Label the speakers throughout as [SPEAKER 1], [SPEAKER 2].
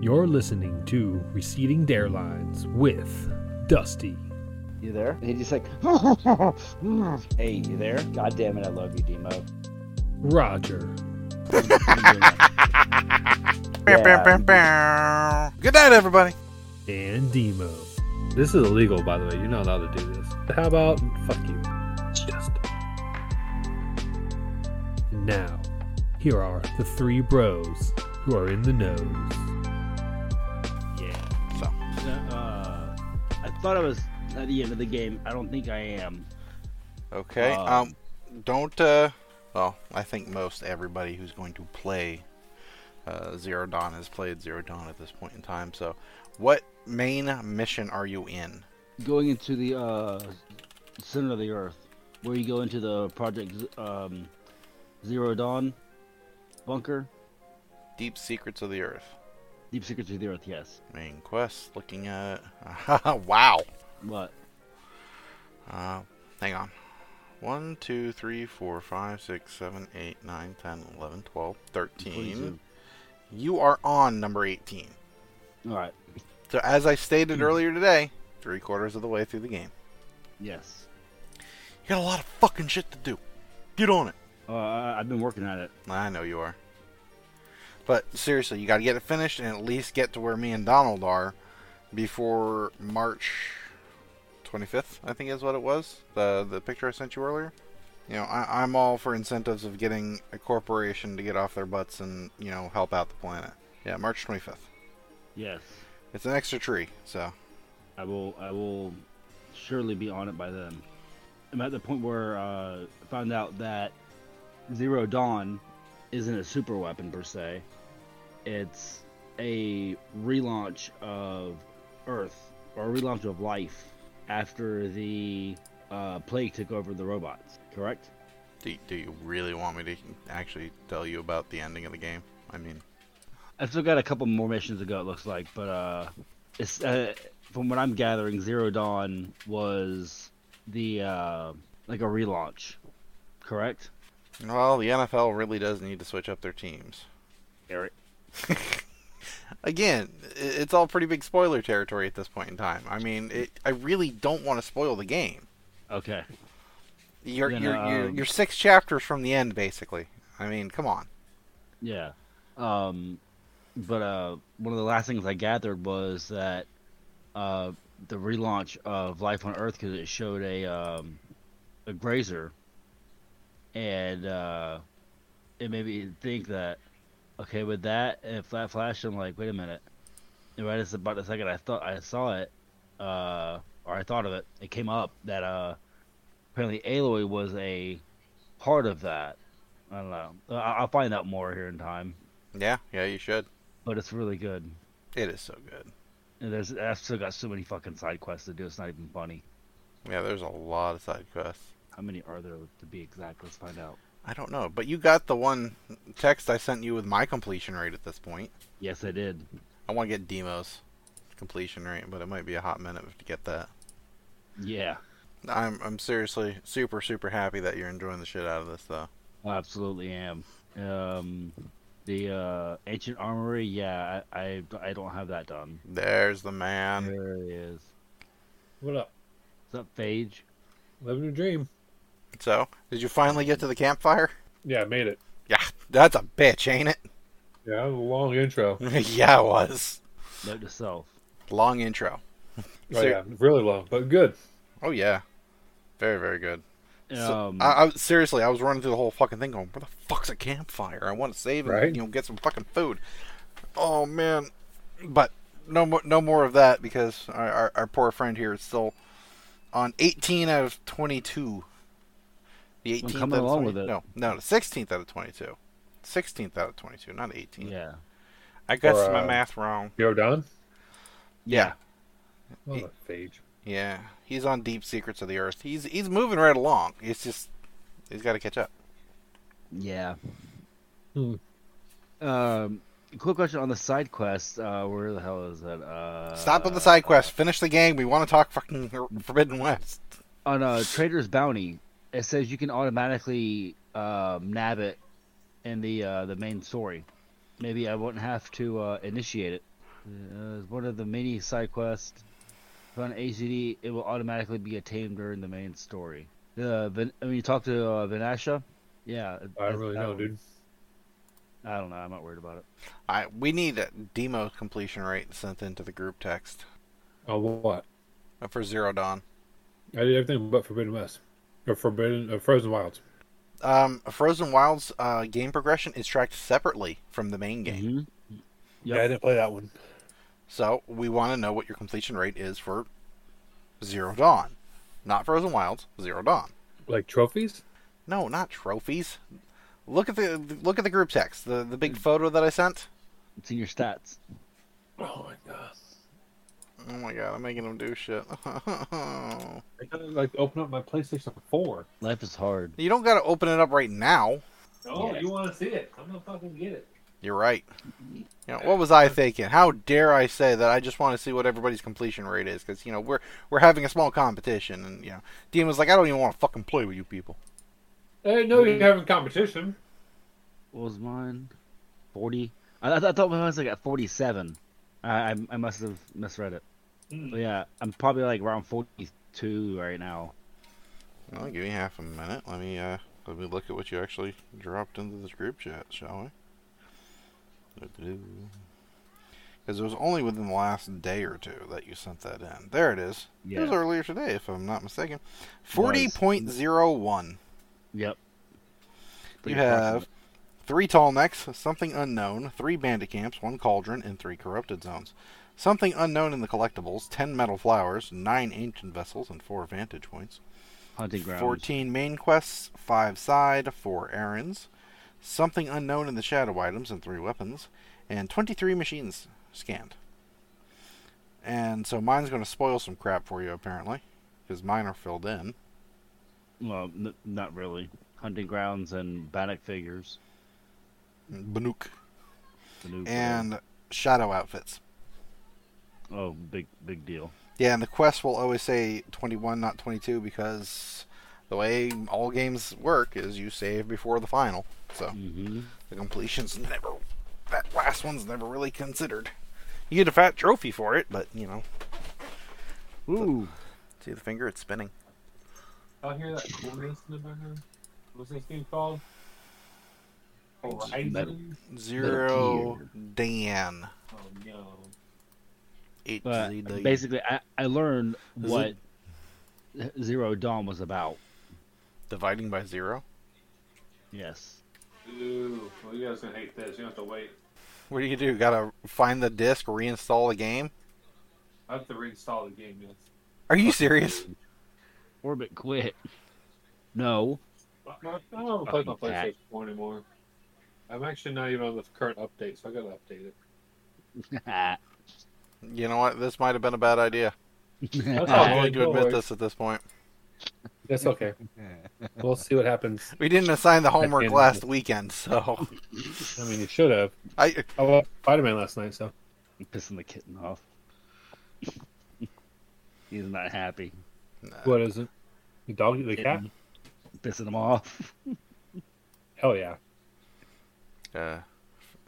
[SPEAKER 1] You're listening to Receding Dare Lines with Dusty.
[SPEAKER 2] You there? And he's just like, hey, you there? God damn it, I love you, Demo.
[SPEAKER 1] Roger.
[SPEAKER 2] Yeah.
[SPEAKER 3] Good night, everybody.
[SPEAKER 1] and Demo. This is illegal, by the way. You're not allowed to do this. How about fuck you? It's just. Now, here are the three bros who are in the nose.
[SPEAKER 4] Yeah.
[SPEAKER 3] So,
[SPEAKER 4] So, uh, I thought I was at the end of the game. I don't think I am.
[SPEAKER 3] okay.
[SPEAKER 4] Wow.
[SPEAKER 3] Um, don't. Uh, well, I think most everybody who's going to play uh, Zero Dawn has played Zero Dawn at this point in time. So, what main mission are you in?
[SPEAKER 4] Going into the uh, center of the earth, where you go into the Project Z- um, Zero Dawn bunker,
[SPEAKER 3] Deep Secrets of the Earth.
[SPEAKER 4] Deep Secrets of the Earth. Yes.
[SPEAKER 3] Main quest. Looking at. wow.
[SPEAKER 4] What?
[SPEAKER 3] Uh, hang on. 1, 2, 3, 4, 5, 6, 7, 8, 9, 10, 11, 12, 13.
[SPEAKER 4] Twenty-two.
[SPEAKER 3] You are on number 18.
[SPEAKER 4] All right.
[SPEAKER 3] So, as I stated earlier today, three quarters of the way through the game.
[SPEAKER 4] Yes.
[SPEAKER 3] You got a lot of fucking shit to do. Get on it.
[SPEAKER 4] Uh, I- I've been working at it.
[SPEAKER 3] I know you are. But seriously, you got to get it finished and at least get to where me and Donald are before March 25th, I think is what it was. The the picture I sent you earlier. You know, I, I'm all for incentives of getting a corporation to get off their butts and, you know, help out the planet. Yeah, March 25th.
[SPEAKER 4] Yes.
[SPEAKER 3] It's an extra tree, so.
[SPEAKER 4] I will. I will surely be on it by then. I'm at the point where uh, I found out that Zero Dawn isn't a super weapon per se. It's a relaunch of Earth or a relaunch of life after the uh, plague took over the robots. Correct?
[SPEAKER 3] Do, do you really want me to actually tell you about the ending of the game? I mean,
[SPEAKER 4] I still got a couple more missions to go. It looks like, but uh, it's uh, from what I'm gathering, Zero Dawn was the uh, like a relaunch, correct?
[SPEAKER 3] well, the NFL really does need to switch up their teams.
[SPEAKER 4] Eric.
[SPEAKER 3] again, i- it's all pretty big spoiler territory at this point in time. I mean, it, I really don't want to spoil the game.
[SPEAKER 4] Okay.
[SPEAKER 3] You're,
[SPEAKER 4] Then,
[SPEAKER 3] you're, you're,
[SPEAKER 4] um,
[SPEAKER 3] you're six chapters from the end, basically. I mean, come on.
[SPEAKER 4] Yeah. Um, but uh, one of the last things I gathered was that uh, the relaunch of Life on Earth because it showed a um, a grazer, and uh, it made me think that okay with that and flat flash. I'm like, wait a minute. And right, it's about the second I thought I saw it, uh, or I thought of it. It came up that uh, apparently Aloy was a part of that. I don't know. Uh, I- I'll find out more here in time,
[SPEAKER 3] Yeah, yeah, you should.
[SPEAKER 4] but it's really good.
[SPEAKER 3] It is so good.
[SPEAKER 4] And there's I've still got so many fucking side quests to do. It's not even funny.
[SPEAKER 3] Yeah, there's a lot of side quests.
[SPEAKER 4] How many are there to be exact? Let's find out.
[SPEAKER 3] I don't know, but you got the one text I sent you with my completion rate at this point.
[SPEAKER 4] Yes, I did.
[SPEAKER 3] I want to get Demo's completion rate, but it might be a hot minute to get that.
[SPEAKER 4] Yeah,
[SPEAKER 3] I'm I'm seriously super super happy that you're enjoying the shit out of this though.
[SPEAKER 4] I absolutely am. Um, the uh, ancient armory. Yeah, I, I I don't have that done.
[SPEAKER 3] There's the man.
[SPEAKER 4] There he is.
[SPEAKER 1] What up?
[SPEAKER 4] What's up, Phage?
[SPEAKER 1] Living a dream.
[SPEAKER 3] So, did you finally get to the campfire?
[SPEAKER 1] Yeah, I made it.
[SPEAKER 3] Yeah, that's a bitch, ain't it?
[SPEAKER 1] Yeah, that was a long intro.
[SPEAKER 3] yeah, it was.
[SPEAKER 4] Note to self.
[SPEAKER 3] Long intro.
[SPEAKER 1] Oh,
[SPEAKER 3] Ser-
[SPEAKER 1] yeah, really long, but good.
[SPEAKER 3] Oh, yeah. Very, very good. So-
[SPEAKER 4] Um,
[SPEAKER 3] I, I, was- seriously, I was running through the whole fucking thing going, where the fuck's a campfire? I want to save and,
[SPEAKER 1] Right.
[SPEAKER 3] you know, get some fucking food. Oh, man. But no more, no more of that because our, our, our poor friend here is still on 18 out of 22. The 18th
[SPEAKER 4] coming
[SPEAKER 3] out of
[SPEAKER 4] along
[SPEAKER 3] 20
[SPEAKER 4] with it.
[SPEAKER 3] No, no, the 16th out of 22. 16th out of 22, not 18.
[SPEAKER 4] yeah.
[SPEAKER 3] I guess
[SPEAKER 1] Or,
[SPEAKER 3] my
[SPEAKER 1] uh,
[SPEAKER 3] math wrong.
[SPEAKER 1] Yo, Don?
[SPEAKER 3] Yeah.
[SPEAKER 1] Well,
[SPEAKER 3] Yeah.
[SPEAKER 1] Phage.
[SPEAKER 3] Yeah, he's on Deep Secrets of the Earth. He's he's moving right along. It's just he's got to catch up.
[SPEAKER 4] Yeah.
[SPEAKER 1] Hmm.
[SPEAKER 4] Um, quick question on the side quest. Uh, where the hell is that? Uh,
[SPEAKER 3] Stop with the side quest. Finish the game. We want to talk fucking Forbidden West.
[SPEAKER 4] on a trader's bounty, it says you can automatically um, nab it in the uh, the main story. Maybe I wouldn't have to uh, initiate it. It was one of the many side quests. If on ACD, it will automatically be attained during the main story. Uh, Vin- I mean, you talk to uh, Vinasha. Yeah,
[SPEAKER 1] I don't really
[SPEAKER 4] that
[SPEAKER 1] know,
[SPEAKER 4] one.
[SPEAKER 1] dude.
[SPEAKER 4] I don't know. I'm not worried about it.
[SPEAKER 3] I we need a demo completion rate sent into the group text
[SPEAKER 1] Oh, what?
[SPEAKER 3] uh, for Zero Dawn.
[SPEAKER 1] I did everything but Forbidden West, or Forbidden, or Frozen Wilds.
[SPEAKER 3] Um, Frozen Wilds uh, game progression is tracked separately from the main game,
[SPEAKER 4] Mhm. Yep.
[SPEAKER 1] Yeah, I didn't play that one.
[SPEAKER 3] so we want to know what your completion rate is for Zero Dawn, not Frozen Wilds, Zero Dawn.
[SPEAKER 1] Like trophies?
[SPEAKER 3] No, not trophies. Look at the look at the group text, the the big photo that I sent.
[SPEAKER 4] It's in your stats.
[SPEAKER 1] Oh my god!
[SPEAKER 3] Oh my god, I'm making them do shit.
[SPEAKER 1] I gotta like open up my PlayStation Four.
[SPEAKER 4] Life is hard.
[SPEAKER 3] you don't got to open it up right now.
[SPEAKER 1] No,
[SPEAKER 4] Yeah.
[SPEAKER 1] Oh, you want to see it? I'm gonna fucking get it.
[SPEAKER 3] You're right. You know, what was I thinking? How dare I say that I just want to see what everybody's completion rate is? Because you know we're we're having a small competition, and you know Dean was like, I don't even want to fucking play with you people.
[SPEAKER 1] I know you're having competition.
[SPEAKER 4] What was mine? Forty. I, I, I thought mine was like at forty-seven. I I, I must have misread it.
[SPEAKER 1] Hmm.
[SPEAKER 4] But yeah, I'm probably like around forty-two right now.
[SPEAKER 3] Well, give me half a minute. Let me uh let me look at what you actually dropped into this group chat, shall we? Because it was only within the last day or two that you sent that in. There it is. It was
[SPEAKER 4] Yeah.
[SPEAKER 3] earlier today, if I'm not mistaken. Forty point zero one.
[SPEAKER 4] Yep.
[SPEAKER 3] you have three tall necks, something unknown, three bandit camps, one cauldron, and three corrupted zones. Something unknown in the collectibles, ten metal flowers, nine ancient vessels, and four vantage points.
[SPEAKER 4] hunting grounds.
[SPEAKER 3] 14 main quests, 5 side, 4 errands, something unknown in the shadow items and 3 weapons, and 23 machines scanned. And so mine's going to spoil some crap for you, apparently, because mine are filled in.
[SPEAKER 4] Well, n- not really. Hunting grounds and bannock figures.
[SPEAKER 3] Banuk.
[SPEAKER 4] The new
[SPEAKER 3] And shadow outfits.
[SPEAKER 4] oh, big big deal.
[SPEAKER 3] Yeah, and the quest will always say 21, not 22, because the way all games work is you save before the final. So.
[SPEAKER 4] hmm
[SPEAKER 3] The completion's never. That last one's never really considered. You get a fat trophy for it, but you know.
[SPEAKER 4] Ooh,
[SPEAKER 3] See the finger? It's spinning.
[SPEAKER 1] I'll hear that chorus in the background. What's this thing called?
[SPEAKER 4] metal.
[SPEAKER 1] Horizon.
[SPEAKER 3] Zero Dan.
[SPEAKER 1] Oh no.
[SPEAKER 3] H
[SPEAKER 4] but
[SPEAKER 3] Z D.
[SPEAKER 4] basically, I, I learned
[SPEAKER 3] Is
[SPEAKER 4] what Zero Dawn was about.
[SPEAKER 3] dividing by zero.
[SPEAKER 4] Yes.
[SPEAKER 1] Ooh, well, you guys gonna hate this. You have to wait.
[SPEAKER 3] What do you do? Gotta find the disc, reinstall the game.
[SPEAKER 1] I have to reinstall the game. Yes.
[SPEAKER 3] Are you serious?
[SPEAKER 4] Orbit quit. No.
[SPEAKER 1] I don't play my
[SPEAKER 4] Fucking cat.
[SPEAKER 1] PlayStation 4 anymore. I'm actually not even on the current update, so I gotta update it.
[SPEAKER 3] You know what? This might have been a bad idea. I'm
[SPEAKER 1] Oh,
[SPEAKER 3] willing to
[SPEAKER 1] no
[SPEAKER 3] admit
[SPEAKER 1] worries.
[SPEAKER 3] this at this point.
[SPEAKER 1] That's okay. we'll see what happens.
[SPEAKER 3] We didn't assign the homework
[SPEAKER 1] can't-
[SPEAKER 3] last weekend, so
[SPEAKER 1] I mean, you should have.
[SPEAKER 3] I
[SPEAKER 1] I watched Spider Man last night, so.
[SPEAKER 4] pissing the kitten off. He's not happy.
[SPEAKER 3] uh,
[SPEAKER 1] What is it? The dog, the cat?
[SPEAKER 4] Kitten. Pissing him off.
[SPEAKER 1] Hell yeah.
[SPEAKER 3] uh,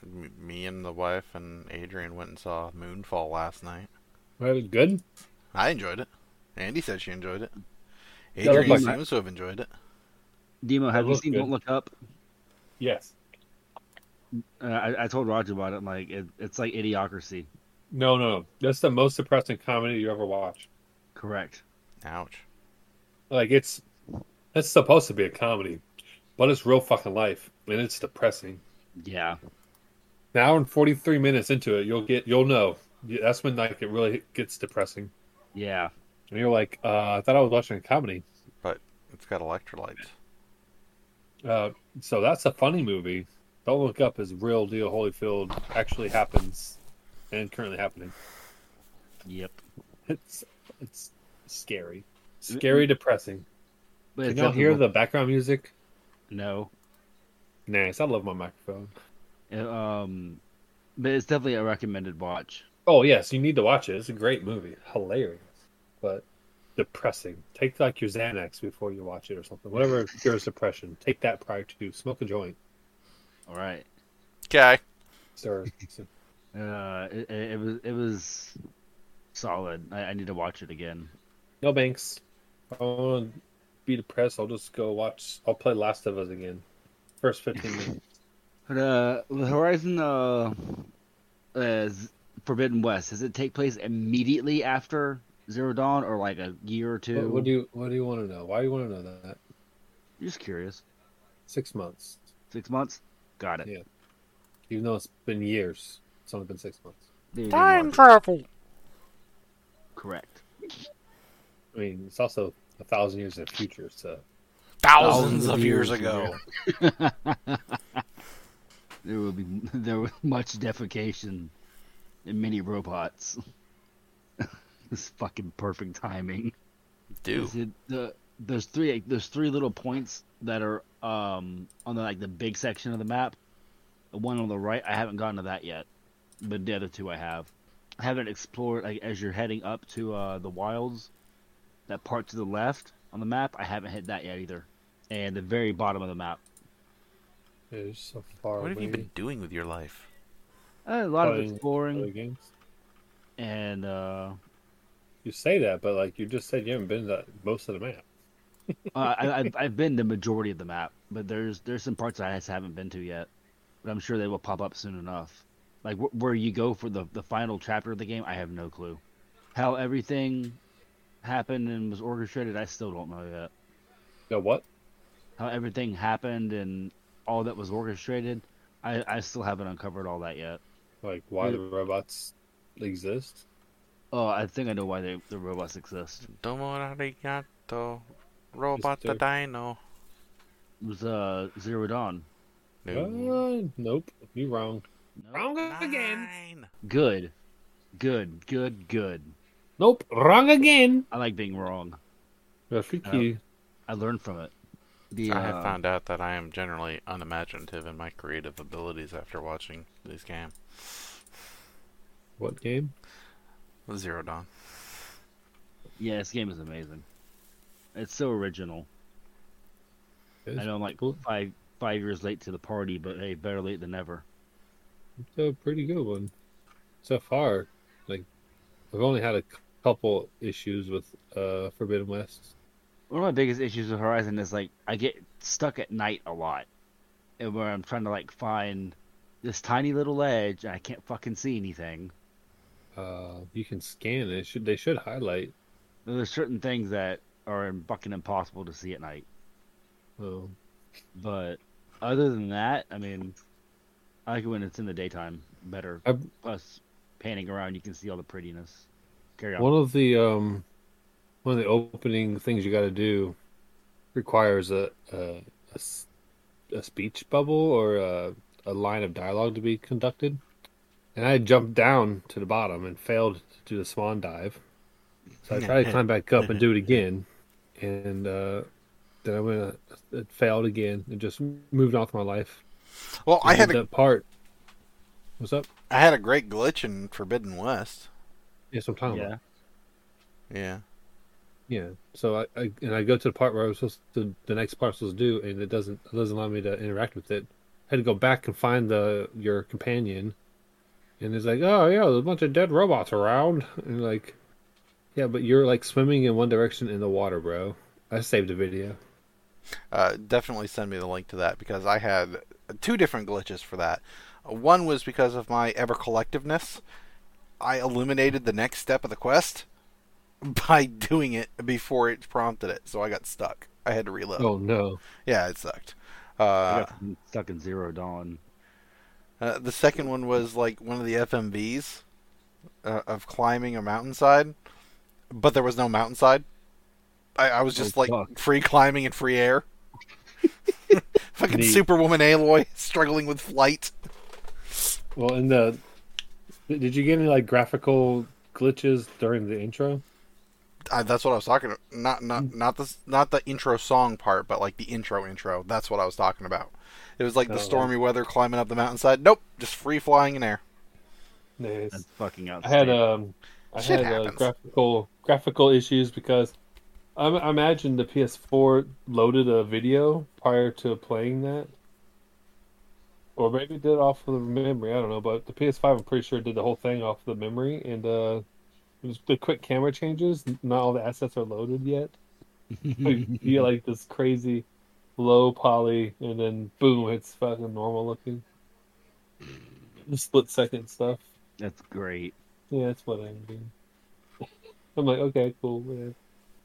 [SPEAKER 3] m- me and the wife and Adrian went and saw Moonfall last night.
[SPEAKER 1] Well, it was good.
[SPEAKER 3] I enjoyed it. Andy said she enjoyed it.
[SPEAKER 1] Yeah, it
[SPEAKER 3] Adrian
[SPEAKER 1] looked
[SPEAKER 4] like-
[SPEAKER 3] seems to have enjoyed it.
[SPEAKER 4] Demo, have you
[SPEAKER 1] looked
[SPEAKER 4] seen
[SPEAKER 1] good.
[SPEAKER 4] Don't Look Up?
[SPEAKER 1] Yes.
[SPEAKER 4] Uh, I, I told Roger about it. I'm like, it, it's like Idiocracy.
[SPEAKER 1] No, no. That's the most depressing comedy you ever watch.
[SPEAKER 4] Correct.
[SPEAKER 3] Ouch.
[SPEAKER 1] Like it's it's supposed to be a comedy, but it's real fucking life, and it's depressing.
[SPEAKER 4] Yeah.
[SPEAKER 1] An hour and forty three minutes into it, you'll get you'll know. Yeah, That's when like it really gets depressing,
[SPEAKER 4] Yeah.
[SPEAKER 1] and you're like, uh, I thought I was watching a comedy.
[SPEAKER 3] It's got electrolytes.
[SPEAKER 1] Uh, so that's a funny movie. Don't look up is real deal. Holyfield actually happens, and currently happening.
[SPEAKER 4] Yep.
[SPEAKER 1] It's it's scary, scary, depressing.
[SPEAKER 4] But
[SPEAKER 1] Can
[SPEAKER 4] it's
[SPEAKER 1] y'all hear
[SPEAKER 4] acceptable.
[SPEAKER 1] the background music?
[SPEAKER 4] no.
[SPEAKER 1] Nice. I love my microphone.
[SPEAKER 4] It, um, but it's definitely a recommended watch.
[SPEAKER 1] Oh yes, you need to watch it. It's a great movie, hilarious, but depressing. Take like your Xanax before you watch it or something. Whatever cures depression, take that prior to smoke a joint.
[SPEAKER 4] All right.
[SPEAKER 3] Okay.
[SPEAKER 1] Sir,
[SPEAKER 4] Uh, it, it it was it was solid. I, I need to watch it again.
[SPEAKER 1] No banks. I won't be depressed. I'll just go watch. I'll play Last of Us again. First 15 minutes.
[SPEAKER 4] But uh, with Horizon uh, uh, Z- Forbidden West does it take place immediately after Zero Dawn or like a year or two?
[SPEAKER 1] what, what do you What do you want to know? Why do you want to know that?
[SPEAKER 4] I'm just curious.
[SPEAKER 1] Six months.
[SPEAKER 4] Six months. Got it.
[SPEAKER 1] Yeah. Even though it's been years, it's only been six months.
[SPEAKER 4] There you go,
[SPEAKER 5] Time
[SPEAKER 4] Mark.
[SPEAKER 5] travel.
[SPEAKER 4] Correct.
[SPEAKER 1] I mean, it's also a thousand years in the future. So
[SPEAKER 3] Thousands,
[SPEAKER 4] Thousands
[SPEAKER 3] of
[SPEAKER 4] of
[SPEAKER 3] years,
[SPEAKER 4] years
[SPEAKER 3] ago.
[SPEAKER 4] There will be there will be much defecation and many robots. this fucking perfect timing.
[SPEAKER 3] Dude.
[SPEAKER 4] Is it the there's three there's three little points that are um on the like the big section of the map. The one on the right, I haven't gotten to that yet, but the other two I have. I haven't explored like as you're heading up to uh the wilds. That part to the left on the map, I haven't hit that yet either. And the very bottom of the map.
[SPEAKER 1] it's so far
[SPEAKER 3] What have
[SPEAKER 1] away.
[SPEAKER 3] you been doing with your life?
[SPEAKER 4] Uh, a lot of
[SPEAKER 1] Playing Other
[SPEAKER 4] exploring
[SPEAKER 1] games.
[SPEAKER 4] and uh
[SPEAKER 1] You say that, but like you just said, you haven't been to most of the map.
[SPEAKER 4] uh, I, I've, I've been the majority of the map, but there's there's some parts I just haven't been to yet. But I'm sure they will pop up soon enough. Like wh- where you go for the the final chapter of the game, I have no clue. How everything happened and was orchestrated, I still don't know yet.
[SPEAKER 1] No, what?
[SPEAKER 4] How everything happened and all that was orchestrated, I, I still haven't uncovered all that yet.
[SPEAKER 1] Like why
[SPEAKER 3] Hmm.
[SPEAKER 1] the robots exist?
[SPEAKER 4] Oh, I think I know why they, the robots exist.
[SPEAKER 3] Domo arigato, robot
[SPEAKER 1] Mister-
[SPEAKER 3] dino.
[SPEAKER 4] It was uh, Zero Dawn.
[SPEAKER 3] No.
[SPEAKER 1] Uh, nope, you wrong.
[SPEAKER 4] No?
[SPEAKER 1] Wrong again.
[SPEAKER 3] Nine.
[SPEAKER 4] Good, good, good, good.
[SPEAKER 1] Nope, wrong again. Oh.
[SPEAKER 4] I like being wrong.
[SPEAKER 1] Rafiki,
[SPEAKER 4] I learned from it. The,
[SPEAKER 3] I have
[SPEAKER 4] uh,
[SPEAKER 3] found out that I am generally unimaginative in my creative abilities after watching this game.
[SPEAKER 1] what game?
[SPEAKER 3] Zero Dawn.
[SPEAKER 4] Yeah, this game is amazing. It's so original. I know I'm like
[SPEAKER 1] cool.
[SPEAKER 4] five five years late to the party, but hey, better late than never.
[SPEAKER 1] It's a pretty good one so far. Like, I've only had a c- couple issues with uh Forbidden West.
[SPEAKER 4] One of my biggest issues with Horizon is like I get stuck at night a lot, and where I'm trying to like find this tiny little ledge and I can't fucking see anything.
[SPEAKER 1] Uh, you can scan it. Should they should highlight?
[SPEAKER 4] There's certain things that are fucking impossible to see at night.
[SPEAKER 1] Um,
[SPEAKER 4] But other than that, I mean, I like it when it's in the daytime better.
[SPEAKER 1] I've-
[SPEAKER 4] Plus, panning around, you can see all the prettiness. Carry on.
[SPEAKER 1] One of the um, one of the opening things you got to do requires a, a- a s- a speech bubble or a, a line of dialogue to be conducted, and I jumped down to the bottom and failed to do the swan dive. So I tried to climb back up and do it again, and uh, then I went. uh, It failed again and just moved on with my life.
[SPEAKER 3] Well, I had a,
[SPEAKER 1] that part. What's up?
[SPEAKER 3] I had a great glitch in Forbidden West.
[SPEAKER 1] Yes, I'm talking about.
[SPEAKER 4] yeah.
[SPEAKER 3] Yeah.
[SPEAKER 1] Yeah. So I, I and I go to the part where I was supposed to the next part I was supposed to do, and it doesn't it doesn't allow me to interact with it. I had to go back and find the your companion, and it's like, oh yeah, there's a bunch of dead robots around, and you're like, yeah, but you're like swimming in one direction in the water, bro. I saved a video.
[SPEAKER 3] Uh, definitely send me the link to that because I had two different glitches for that. One was because of my ever collectiveness. I eliminated the next step of the quest by doing it before it prompted it, so I got stuck. I had to reload.
[SPEAKER 1] Oh no,
[SPEAKER 3] Yeah, it sucked.
[SPEAKER 4] I
[SPEAKER 3] Uh,
[SPEAKER 4] got stuck in Zero Dawn.
[SPEAKER 3] Uh, the second one was like one of the FMVs uh, of climbing a mountainside, but there was no mountainside. I, I was just
[SPEAKER 4] Oh,
[SPEAKER 3] like
[SPEAKER 4] fuck.
[SPEAKER 3] free climbing in free air. Fucking
[SPEAKER 1] Neat.
[SPEAKER 3] Superwoman Aloy struggling with flight.
[SPEAKER 1] well, in the did you get any like graphical glitches during the intro?
[SPEAKER 3] I, that's what I was talking about. Not not not the not the intro song part, but like the intro intro. That's what I was talking about. It was like
[SPEAKER 1] Oh.
[SPEAKER 3] the stormy weather climbing up the mountainside. Nope, just free flying in air.
[SPEAKER 4] That's fucking
[SPEAKER 1] I
[SPEAKER 4] outstanding.
[SPEAKER 1] had um, I
[SPEAKER 3] Shit
[SPEAKER 1] had uh,
[SPEAKER 3] happens.
[SPEAKER 1] graphical graphical issues because I, I imagine the PS4 loaded a video prior to playing that, Or maybe it did off of the memory. I don't know, but the PS5, I'm pretty sure, did the whole thing off the memory and uh, it was the quick camera changes. Not all the assets are loaded yet. So you you get like this crazy low poly, and then boom, it's fucking normal looking. The split second stuff.
[SPEAKER 4] That's great.
[SPEAKER 1] Yeah, that's what I'm doing. I'm like, okay, cool. Whatever.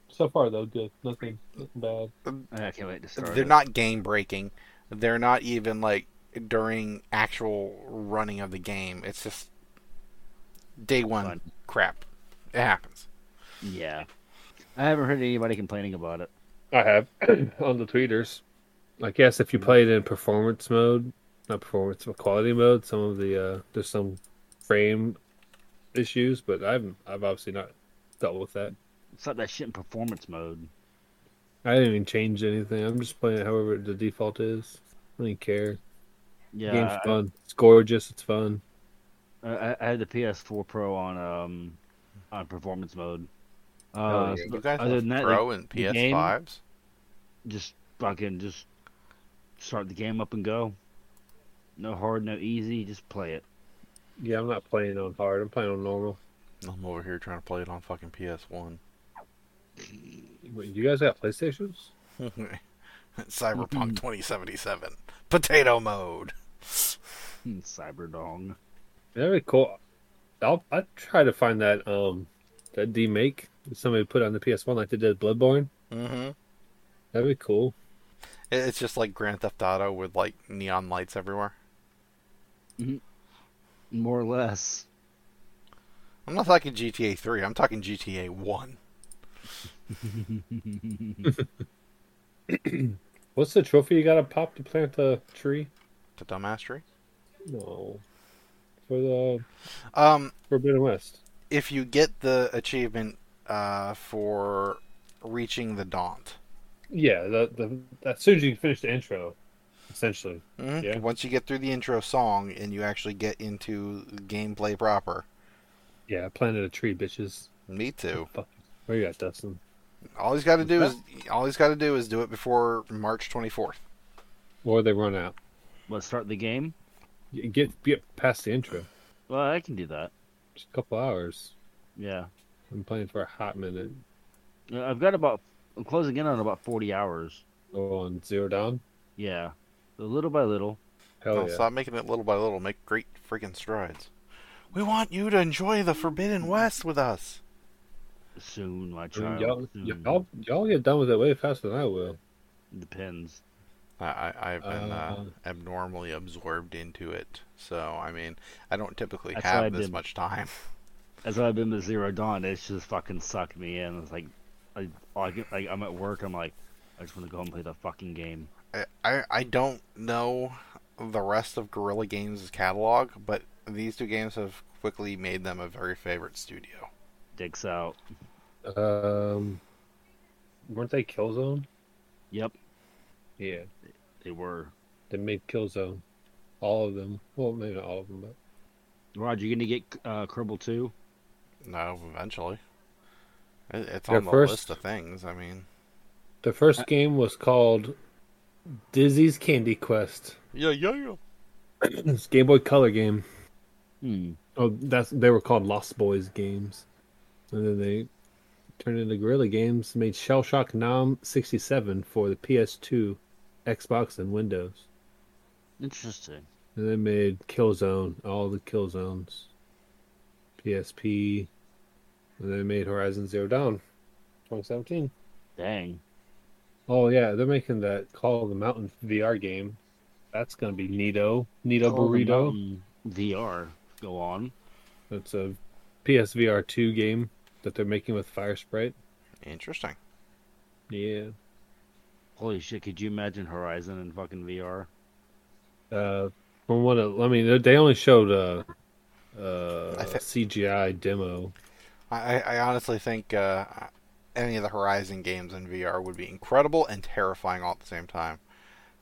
[SPEAKER 1] So far though, good. Nothing bad.
[SPEAKER 4] I can't wait to start.
[SPEAKER 3] They're
[SPEAKER 4] it.
[SPEAKER 3] not game breaking. They're not even like during actual running of the game. It's just day one
[SPEAKER 4] Fun.
[SPEAKER 3] crap. It happens.
[SPEAKER 4] Yeah. I haven't heard anybody complaining about it.
[SPEAKER 1] I have on the tweeters. I guess if you play it in performance mode, not performance, but quality mode, some of the uh, there's some frame issues, but I've I've obviously not dealt with that.
[SPEAKER 4] It's not that shit in performance mode.
[SPEAKER 1] I didn't even change anything. I'm just playing it however the default is. I don't even care. Game's
[SPEAKER 4] Yeah, I,
[SPEAKER 1] fun. It's gorgeous. It's fun.
[SPEAKER 4] I, I had the PS4 Pro on um on performance mode. Uh,
[SPEAKER 1] Hell yeah.
[SPEAKER 4] so
[SPEAKER 3] You guys
[SPEAKER 4] other
[SPEAKER 3] have
[SPEAKER 4] than that,
[SPEAKER 3] Pro
[SPEAKER 4] like,
[SPEAKER 3] and
[SPEAKER 4] the game-
[SPEAKER 3] PS5s.
[SPEAKER 4] just fucking just start the game up and go. No hard, no easy. Just play it.
[SPEAKER 1] Yeah, I'm not playing on hard. I'm playing on normal.
[SPEAKER 3] I'm over here trying to play it on fucking PS1.
[SPEAKER 1] Wait, you guys got PlayStations?
[SPEAKER 4] Mm-hmm.
[SPEAKER 3] Cyberpunk 2077 potato mode.
[SPEAKER 4] Cyberdong.
[SPEAKER 1] That'd be cool. I'll I try to find that um that D make that somebody put on the PS1 like they did Bloodborne.
[SPEAKER 3] Mm-hmm.
[SPEAKER 1] That'd be cool.
[SPEAKER 3] It's just like Grand Theft Auto with like neon lights everywhere.
[SPEAKER 4] More or less.
[SPEAKER 3] I'm not talking GTA 3. I'm talking GTA 1.
[SPEAKER 1] What's the trophy you gotta pop to plant a tree?
[SPEAKER 3] The dumbassery.
[SPEAKER 1] No, for the
[SPEAKER 3] Um,
[SPEAKER 1] Forbidden West.
[SPEAKER 3] if you get the achievement uh, for reaching the daunt,
[SPEAKER 1] Yeah, the, the as soon as you finish the intro, essentially.
[SPEAKER 3] Mhm.
[SPEAKER 1] Yeah.
[SPEAKER 3] once you get through the intro song and you actually get into gameplay proper,
[SPEAKER 1] Yeah, I planted a tree, bitches.
[SPEAKER 3] me too.
[SPEAKER 1] Where you at, Dustin?
[SPEAKER 3] All he's got to do is all he's got to do is do it before March 24th.
[SPEAKER 1] Or they run out.
[SPEAKER 4] Let's start the game.
[SPEAKER 1] Y- Get get past the intro.
[SPEAKER 4] Well, I can do that.
[SPEAKER 1] Just a couple hours.
[SPEAKER 4] Yeah.
[SPEAKER 1] I'm playing for a hot minute.
[SPEAKER 4] Uh, I've got about. I'm closing in on about 40 hours.
[SPEAKER 1] Oh, on zero down.
[SPEAKER 4] Yeah. So little by little.
[SPEAKER 1] Hell
[SPEAKER 3] No,
[SPEAKER 1] yeah.
[SPEAKER 3] Stop making it little by little. Make great freaking strides. We want you to enjoy the Forbidden West with us.
[SPEAKER 4] Soon,
[SPEAKER 1] I
[SPEAKER 4] my
[SPEAKER 1] mean,
[SPEAKER 4] child.
[SPEAKER 1] y'all,
[SPEAKER 4] soon.
[SPEAKER 1] y'all, y'all get done with it way faster than I will.
[SPEAKER 4] Depends.
[SPEAKER 3] I, I, I've been uh,
[SPEAKER 1] Uh.
[SPEAKER 3] abnormally absorbed into it, so I mean, I don't typically
[SPEAKER 4] That's what I
[SPEAKER 3] have this
[SPEAKER 4] did.
[SPEAKER 3] much time.
[SPEAKER 4] That's why I've been to Zero Dawn. It's just fucking sucked me in. It's like, I, I get, like I'm at work. I'm like, I just want to go home and play the fucking game.
[SPEAKER 3] I- I, I don't know the rest of Guerrilla Games' catalog, but these two games have quickly made them a very favorite studio.
[SPEAKER 4] Dicks out.
[SPEAKER 1] Um, weren't they Killzone?
[SPEAKER 4] Yep,
[SPEAKER 1] Yeah,
[SPEAKER 4] they were.
[SPEAKER 1] they made Killzone. All of them. Well, maybe not all of them, but
[SPEAKER 4] Roger, you gonna get uh, Kerbal Two?
[SPEAKER 3] No, eventually. It, it's
[SPEAKER 1] Their
[SPEAKER 3] on the
[SPEAKER 1] first-
[SPEAKER 3] list of things. I mean,
[SPEAKER 1] the first game was called Dizzy's Candy Quest.
[SPEAKER 3] yeah, yeah, yeah.
[SPEAKER 1] It's a Game Boy Color game.
[SPEAKER 4] Hmm.
[SPEAKER 1] Oh, that's they were called Lost Boys games, and then they turned into Guerrilla Games. Made Shell Shock Nom sixty seven for the PS2, Xbox, and Windows.
[SPEAKER 4] Interesting.
[SPEAKER 1] And they made Killzone, all the Killzones, PSP, and they made Horizon Zero Dawn, 2017.
[SPEAKER 4] Dang.
[SPEAKER 1] Oh yeah, they're making that Call of the Mountain VR game. That's gonna be Nito, Nito
[SPEAKER 4] Call of the
[SPEAKER 1] Burrito.
[SPEAKER 4] Mountain VR. Go on.
[SPEAKER 1] That's a PSVR two game that they're making with Fire Sprite.
[SPEAKER 3] Interesting.
[SPEAKER 1] Yeah.
[SPEAKER 4] Holy shit! Could you imagine Horizon in fucking VR?
[SPEAKER 1] Uh, from what it, I mean, they only showed a, uh
[SPEAKER 3] I thi-
[SPEAKER 1] CGI demo.
[SPEAKER 3] I, I I honestly think uh, any of the Horizon games in VR would be incredible and terrifying all at the same time.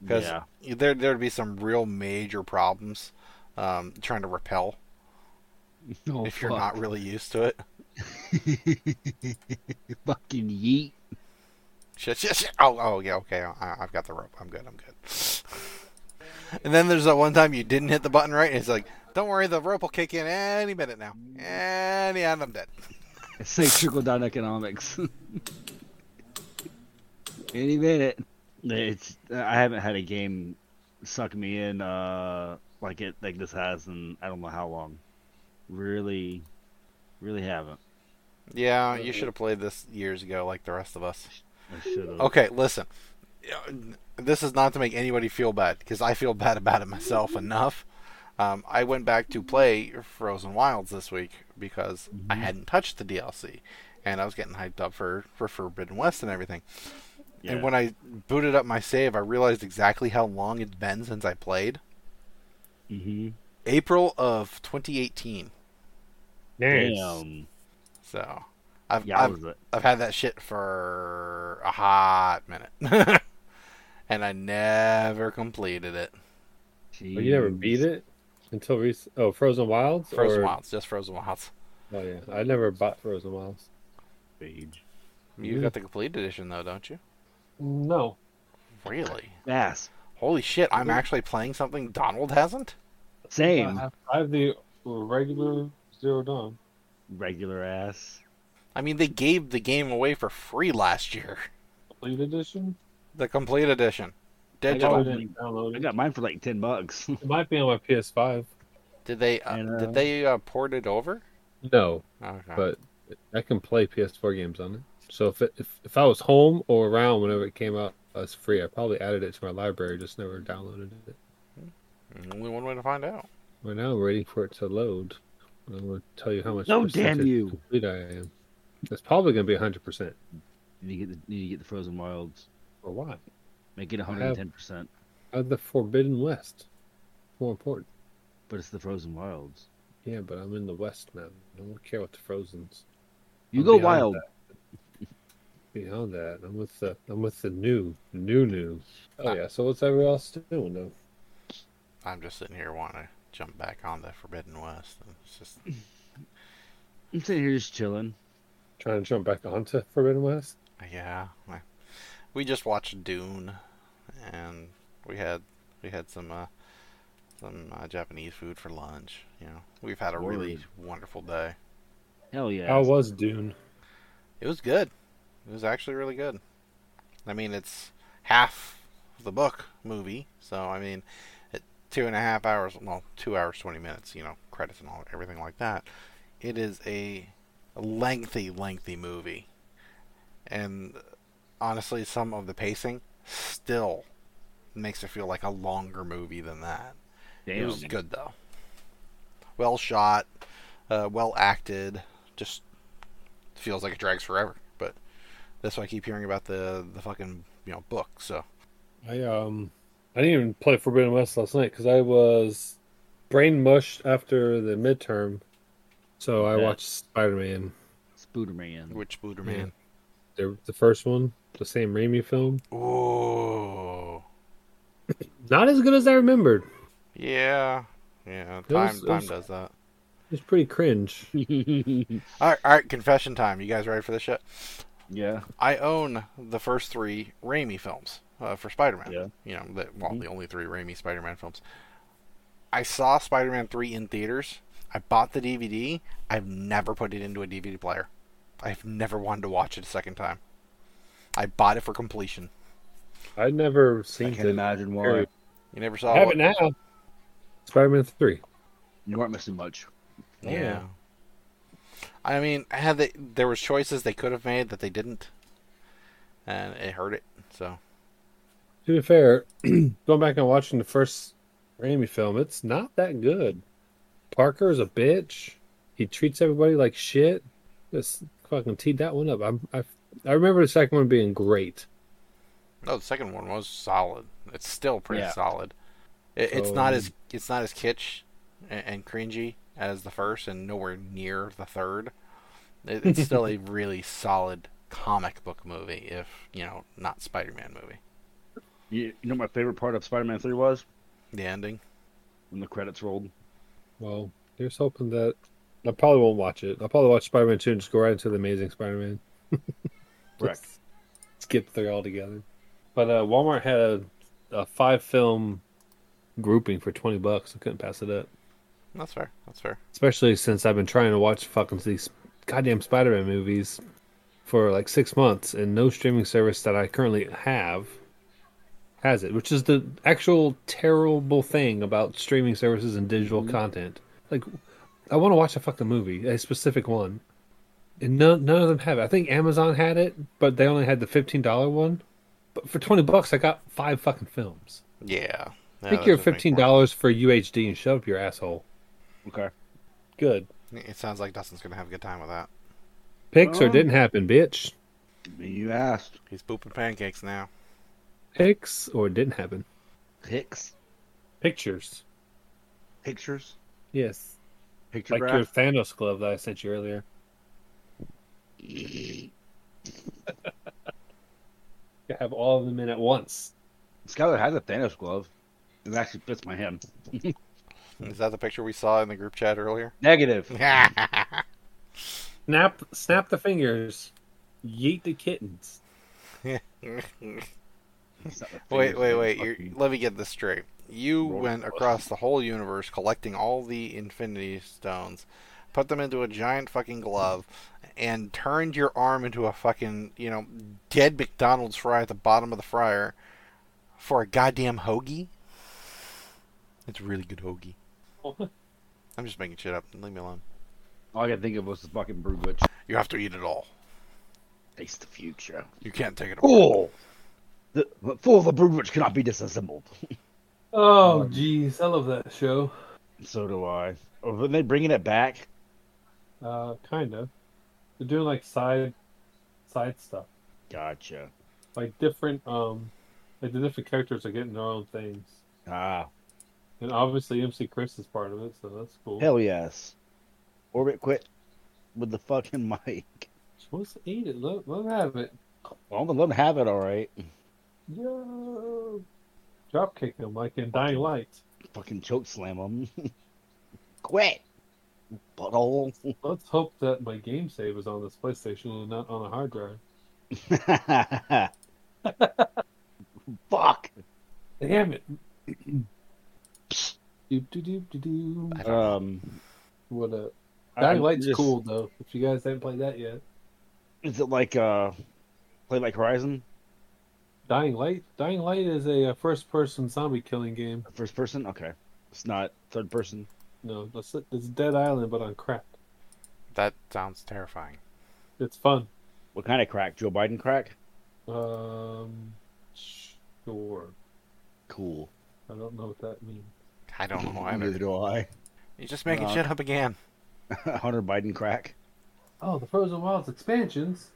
[SPEAKER 3] Because
[SPEAKER 4] Yeah.
[SPEAKER 3] there there'd be some real major problems um, trying to repel
[SPEAKER 4] Oh,
[SPEAKER 3] if you're not really used to it.
[SPEAKER 4] fucking yeet.
[SPEAKER 3] Shit, shit, shit. Oh, oh, yeah, okay. I, I've got the rope. I'm good. I'm good. And then there's that one time you didn't hit the button right, and it's like, don't worry, the rope will kick in any minute now. And yeah, and I'm dead.
[SPEAKER 4] It's like trickle down economics. Any minute. It's I haven't had a game suck me in uh like it like this has in I don't know how long. Really really haven't.
[SPEAKER 3] Yeah, you should have played this years ago, like the rest of us.
[SPEAKER 4] I should have.
[SPEAKER 3] Okay, listen. This is not to make anybody feel bad because I feel bad about it myself enough. Um, I went back to play Frozen Wilds this week because I hadn't touched the DLC, and I was getting hyped up for, for Forbidden West and everything. And when I booted up my save, I realized exactly how long it's been since I played.
[SPEAKER 4] mm-hmm.
[SPEAKER 3] April of 2018.
[SPEAKER 4] Damn.
[SPEAKER 3] So, I've
[SPEAKER 4] Yeah, I
[SPEAKER 3] I've,
[SPEAKER 4] was it.
[SPEAKER 3] I've had that shit for a hot minute, and I never completed it.
[SPEAKER 1] Oh, you never
[SPEAKER 4] Jeez.
[SPEAKER 1] beat it until recent. Oh, Frozen Wilds.
[SPEAKER 3] Frozen
[SPEAKER 1] or...
[SPEAKER 3] Wilds, just Frozen Wilds.
[SPEAKER 1] Oh yeah, I never bought Frozen Wilds.
[SPEAKER 4] Page.
[SPEAKER 3] You
[SPEAKER 1] Yeah.
[SPEAKER 3] got the complete edition though, don't you?
[SPEAKER 1] No.
[SPEAKER 3] Really?
[SPEAKER 4] Yes.
[SPEAKER 3] Holy shit! I'm actually playing something Donald hasn't.
[SPEAKER 4] Same.
[SPEAKER 1] I have, I have the regular Zero Dawn.
[SPEAKER 4] Regular ass.
[SPEAKER 3] I mean, they gave the game away for free last year.
[SPEAKER 1] Complete edition?
[SPEAKER 3] The complete edition,
[SPEAKER 4] I got
[SPEAKER 3] digital.
[SPEAKER 4] it.
[SPEAKER 1] didn't download
[SPEAKER 4] I
[SPEAKER 1] it.
[SPEAKER 4] got mine for like ten bucks.
[SPEAKER 1] It might be on my PS5.
[SPEAKER 3] Did they? Uh,
[SPEAKER 4] And, uh,
[SPEAKER 3] did they uh, port it over?
[SPEAKER 1] No,
[SPEAKER 3] Okay.
[SPEAKER 1] but I can play PS4 games on it. So if it, if, if I was home or around whenever it came out as free, I probably added it to my library, just never downloaded it.
[SPEAKER 3] only one way to find out.
[SPEAKER 1] Right now, I'm waiting for it to load. I'm going to tell you how much.
[SPEAKER 4] No,
[SPEAKER 1] percentage
[SPEAKER 4] damn you.
[SPEAKER 1] Complete I am. It's probably going to be 100. percent
[SPEAKER 4] you get the you get the frozen wilds.
[SPEAKER 1] Or why?
[SPEAKER 4] Make it
[SPEAKER 1] have-
[SPEAKER 4] 110 percent,
[SPEAKER 1] I have the Forbidden West. More important.
[SPEAKER 4] but it's the frozen wilds.
[SPEAKER 1] Yeah, but I'm in the West now. I don't care what the Frozen's.
[SPEAKER 4] You
[SPEAKER 1] I'm
[SPEAKER 4] go
[SPEAKER 1] beyond
[SPEAKER 4] wild.
[SPEAKER 1] that. Beyond that, I'm with the I'm with the new new new.
[SPEAKER 4] Ah.
[SPEAKER 1] Oh yeah. So what's everyone else doing though?
[SPEAKER 3] I'm just sitting here wanting to jump back on the Forbidden West. and It's just
[SPEAKER 4] I'm sitting here just chilling.
[SPEAKER 1] Trying to jump back onto Forbidden West.
[SPEAKER 3] yeah. I- We just watched Dune, and we had we had some uh, some uh, Japanese food for lunch. You know, we've had a really
[SPEAKER 4] Word.
[SPEAKER 3] wonderful day.
[SPEAKER 4] Hell yeah.
[SPEAKER 1] How was Dune?
[SPEAKER 3] It was good. It was actually really good. I mean, it's half of the book movie, so I mean, at two and a half hours, well, two hours twenty minutes, you know, credits and all everything like that. It is a lengthy, lengthy movie, and honestly, some of the pacing still makes it feel like a longer movie than that. It
[SPEAKER 4] Damn.
[SPEAKER 3] was good though. Well shot, uh, well acted. Just feels like it drags forever. But that's why I keep hearing about the the fucking you know book. So
[SPEAKER 1] I um I didn't even play Forbidden West last night because I was brain mushed after the midterm. So I
[SPEAKER 4] Yeah.
[SPEAKER 1] watched Spider Man,
[SPEAKER 4] Spooderman.
[SPEAKER 3] which Booter Man?
[SPEAKER 1] the the first one, the same Raimi film.
[SPEAKER 3] Ooh,
[SPEAKER 1] Not as good as I remembered.
[SPEAKER 3] yeah, yeah.
[SPEAKER 1] It was-
[SPEAKER 3] Time
[SPEAKER 1] it
[SPEAKER 3] time
[SPEAKER 1] was-
[SPEAKER 3] does that.
[SPEAKER 1] It was pretty cringe.
[SPEAKER 3] All right, all right. Confession time. You guys ready for this shit?
[SPEAKER 4] yeah.
[SPEAKER 3] I own the first three Raimi films uh, for Spider-Man.
[SPEAKER 4] Yeah.
[SPEAKER 3] You know, the, well, the only three Raimi Spider-Man films. I saw Spider-Man 3 in theaters. I bought the DVD. I've never put it into a DVD player. I've never wanted to watch it a second time. I bought it for completion.
[SPEAKER 1] I'd never
[SPEAKER 4] I
[SPEAKER 1] seen
[SPEAKER 4] can
[SPEAKER 1] it.
[SPEAKER 4] imagine why.
[SPEAKER 1] Very-
[SPEAKER 3] You never saw
[SPEAKER 1] Have
[SPEAKER 3] what-
[SPEAKER 1] it now. Spider Man three.
[SPEAKER 4] You weren't missing much.
[SPEAKER 3] Yeah. I mean, had they there was choices they could have made that they didn't, and it hurt it. So
[SPEAKER 1] To be fair, going back and watching the first Raimi film, it's not that good. Parker is a bitch. He treats everybody like shit. Just fucking teed that one up. I'm, I, I remember the second one being great.
[SPEAKER 3] No, the second one was solid. It's still pretty
[SPEAKER 4] Yeah.
[SPEAKER 3] solid. It, it's
[SPEAKER 1] So, um,
[SPEAKER 3] not as it's not as kitsch and, and cringy as the first, and nowhere near the third. It, it's still a really solid comic book movie, if you know, not Spider-Man movie.
[SPEAKER 4] You, you know what my favorite part of Spider Man 3 was?
[SPEAKER 3] The ending.
[SPEAKER 4] When the credits rolled.
[SPEAKER 1] Well, here's hoping that I probably won't watch it. I'll probably watch Spider Man two and just go right into the Amazing Spider Man.
[SPEAKER 4] Correct.
[SPEAKER 1] skip through altogether. But uh, Walmart had a, a five film grouping for twenty bucks. I couldn't pass it up,
[SPEAKER 3] That's fair. That's fair.
[SPEAKER 1] especially since I've been trying to watch fucking these goddamn Spider-Man movies for like six months, and no streaming service that I currently have has it, which is the actual terrible thing about streaming services and digital
[SPEAKER 3] Mm-hmm.
[SPEAKER 1] content. Like, I want to watch a fucking movie, a specific one, and none none of them have it. I think Amazon had it, but they only had the fifteen dollar one. But for twenty bucks, I got five fucking films.
[SPEAKER 3] Yeah. Yeah,
[SPEAKER 1] Take
[SPEAKER 3] that
[SPEAKER 1] your
[SPEAKER 3] does make
[SPEAKER 1] fifteen dollars for UHD and shut up your asshole.
[SPEAKER 4] Okay.
[SPEAKER 1] Good.
[SPEAKER 3] more- It sounds like Dustin's gonna have a good time with that.
[SPEAKER 1] Pixar
[SPEAKER 4] Oh.
[SPEAKER 1] didn't happen, bitch.
[SPEAKER 4] You asked.
[SPEAKER 3] He's pooping pancakes now.
[SPEAKER 1] Pix or it didn't happen.
[SPEAKER 4] Pics?
[SPEAKER 1] Pictures.
[SPEAKER 4] Pictures?
[SPEAKER 1] Yes.
[SPEAKER 4] Picture
[SPEAKER 1] Like
[SPEAKER 4] graph?
[SPEAKER 1] your Thanos glove that I sent you earlier. You have all of them in at once.
[SPEAKER 4] Skylar has a Thanos glove. It actually fits my hand.
[SPEAKER 3] Is that the picture we saw in the group chat earlier?
[SPEAKER 4] Negative.
[SPEAKER 1] Snap snap the fingers. Yeet the kittens.
[SPEAKER 3] Wait, wait, wait. You're, let me get this straight. You
[SPEAKER 4] Roller
[SPEAKER 3] went
[SPEAKER 4] coaster.
[SPEAKER 3] across the whole universe collecting all the Infinity Stones, put them into a giant fucking glove, and turned your arm into a fucking, you know, dead McDonald's fry at the bottom of the fryer for a goddamn hoagie? It's a really good hoagie. I'm just making shit up. Leave me alone.
[SPEAKER 4] All I could think of was the fucking brood witch.
[SPEAKER 3] You have to eat it all.
[SPEAKER 4] Face the future.
[SPEAKER 3] You can't take it away.
[SPEAKER 4] Fool! The fool of the brood witch cannot be disassembled.
[SPEAKER 1] Oh jeez, I love that show.
[SPEAKER 4] so do I. Oh, are they bringing it back?
[SPEAKER 1] Uh kind of. They're doing like side side stuff.
[SPEAKER 4] Gotcha.
[SPEAKER 1] like different um like the different characters are getting their own things
[SPEAKER 4] Ah,
[SPEAKER 1] and obviously mc chris is part of it so that's cool
[SPEAKER 4] hell yes. Orbit quit with the fucking mic.
[SPEAKER 1] supposed to eat it let, let him have it
[SPEAKER 4] Well, let them have it, all right.
[SPEAKER 1] yo drop kick him like in dying light
[SPEAKER 4] Fucking choke slam them. quit, butthole.
[SPEAKER 1] let's hope that my game save is on this playstation and not on a hard drive
[SPEAKER 4] Fuck.
[SPEAKER 1] damn it doop doop doop doop doop
[SPEAKER 3] I don't know.
[SPEAKER 4] Um,
[SPEAKER 1] what up
[SPEAKER 4] I-
[SPEAKER 1] dying
[SPEAKER 4] I'm
[SPEAKER 1] light's
[SPEAKER 4] just-
[SPEAKER 1] cool though if you guys haven't played that yet
[SPEAKER 4] Is it like uh, play like Horizon,
[SPEAKER 1] dying light dying light is a, uh first person zombie killing game
[SPEAKER 4] first person? Okay, it's not third person.
[SPEAKER 1] no that's it. it's dead island but on crap
[SPEAKER 3] That sounds terrifying.
[SPEAKER 1] it's fun
[SPEAKER 4] What kind of crack? Joe Biden crack?
[SPEAKER 1] Um, sure.
[SPEAKER 4] Cool.
[SPEAKER 1] I don't know what that means.
[SPEAKER 3] I don't know
[SPEAKER 4] Neither
[SPEAKER 3] either.
[SPEAKER 4] do I.
[SPEAKER 3] You're just making
[SPEAKER 4] Uh,
[SPEAKER 3] shit up again.
[SPEAKER 4] Hunter Biden crack.
[SPEAKER 1] Oh, the Frozen Wilds expansions.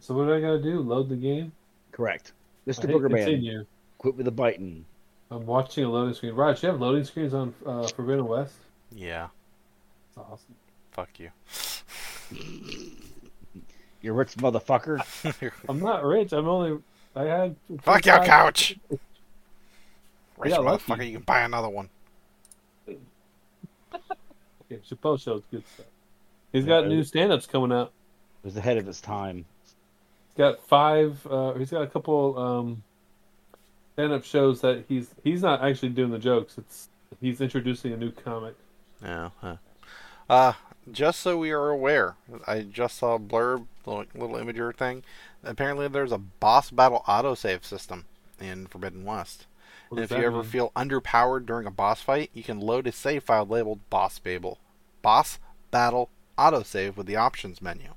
[SPEAKER 1] So what do I gotta do? Load the game.
[SPEAKER 4] Correct. Mr.
[SPEAKER 1] I hit
[SPEAKER 4] Boogerman,
[SPEAKER 1] continue.
[SPEAKER 4] quit with the biting.
[SPEAKER 1] I'm watching a loading screen. Raj, you have loading screens on uh, Forbidden West.
[SPEAKER 3] Yeah.
[SPEAKER 1] That's awesome.
[SPEAKER 3] Fuck you.
[SPEAKER 4] You rich motherfucker.
[SPEAKER 1] I'm not rich. I'm only. I had.
[SPEAKER 3] Fuck your
[SPEAKER 1] five-
[SPEAKER 3] couch! Rich
[SPEAKER 1] Yeah, lucky.
[SPEAKER 3] motherfucker, you can buy another one.
[SPEAKER 1] Yeah, Chappelle shows good stuff. He's got new stand-ups coming out.
[SPEAKER 4] It was ahead of its time.
[SPEAKER 1] He's got five. Uh, he's got a couple um, stand-up shows that he's he's not actually doing the jokes. It's he's introducing a new comic.
[SPEAKER 3] Yeah. Huh. Uh, just so we are aware, I just saw a blurb, like little imager thing. Apparently, there's a boss battle autosave system in Forbidden West.
[SPEAKER 1] What does
[SPEAKER 3] if you
[SPEAKER 1] that
[SPEAKER 3] ever
[SPEAKER 1] mean?
[SPEAKER 3] feel underpowered during a boss fight, you can load a save file labeled "Boss Babel," "Boss Battle Autosave" with the options menu.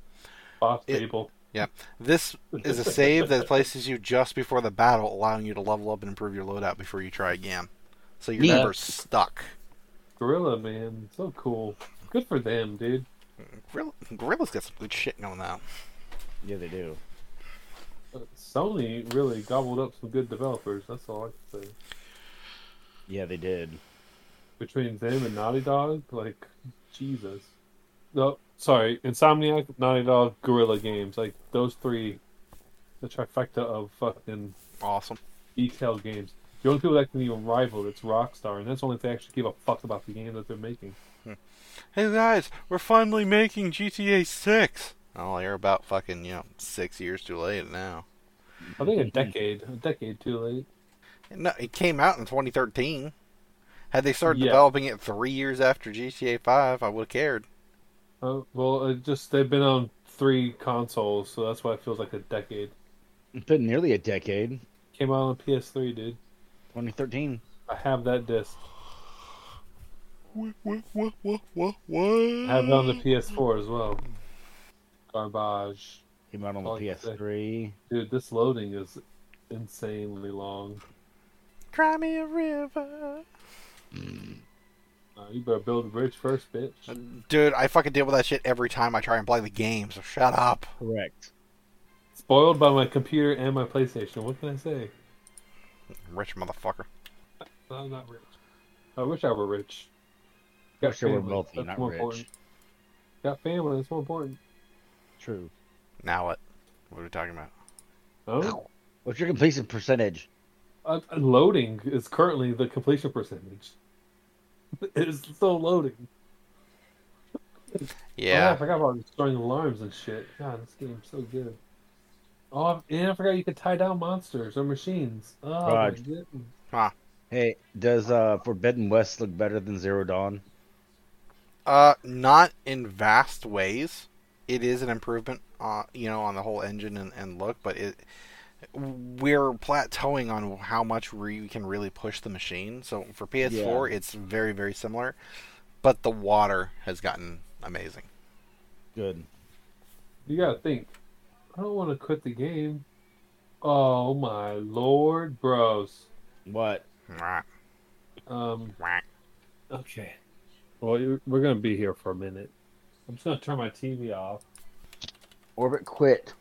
[SPEAKER 1] off
[SPEAKER 3] it-
[SPEAKER 1] table.
[SPEAKER 3] This is a save that places you just before the battle, allowing you to level up and improve your loadout before you try again. So you're
[SPEAKER 4] Neat.
[SPEAKER 3] never stuck.
[SPEAKER 1] Gorilla Man, so cool. Good for them, dude.
[SPEAKER 3] Gorilla, Gorilla's got some good shit going on.
[SPEAKER 4] Yeah, they do.
[SPEAKER 1] Uh, Sony really gobbled up some good developers. That's all I can say.
[SPEAKER 4] Yeah, they did.
[SPEAKER 1] Between them and Naughty Dog, like Jesus. No, sorry, Insomniac, Naughty Dog, Gorilla Games, like those three, the trifecta of fucking
[SPEAKER 3] Awesome.
[SPEAKER 1] detailed games. The only people that can even rival it's Rockstar, and that's only if they actually give a fuck about the game that they're making.
[SPEAKER 3] Hey guys, we're finally making GTA 6. Oh, you're about fucking, you know, six years too late now.
[SPEAKER 1] I think a decade, a decade too late.
[SPEAKER 3] No, it came out in 2013. Had they started
[SPEAKER 1] Yeah.
[SPEAKER 3] developing it three years after GTA Five, I would have cared.
[SPEAKER 1] Oh well, it just they've been on three consoles, so that's why it feels like a decade.
[SPEAKER 4] It's been nearly a decade.
[SPEAKER 1] Came out on PS3, dude.
[SPEAKER 4] 2013.
[SPEAKER 1] I have that disc.
[SPEAKER 3] What? What? What? What? What?
[SPEAKER 1] I have it on the PS4 as well. Garbage,
[SPEAKER 4] Came out on the
[SPEAKER 1] Oh, yeah.
[SPEAKER 4] PS3.
[SPEAKER 1] dude. This loading is insanely long.
[SPEAKER 3] Cry me a river.
[SPEAKER 1] Uh, you better build a bridge first, bitch.
[SPEAKER 3] Dude, I fucking deal with that shit every time I try and play the game. So shut up.
[SPEAKER 4] Correct.
[SPEAKER 1] Spoiled by my computer and my PlayStation. What can I say?
[SPEAKER 3] Rich motherfucker.
[SPEAKER 1] I'm not rich. I wish I were rich.
[SPEAKER 4] Wish I were wealthy,
[SPEAKER 1] that's
[SPEAKER 4] not
[SPEAKER 1] more
[SPEAKER 4] rich.
[SPEAKER 1] important. Got family. That's more important.
[SPEAKER 4] True.
[SPEAKER 3] Now what? What are we talking about?
[SPEAKER 1] Oh,
[SPEAKER 4] What's your completion percentage?
[SPEAKER 1] uh, loading is currently the completion percentage. It is still loading. Oh, I
[SPEAKER 3] Yeah.
[SPEAKER 1] forgot about destroying alarms and shit. God, this game's so good. Oh, and I forgot you could tie down monsters or machines. Oh, my
[SPEAKER 4] Right.
[SPEAKER 1] goodness.
[SPEAKER 4] Hey, does uh, Forbidden West look better than Zero Dawn?
[SPEAKER 3] Uh, not in vast ways. It is an improvement, uh, you know, on the whole engine and, and look, but it we're plateauing on how much we can really push the machine. So for PS4, it's very very similar, but the water has gotten amazing.
[SPEAKER 4] Good.
[SPEAKER 1] you gotta think. I don't want to quit the game. Oh my lord, bros.
[SPEAKER 4] What?
[SPEAKER 3] Mwah,
[SPEAKER 1] Um,
[SPEAKER 3] mwah.
[SPEAKER 1] Okay. Well, you- we're going to be here for a minute. I'm just going to turn my TV off.
[SPEAKER 4] Orbit quit.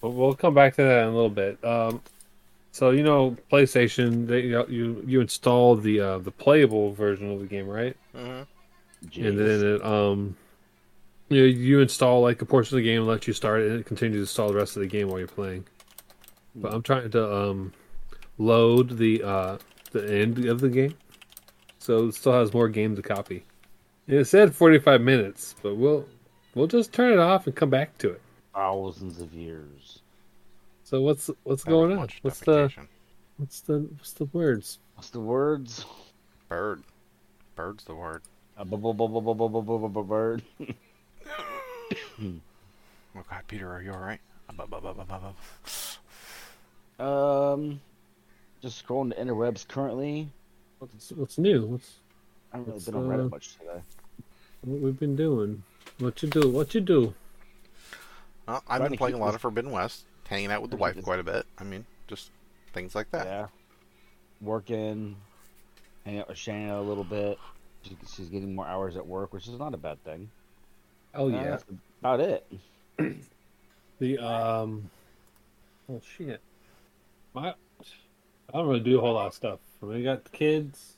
[SPEAKER 1] We'll, we'll come back to that in a little bit. Um, so you know, PlayStation, they, you, you you install the uh, the playable version of the game, right?
[SPEAKER 3] Mhm.
[SPEAKER 1] And then it um, you you install like a portion of the game, and let you start it, and it continues to install the rest of the game while you're playing. But I'm trying to um, load the uh, the end of the game, so it still has more game to copy. It said 45 minutes, but we'll we'll just turn it off and come back to it.
[SPEAKER 4] Thousands of years.
[SPEAKER 1] So what's what's
[SPEAKER 3] That
[SPEAKER 1] going
[SPEAKER 3] was
[SPEAKER 1] on?
[SPEAKER 3] much
[SPEAKER 1] What's the
[SPEAKER 3] defecation.
[SPEAKER 1] What's the what's the words?
[SPEAKER 4] What's the words?
[SPEAKER 3] bird? Bird's the word.
[SPEAKER 4] A bu- bu- bu- bu- bu- bu- bu- bu- bu- bu- Bird.
[SPEAKER 3] Oh God, Peter, are you all right? Ah, bu- bu- bu- bu- bu- bu-
[SPEAKER 4] Um, just scrolling the interwebs currently.
[SPEAKER 1] What's what's new? What's
[SPEAKER 4] I haven't really
[SPEAKER 1] It's,
[SPEAKER 4] been on
[SPEAKER 1] uh,
[SPEAKER 4] Reddit much today.
[SPEAKER 1] what we've been doing? What you do? What you do?
[SPEAKER 3] Well, I've
[SPEAKER 4] Trying
[SPEAKER 3] been
[SPEAKER 4] to
[SPEAKER 3] playing a
[SPEAKER 4] keep
[SPEAKER 3] lot
[SPEAKER 4] this-
[SPEAKER 3] of Forbidden West, hanging out with the
[SPEAKER 4] Trying to
[SPEAKER 3] wife
[SPEAKER 4] keep this-
[SPEAKER 3] quite a bit. I mean, just things like that.
[SPEAKER 4] Yeah. Working, hanging out with Shana a little bit. She, she's getting more hours at work, which is not a bad thing.
[SPEAKER 1] Oh
[SPEAKER 4] Uh, that's about it.
[SPEAKER 1] The um. Oh shit. My, I don't really do a whole lot of stuff. I mean, I got the kids,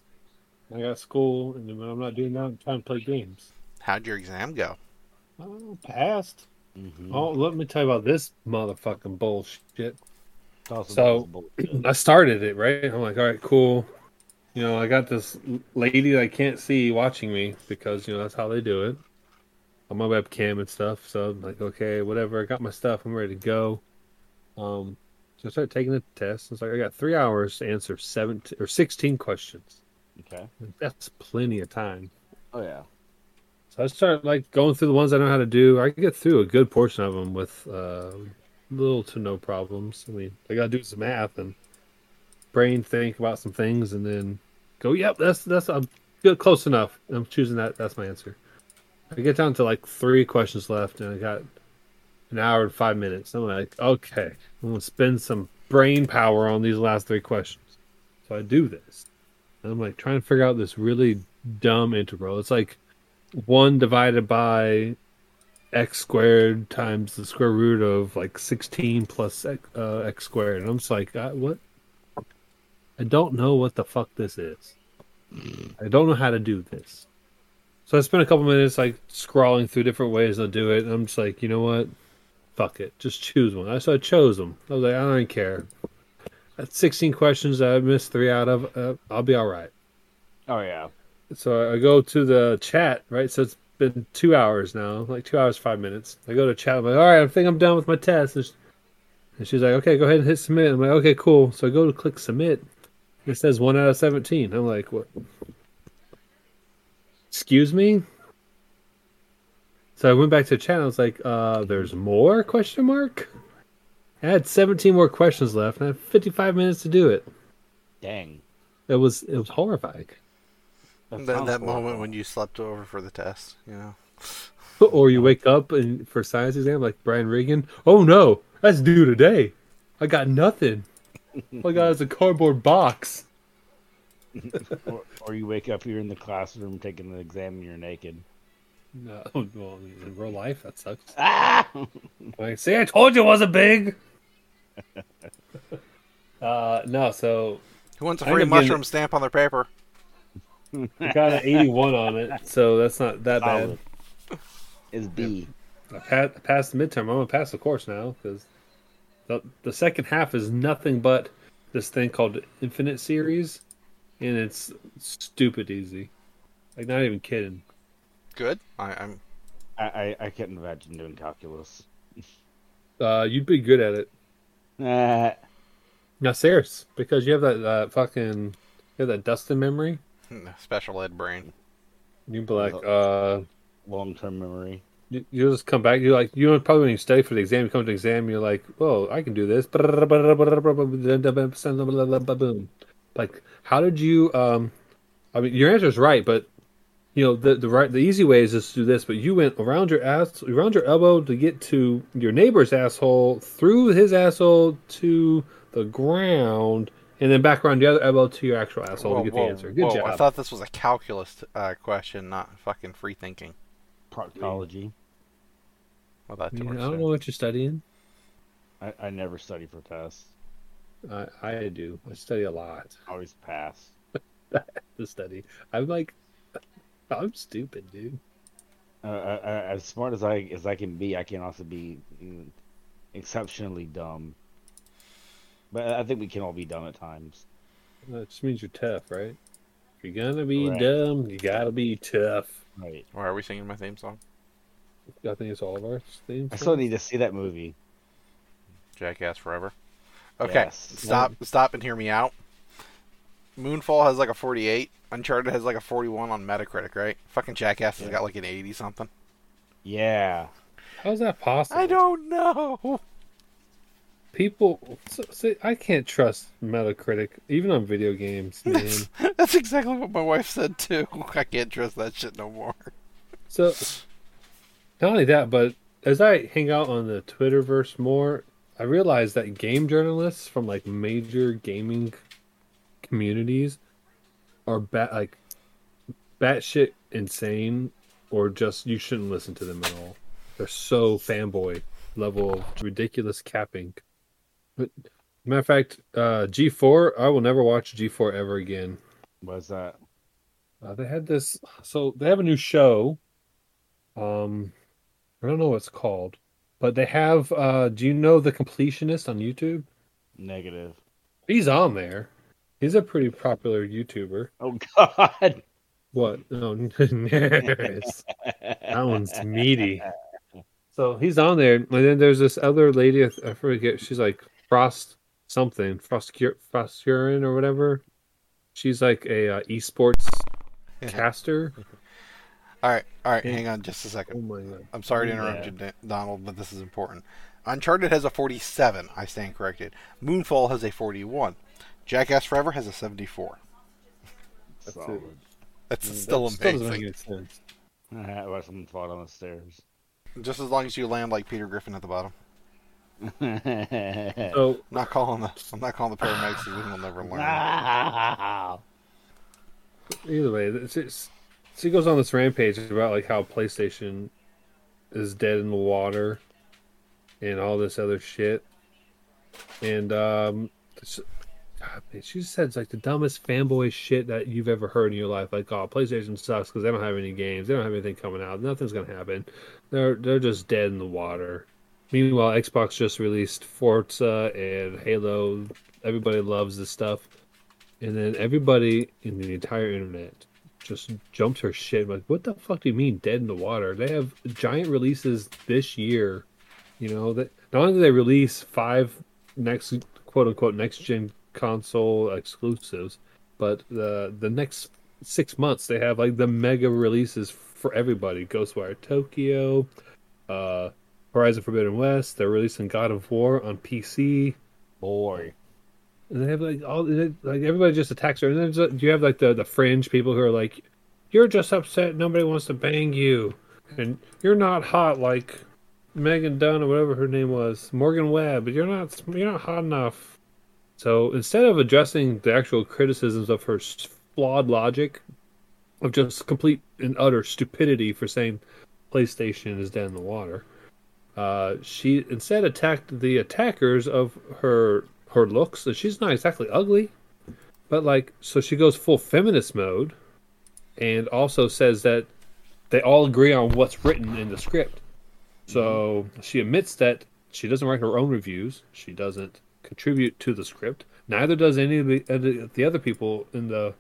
[SPEAKER 1] I got school, and then when I'm not doing that, I'm trying to play games.
[SPEAKER 3] How'd your exam go?
[SPEAKER 1] Oh, passed.
[SPEAKER 4] Mm-hmm.
[SPEAKER 1] Oh, let me tell you about this motherfucking bullshit. so-
[SPEAKER 4] so,
[SPEAKER 1] I started it right. I'm like, all right, cool. You know, I got this l- lady that I can't see watching me because you know that's how they do it on my webcam and stuff. So I'm like, okay, whatever. I got my stuff. I'm ready to go. Um, so I started taking the test. It's like I got three hours to answer seventeen or sixteen questions.
[SPEAKER 4] okay.
[SPEAKER 1] Like, that's plenty of time.
[SPEAKER 4] Oh yeah.
[SPEAKER 1] So I started like going through the ones I know how to do. I can get through a good portion of them with uh, little to no problems. I mean, I gotta do some math and brain think about some things, and then go, "Yep, that's that's I'm good, close enough." I'm choosing that. That's my answer. I get down to like three questions left, and I got an hour and five minutes. I'm like, "Okay, I'm gonna spend some brain power on these last three questions." So I do this, and I'm like trying to figure out this really dumb integral. It's like one divided by x squared times the square root of like 16 plus x, uh, x squared and i'm just like I, what i don't know what the fuck this is i don't know how to do this so i spent a couple minutes like scrawling through different ways to do it and i'm just like you know what fuck it just choose one so i chose them i was like i don't even care that's 16 questions that i missed three out of uh, i'll be all right
[SPEAKER 4] Oh yeah.
[SPEAKER 1] so I go to the chat, right? So it's been two hours now, like two hours, five minutes. I go to chat. I'm like, all right, I think I'm done with my test. And sh- and she's like, okay, go ahead and hit submit. I'm like, okay, cool. So I go to click submit. It says one out of 17. I'm like, what? excuse me so i went back to the chat and i was like uh there's more question mark i had 17 more questions left and i had 55 minutes to do it
[SPEAKER 2] Dang.
[SPEAKER 1] it was it was horrifying
[SPEAKER 3] That,
[SPEAKER 2] sounds
[SPEAKER 3] that moment
[SPEAKER 2] horrible.
[SPEAKER 3] when you slept over for the test, you know.
[SPEAKER 1] or Oh, you wake up and for science exam like brian regan oh no that's due today i got nothing all i got is a cardboard box
[SPEAKER 2] or, or you wake up, you're in the classroom taking the exam, and you're naked.
[SPEAKER 1] no well in real life that sucks
[SPEAKER 2] Ah!
[SPEAKER 1] Like, see, I told you it wasn't big. uh, no, so
[SPEAKER 3] Who wants a
[SPEAKER 1] I end
[SPEAKER 3] free
[SPEAKER 1] up getting-
[SPEAKER 3] mushroom stamp on their paper?
[SPEAKER 1] I got an 81 on it, so that's not that bad.
[SPEAKER 2] Solid. Is B.
[SPEAKER 1] I pa- I passed the midterm. I'm gonna pass the course now because the the second half is nothing but this thing called Infinite Series, and it's stupid easy. Like, not even kidding.
[SPEAKER 3] Good. I, I'm.
[SPEAKER 2] I, I, I couldn't imagine doing calculus.
[SPEAKER 1] Uh, you'd be good at it.
[SPEAKER 2] Uh,
[SPEAKER 1] No, serious, because you have that uh, fucking you have that Dustin memory.
[SPEAKER 3] Special ed brain.
[SPEAKER 1] You'd be like, uh.
[SPEAKER 2] Long term memory.
[SPEAKER 1] you you just come back. You're like, you know, probably when you study for the exam, you come to the exam, you're like, whoa, I can do this. Like, how did you? Um, I mean, your answer is right, but you know, the the right, the easy way is just to do this. But you went around your ass, around your elbow to get to your neighbor's asshole, through his asshole to the ground, and then back around the other elbow to your actual asshole to get the answer. Good
[SPEAKER 3] whoa,
[SPEAKER 1] job.
[SPEAKER 3] I thought this was a calculus uh, question, not fucking free thinking.
[SPEAKER 2] Proctology.
[SPEAKER 3] Well, that
[SPEAKER 1] I
[SPEAKER 3] works.
[SPEAKER 1] don't know what you're studying.
[SPEAKER 2] I, I never study for tests.
[SPEAKER 1] I, I do. I study a lot.
[SPEAKER 2] I Always pass.
[SPEAKER 1] to study. I'm like, I'm stupid, dude.
[SPEAKER 2] Uh, I, I, as smart as I as I can be, I can also be mm, exceptionally dumb. But I think we can all be dumb at times.
[SPEAKER 1] That just means you're tough, right? If you're gonna be
[SPEAKER 2] Correct.
[SPEAKER 1] dumb, you gotta be tough.
[SPEAKER 2] Right.
[SPEAKER 3] Why are we singing my theme song?
[SPEAKER 1] I think it's all of our themes.
[SPEAKER 2] I still need to see that movie.
[SPEAKER 3] Jackass Forever. Okay,
[SPEAKER 2] Yes.
[SPEAKER 3] stop, stop, and hear me out. Moonfall has like a 48. Uncharted has like a 41 on Metacritic, right? Fucking Jackass has
[SPEAKER 2] Yeah.
[SPEAKER 3] got like an 80 something.
[SPEAKER 2] Yeah.
[SPEAKER 1] How's that possible?
[SPEAKER 3] I don't know.
[SPEAKER 1] People, so, see, I can't trust Metacritic even on video games, man.
[SPEAKER 3] That's, that's exactly what my wife said too. I can't trust that shit no more.
[SPEAKER 1] so, not only that, but as I hang out on the Twitterverse more, I realize that game journalists from like major gaming communities are bat like batshit insane, or just you shouldn't listen to them at all. They're so fanboy level of ridiculous capping. But matter of fact, uh, G four, I will never watch G four ever again.
[SPEAKER 2] Was that?
[SPEAKER 1] Uh, they had this, so they have a new show. Um, I don't know what it's called, but they have. Uh, do you know the Completionist on YouTube?
[SPEAKER 2] Negative.
[SPEAKER 1] He's on there. He's a pretty popular YouTuber.
[SPEAKER 2] Oh God.
[SPEAKER 1] What? Oh, yes. that one's meaty. So he's on there, and then there's this other lady. I th- I forget. She's like Frost something, Frost Frosturin or whatever. She's like a uh, esports caster.
[SPEAKER 3] All right, all right,
[SPEAKER 1] Yeah.
[SPEAKER 3] hang on just a
[SPEAKER 1] Oh
[SPEAKER 3] second.
[SPEAKER 1] my god.
[SPEAKER 3] I'm sorry to interrupt you, Dan- Donald, but this is important. Uncharted has a 47. I stand corrected. Moonfall has a 41. Jackass Forever has a 74.
[SPEAKER 2] Solid.
[SPEAKER 3] That's
[SPEAKER 1] Mm,
[SPEAKER 3] still
[SPEAKER 1] That
[SPEAKER 3] amazing.
[SPEAKER 1] doesn't make any sense.
[SPEAKER 2] I watched someone fall down the stairs.
[SPEAKER 3] Just as long as you land like Peter Griffin at the bottom.
[SPEAKER 1] So
[SPEAKER 3] I'm not calling the I'm not calling the paramedics because they'll never learn.
[SPEAKER 2] Wow.
[SPEAKER 1] either way, it's, it's, she goes on this rampage about like how PlayStation is dead in the water and all this other shit. And um, s- God, man, she said like the dumbest fanboy shit that you've ever heard in your life. Like, oh, PlayStation sucks because they don't have any games, they don't have anything coming out, nothing's gonna happen. They're they're just dead in the water. Meanwhile, Xbox just released Forza and Halo. Everybody loves this stuff. And then everybody in the entire internet just jumped her shit. Like, what the fuck do you mean dead in the water? They have giant releases this year. You know that not only do they release five next quote unquote next gen console exclusives, but the the next six months they have like the mega releases for everybody. Ghostwire Tokyo, uh, Horizon Forbidden West. They're releasing God of War on PC,
[SPEAKER 2] Boy.
[SPEAKER 1] and they have like all like everybody just attacks her. And then there's, you have like the the fringe people who are like, "You're just upset. Nobody wants to bang you, and you're not hot like Megan Dunn or whatever her name was, Morgan Webb. You're not you're not hot enough." So instead of addressing the actual criticisms of her s- flawed logic, of just complete and utter stupidity for saying PlayStation is dead in the water, uh, she instead attacked the attackers of her her looks. And she's not exactly ugly, but like so she goes full feminist mode, and also says that they all agree on what's written in the script. So she admits that she doesn't write her own reviews. She doesn't contribute to the script. Neither does any of the, uh, the other people in the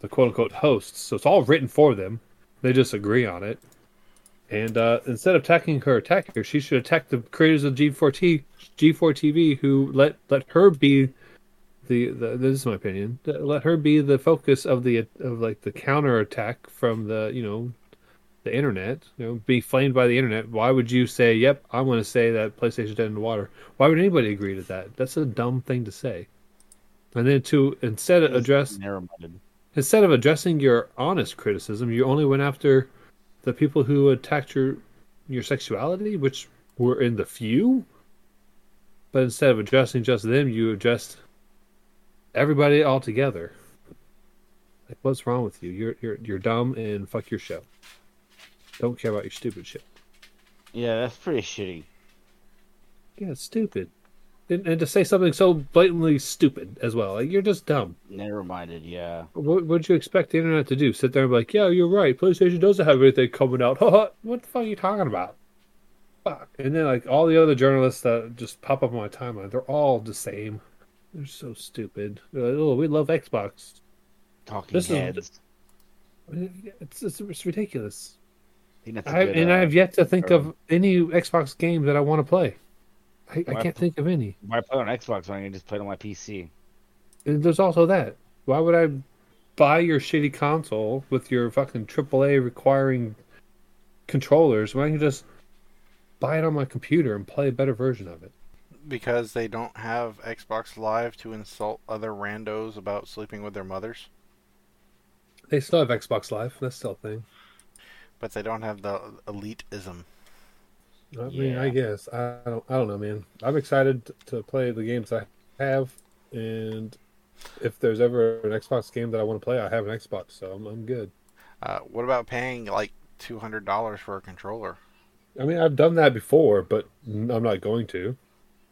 [SPEAKER 1] the quote unquote hosts. So it's all written for them. They just agree on it. And uh, instead of attacking her attacker, she should attack the creators of G4T, G4TV, who let let her be the, the this is my opinion. Let her be the focus of the of like the counter attack from the you know the internet, you know, be flamed by the internet. Why would you say, "Yep, I'm going to say that PlayStation dead in the water"? Why would anybody agree to that? That's a dumb thing to say. And then to instead of address
[SPEAKER 2] Narrow-minded.
[SPEAKER 1] instead of addressing your honest criticism, you only went after the people who attacked your your sexuality, which were in the few. But instead of addressing just them, you addressed everybody altogether. Like, what's wrong with you? You're you're you're dumb and fuck your show. Don't care about your stupid shit.
[SPEAKER 2] Yeah, that's pretty shitty.
[SPEAKER 1] Yeah, it's stupid. And, and to say something so blatantly stupid as well, like you're just dumb.
[SPEAKER 2] Narrow-minded, yeah.
[SPEAKER 1] What would you expect the internet to do? Sit there and be like, "Yeah, you're right. PlayStation doesn't have anything coming out." what the fuck are you talking about? Fuck. And then like all the other journalists that just pop up on my timeline, they're all the same. They're so stupid. They're like, oh, we love Xbox.
[SPEAKER 2] Talking
[SPEAKER 1] This is-
[SPEAKER 2] heads.
[SPEAKER 1] It's it's, it's ridiculous.
[SPEAKER 2] I think that's a
[SPEAKER 1] I,
[SPEAKER 2] good,
[SPEAKER 1] and
[SPEAKER 2] uh,
[SPEAKER 1] I've yet to think
[SPEAKER 2] term.
[SPEAKER 1] of any Xbox game that I want to play. I, I
[SPEAKER 2] Why-
[SPEAKER 1] can't think of any.
[SPEAKER 2] Why play on Xbox when I can just play it on my PC?
[SPEAKER 1] And there's also that. Why would I buy your shitty console with your fucking AAA requiring controllers when I can just buy it on my computer and play a better version of it?
[SPEAKER 3] Because they don't have Xbox Live to insult other randos about sleeping with their mothers,
[SPEAKER 1] They still have Xbox Live. That's still a thing.
[SPEAKER 3] but they don't have the elitism.
[SPEAKER 1] I mean, I
[SPEAKER 2] Yeah.
[SPEAKER 1] guess I don't. I don't know, man. I'm excited t- to play the games I have, and if there's ever an Xbox game that I want to play, I have an Xbox, so I'm, I'm good.
[SPEAKER 3] Uh, what about paying like two hundred dollars for a controller?
[SPEAKER 1] I mean, I've done that before, but n- I'm not going to.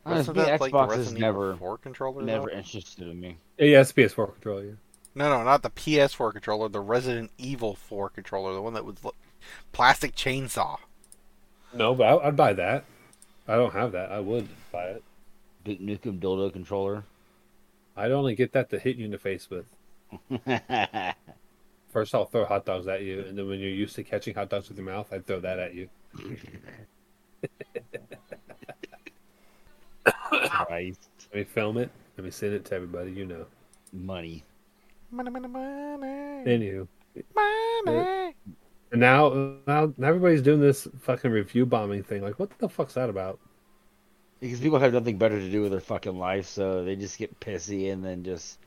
[SPEAKER 2] Honestly,
[SPEAKER 3] Wasn't that like the
[SPEAKER 2] Uh, Xbox is
[SPEAKER 3] Resident Evil
[SPEAKER 2] never,
[SPEAKER 3] 4 controller? though?
[SPEAKER 2] never interested in me.
[SPEAKER 1] Yeah, it's PS4 controller. Yeah.
[SPEAKER 3] No, no, not the PS4 controller, the Resident Evil 4 controller, the one that was l- plastic chainsaw.
[SPEAKER 1] No, but I, I'd buy that. I don't have that. I would buy it.
[SPEAKER 2] Duke Nukem dildo controller.
[SPEAKER 1] I'd only get that to hit you in the face with. First, I'll throw hot dogs at you, and then when you're used to catching hot dogs with your mouth, I'd throw that at you.
[SPEAKER 2] Price,
[SPEAKER 1] Let me film it. Let me send it to everybody you know.
[SPEAKER 2] money.
[SPEAKER 3] Money, money, money,
[SPEAKER 1] Anywho,
[SPEAKER 3] money.
[SPEAKER 1] and now, now now everybody's doing this fucking review bombing thing. Like, what the fuck's that about?
[SPEAKER 2] Because people have nothing better to do with their fucking life, so they just get pissy and then just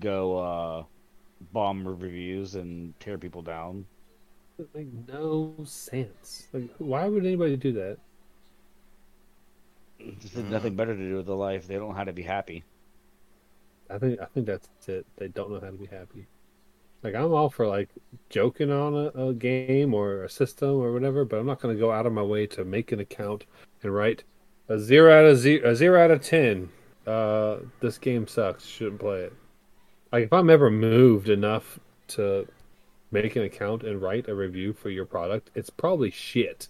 [SPEAKER 2] go uh, bomb reviews and tear people down.
[SPEAKER 1] It make no sense. Like, why would anybody do that?
[SPEAKER 2] Just have nothing better to do with their life. They don't know how to be happy.
[SPEAKER 1] I think I think that's it. They don't know how to be happy. Like I'm all for like joking on a, a game or a system or whatever, but I'm not going to go out of my way to make an account and write a zero out of zero, a zero out of ten. Uh, this game sucks. Shouldn't play it. Like if I'm ever moved enough to make an account and write a review for your product, it's probably shit.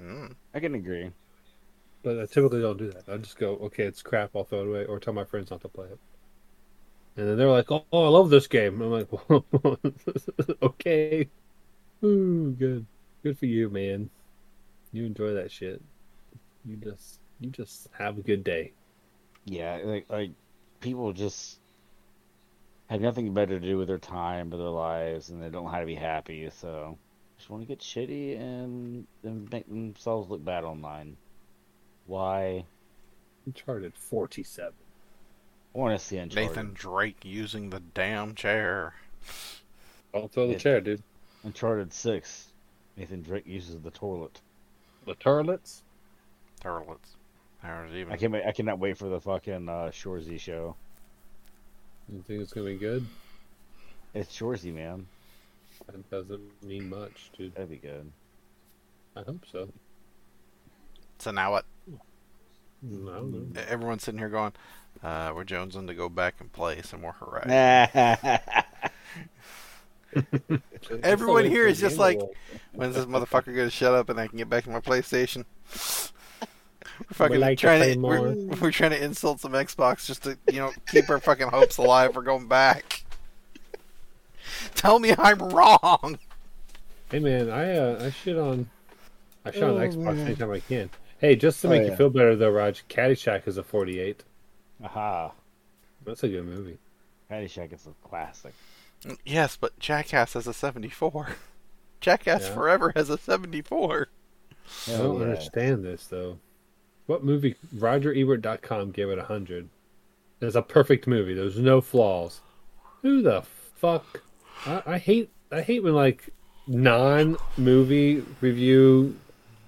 [SPEAKER 3] Mm.
[SPEAKER 2] I can agree.
[SPEAKER 1] But I typically don't do that. I just go, okay, it's crap. I'll throw it away, or tell my friends not to play it. And then they're like, oh, I love this game. I'm like, well, okay, ooh, good, good for you, man. You enjoy that shit. You just, you just have a good day.
[SPEAKER 2] Yeah, like like people just
[SPEAKER 4] have nothing better to do with their time or their lives, and they don't know how to be happy. So just want to get shitty and, and make themselves look bad online. Why?
[SPEAKER 1] Uncharted 47.
[SPEAKER 4] I want to see Uncharted.
[SPEAKER 3] Nathan Drake using the damn chair.
[SPEAKER 1] Don't throw the
[SPEAKER 4] Yeah.
[SPEAKER 1] chair, dude.
[SPEAKER 4] Uncharted Six. Nathan Drake uses the toilet.
[SPEAKER 1] The turlets.
[SPEAKER 3] Turlets. There's even
[SPEAKER 4] I can't. wait- I cannot wait for the fucking uh, Shorzy show.
[SPEAKER 1] You think it's gonna be good?
[SPEAKER 4] It's Shorzy, man.
[SPEAKER 1] That doesn't mean much, dude.
[SPEAKER 4] That'd be good.
[SPEAKER 1] I hope so.
[SPEAKER 3] so now what?
[SPEAKER 1] I don't know.
[SPEAKER 3] Everyone's sitting here going, uh, "We're jonesing to go back and play some more Horizon." Everyone here is just like, When's this motherfucker gonna shut up and I can get back to my PlayStation? We're fucking
[SPEAKER 1] like to play
[SPEAKER 3] trying to
[SPEAKER 1] more.
[SPEAKER 3] we're, we're trying to insult some Xbox just to you know keep our fucking hopes alive. We're going back. Tell me I'm wrong.
[SPEAKER 1] Hey man, I uh, I shit on I shit on
[SPEAKER 4] Oh,
[SPEAKER 1] Xbox
[SPEAKER 4] man.
[SPEAKER 1] anytime I can. Hey, just to
[SPEAKER 4] Oh,
[SPEAKER 1] make
[SPEAKER 4] yeah.
[SPEAKER 1] you feel better though, Raj, Caddyshack is a 48.
[SPEAKER 4] Aha!
[SPEAKER 1] That's a good movie.
[SPEAKER 4] Caddyshack is a classic.
[SPEAKER 3] Yes, but Jackass has a 74. Jackass
[SPEAKER 1] Yeah.
[SPEAKER 3] Forever has a 74.
[SPEAKER 1] I don't
[SPEAKER 4] Hell Oh, yeah.
[SPEAKER 1] understand this though. What movie? RogerEbert.com gave it 100. It's a perfect movie. There's no flaws. Who the fuck? I, I hate I hate when like non-movie review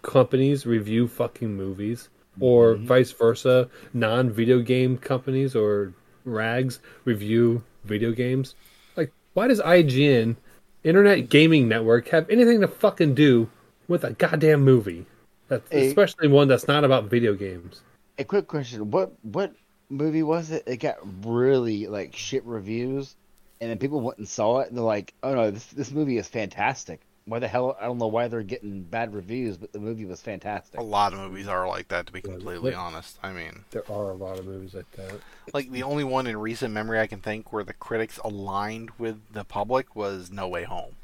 [SPEAKER 1] companies review fucking movies, or vice versa. Non-video game companies or rags review video games. Like, why does IGN, Internet Gaming Network, have anything to fucking do with a goddamn movie? That's
[SPEAKER 4] Hey.
[SPEAKER 1] especially one that's not about video games.
[SPEAKER 4] A quick question: What what movie was it? It got really like shit reviews, and then people went and saw it, and they're like, "Oh no, this this movie is fantastic." Why the hell? I don't know why they're getting bad reviews, but the movie was fantastic.
[SPEAKER 3] A lot of movies are like that, to be
[SPEAKER 1] Yeah,
[SPEAKER 3] completely
[SPEAKER 1] but-
[SPEAKER 3] honest. I mean,
[SPEAKER 1] There are a lot of movies like that.
[SPEAKER 3] like the only one in recent memory I can think where the critics aligned with the public was No Way Home.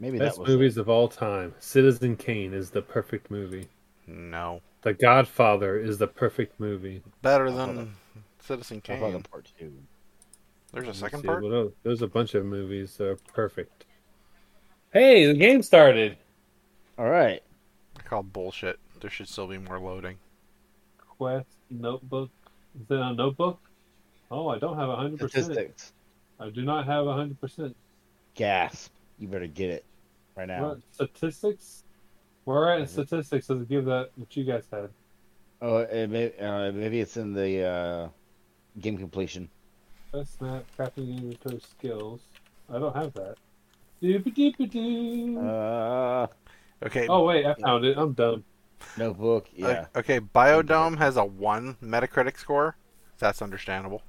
[SPEAKER 4] Maybe
[SPEAKER 1] Best
[SPEAKER 4] that was
[SPEAKER 1] movies of all time. Citizen Kane is the perfect movie.
[SPEAKER 3] No,
[SPEAKER 1] The Godfather is the perfect movie.
[SPEAKER 3] better
[SPEAKER 4] I thought
[SPEAKER 3] than Citizen
[SPEAKER 4] I thought the
[SPEAKER 3] Kane.
[SPEAKER 4] part two.
[SPEAKER 3] There's a
[SPEAKER 1] Let's
[SPEAKER 3] second
[SPEAKER 1] see,
[SPEAKER 3] part.
[SPEAKER 1] what else? There's a bunch of movies that are perfect. Hey, the game started.
[SPEAKER 4] All right,
[SPEAKER 3] I call bullshit. There should still be more loading.
[SPEAKER 1] Quest notebook. Is it a notebook? Oh, I don't have hundred percent.
[SPEAKER 4] statistics.
[SPEAKER 1] I do not have hundred percent.
[SPEAKER 4] Gasp! You better get it right now.
[SPEAKER 1] Statistics. Where at in statistics does it give that what you guys had?
[SPEAKER 4] Oh, it may, uh, maybe it's in the uh, game completion.
[SPEAKER 1] Best map, crafting inventory, skills. I don't have that. Doop-a-doop-a-doo.
[SPEAKER 4] Uh,
[SPEAKER 3] Okay.
[SPEAKER 1] oh wait, I found it. I'm dumb.
[SPEAKER 4] notebook.
[SPEAKER 3] o-
[SPEAKER 4] Yeah.
[SPEAKER 3] Okay. Biodome has a one Metacritic score. That's understandable.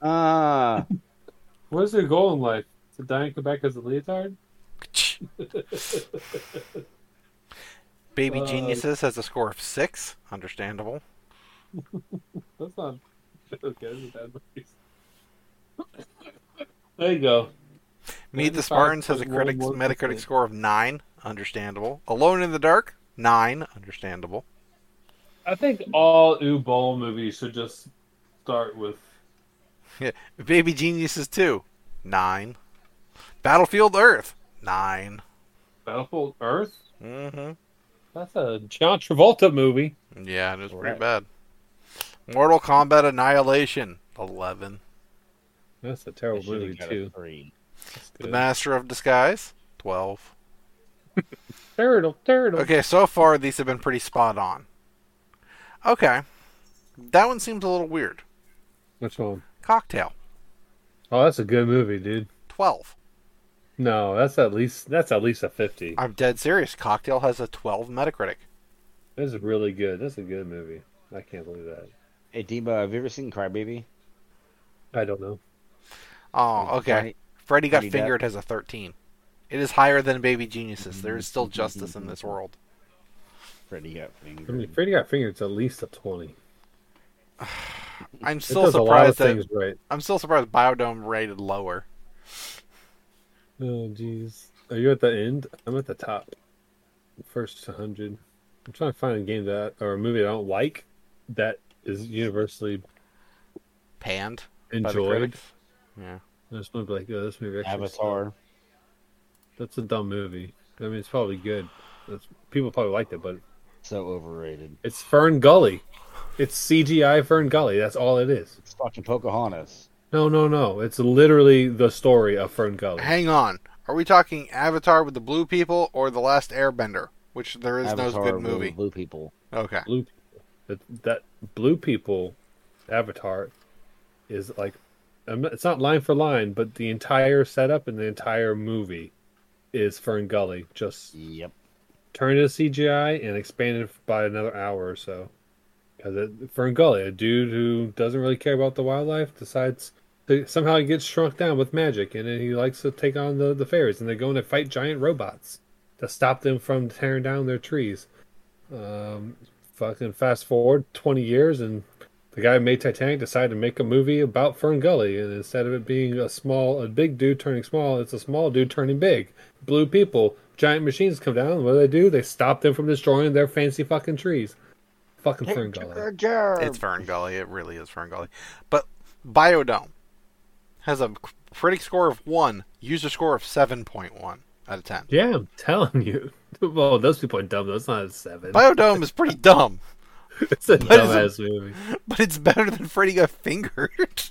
[SPEAKER 4] Ah.
[SPEAKER 1] What is your goal in life? To die in Quebec as a leotard?
[SPEAKER 3] Baby
[SPEAKER 1] Uh,
[SPEAKER 3] Geniuses has a score of six. Understandable.
[SPEAKER 1] That's not okay. That's a bad movies. there you go.
[SPEAKER 3] Meet the Spartans has a critics
[SPEAKER 1] World War
[SPEAKER 3] Metacritic
[SPEAKER 1] II.
[SPEAKER 3] score of nine. Understandable. Alone in the Dark nine. Understandable.
[SPEAKER 1] I think all Uwe Boll movies should just start with.
[SPEAKER 3] Baby Geniuses two nine. Battlefield Earth nine.
[SPEAKER 1] Battlefield Earth?
[SPEAKER 3] Mm-hmm.
[SPEAKER 1] That's a John Travolta movie.
[SPEAKER 3] Yeah, it was pretty
[SPEAKER 4] Correct.
[SPEAKER 3] bad. Mortal Kombat Annihilation eleven.
[SPEAKER 1] That's a terrible
[SPEAKER 4] should've
[SPEAKER 1] movie,
[SPEAKER 4] got a
[SPEAKER 1] too.
[SPEAKER 4] three.
[SPEAKER 3] The Master of Disguise, 12.
[SPEAKER 1] Turtle, turtle.
[SPEAKER 3] Okay, so far these have been pretty spot on. Okay. That one seems a little weird.
[SPEAKER 1] Which one?
[SPEAKER 3] Cocktail,
[SPEAKER 1] Oh, that's a good movie, dude.
[SPEAKER 3] 12.
[SPEAKER 1] No, that's at least that's at least a fifty.
[SPEAKER 3] I'm dead serious. Cocktail has a 12 Metacritic.
[SPEAKER 1] That's really good. That's a good movie. I can't believe that.
[SPEAKER 4] Hey, Dima, have you ever seen Crybaby?
[SPEAKER 1] I don't know.
[SPEAKER 3] Oh, okay. Freddy Got
[SPEAKER 4] Johnny Depp.
[SPEAKER 3] Fingered has a 13. It is higher than Baby Geniuses. There is still justice in this world.
[SPEAKER 4] Freddy got
[SPEAKER 1] I mean,
[SPEAKER 4] fingered.
[SPEAKER 1] Freddy Got Fingered. It's at least a twenty.
[SPEAKER 3] I'm
[SPEAKER 1] It
[SPEAKER 3] still
[SPEAKER 1] does a lot of
[SPEAKER 3] surprised
[SPEAKER 1] things
[SPEAKER 3] that
[SPEAKER 1] right.
[SPEAKER 3] I'm still surprised Biodome rated lower.
[SPEAKER 1] Oh, jeez. Are you at the end? I'm at the top. First 100. I'm trying to find a game that, or a movie I don't like that is universally
[SPEAKER 3] Panned by the
[SPEAKER 1] enjoyed.
[SPEAKER 3] critics. Yeah.
[SPEAKER 1] This movie, like, oh, this movie actually
[SPEAKER 2] Avatar.
[SPEAKER 1] sucked. That's a dumb movie. I mean, it's probably good. It's, people probably liked it, but
[SPEAKER 2] So overrated.
[SPEAKER 1] it's Fern Gully. It's CGI Fern Gully. That's all it is.
[SPEAKER 2] It's fucking Pocahontas.
[SPEAKER 1] No, no, no. It's literally the story of Fern Gully.
[SPEAKER 3] Hang on. Are we talking Avatar with the blue people or The Last Airbender? Which there is no
[SPEAKER 2] Avatar
[SPEAKER 3] good
[SPEAKER 2] with
[SPEAKER 3] movie.
[SPEAKER 2] Blue people.
[SPEAKER 3] Okay.
[SPEAKER 1] Blue, that, that blue people avatar is like, I'm not- it's not line for line, but the entire setup and the entire movie is Fern Gully. Just
[SPEAKER 2] Yep.
[SPEAKER 1] turn it to CGI and expand it by another hour or so. Because Fern Gully, a dude who doesn't really care about the wildlife, decides to, somehow he gets shrunk down with magic, and then he likes to take on the, the fairies, and they're going to fight giant robots to stop them from tearing down their trees. Um, fucking fast forward 20 years, and the guy who made Titanic decided to make a movie about Fern Gully, and instead of it being a small, a big dude turning small, it's a small dude turning big. Blue people, giant machines come down. What do they do? They stop them from destroying their fancy fucking trees. Fucking Fern Gully.
[SPEAKER 3] It's Fern Gully. It really is Fern Gully. But Biodome has a critic score of 1, user score of 7.1 out of 10.
[SPEAKER 1] Yeah, I'm telling you. Well, those people are dumb. That's not a seven.
[SPEAKER 3] Biodome is pretty dumb,
[SPEAKER 1] It's a
[SPEAKER 3] But it's a-
[SPEAKER 1] dumbass movie.
[SPEAKER 3] but it's better than Freddy Got Fingered.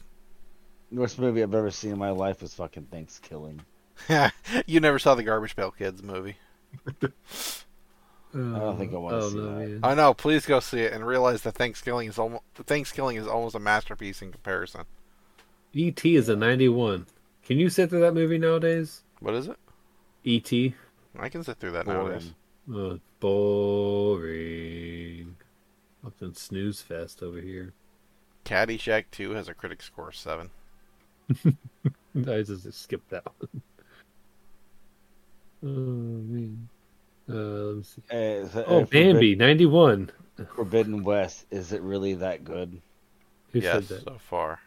[SPEAKER 2] Worst movie I've ever seen in my life was fucking Thanksgiving.
[SPEAKER 3] you never saw the Garbage Pail Kids movie.
[SPEAKER 1] I
[SPEAKER 2] don't think I wanna
[SPEAKER 1] Oh,
[SPEAKER 2] see that.
[SPEAKER 3] I know. Please go see it and realize that Thanksgiving is almost Thanksgiving is almost a masterpiece in comparison.
[SPEAKER 1] E.T. E is a 91. Can you sit through that movie nowadays?
[SPEAKER 3] What is it?
[SPEAKER 1] E.T.?
[SPEAKER 3] I can sit through that nowadays.
[SPEAKER 2] Boring.
[SPEAKER 1] Oh, boring. Fucking snooze fest over here.
[SPEAKER 3] Caddyshack 2 has a critic score of 7.
[SPEAKER 1] I just skipped that one. Oh, man. Uh, let me see.
[SPEAKER 2] Uh, is it-
[SPEAKER 1] Oh,
[SPEAKER 2] uh, Forbid-
[SPEAKER 1] Bambi, 91.
[SPEAKER 2] Forbidden West. Is it really that good?
[SPEAKER 1] Who
[SPEAKER 3] yes,
[SPEAKER 1] said that?
[SPEAKER 3] so far.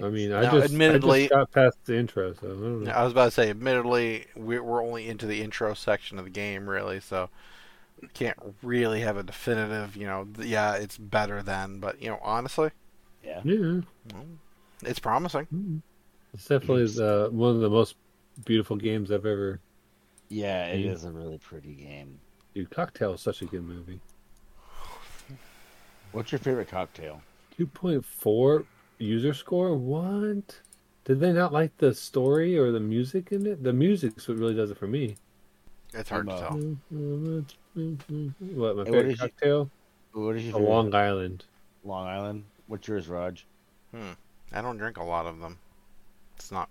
[SPEAKER 1] I mean, I
[SPEAKER 3] Now,
[SPEAKER 1] just I
[SPEAKER 3] admittedly-
[SPEAKER 1] just got past the intro, so I don't know.
[SPEAKER 3] Yeah, I was about to say, admittedly, we're, we're only into the intro section of the game, really, so we can't really have a definitive, you know, th- yeah, it's better than, but, you know, honestly,
[SPEAKER 2] Yeah.
[SPEAKER 1] Yeah,
[SPEAKER 3] it's promising.
[SPEAKER 1] it's definitely is, uh, one of the most beautiful games I've ever.
[SPEAKER 2] Yeah, it
[SPEAKER 1] Yeah.
[SPEAKER 2] is a really pretty game.
[SPEAKER 1] Dude, Cocktail is such a good movie.
[SPEAKER 2] What's your favorite cocktail?
[SPEAKER 1] Two point four user score. What? Did they not like the story or the music in it? The music's what really does it for me.
[SPEAKER 3] It's hard
[SPEAKER 1] uh,
[SPEAKER 3] to
[SPEAKER 2] Emo.
[SPEAKER 3] tell.
[SPEAKER 1] What my
[SPEAKER 2] Hey, what
[SPEAKER 1] favorite
[SPEAKER 2] did you-
[SPEAKER 1] cocktail?
[SPEAKER 2] What is your
[SPEAKER 1] A
[SPEAKER 2] favorite?
[SPEAKER 1] Long Island.
[SPEAKER 2] Long Island. What's yours, Raj?
[SPEAKER 3] I don't drink a lot of them. It's not,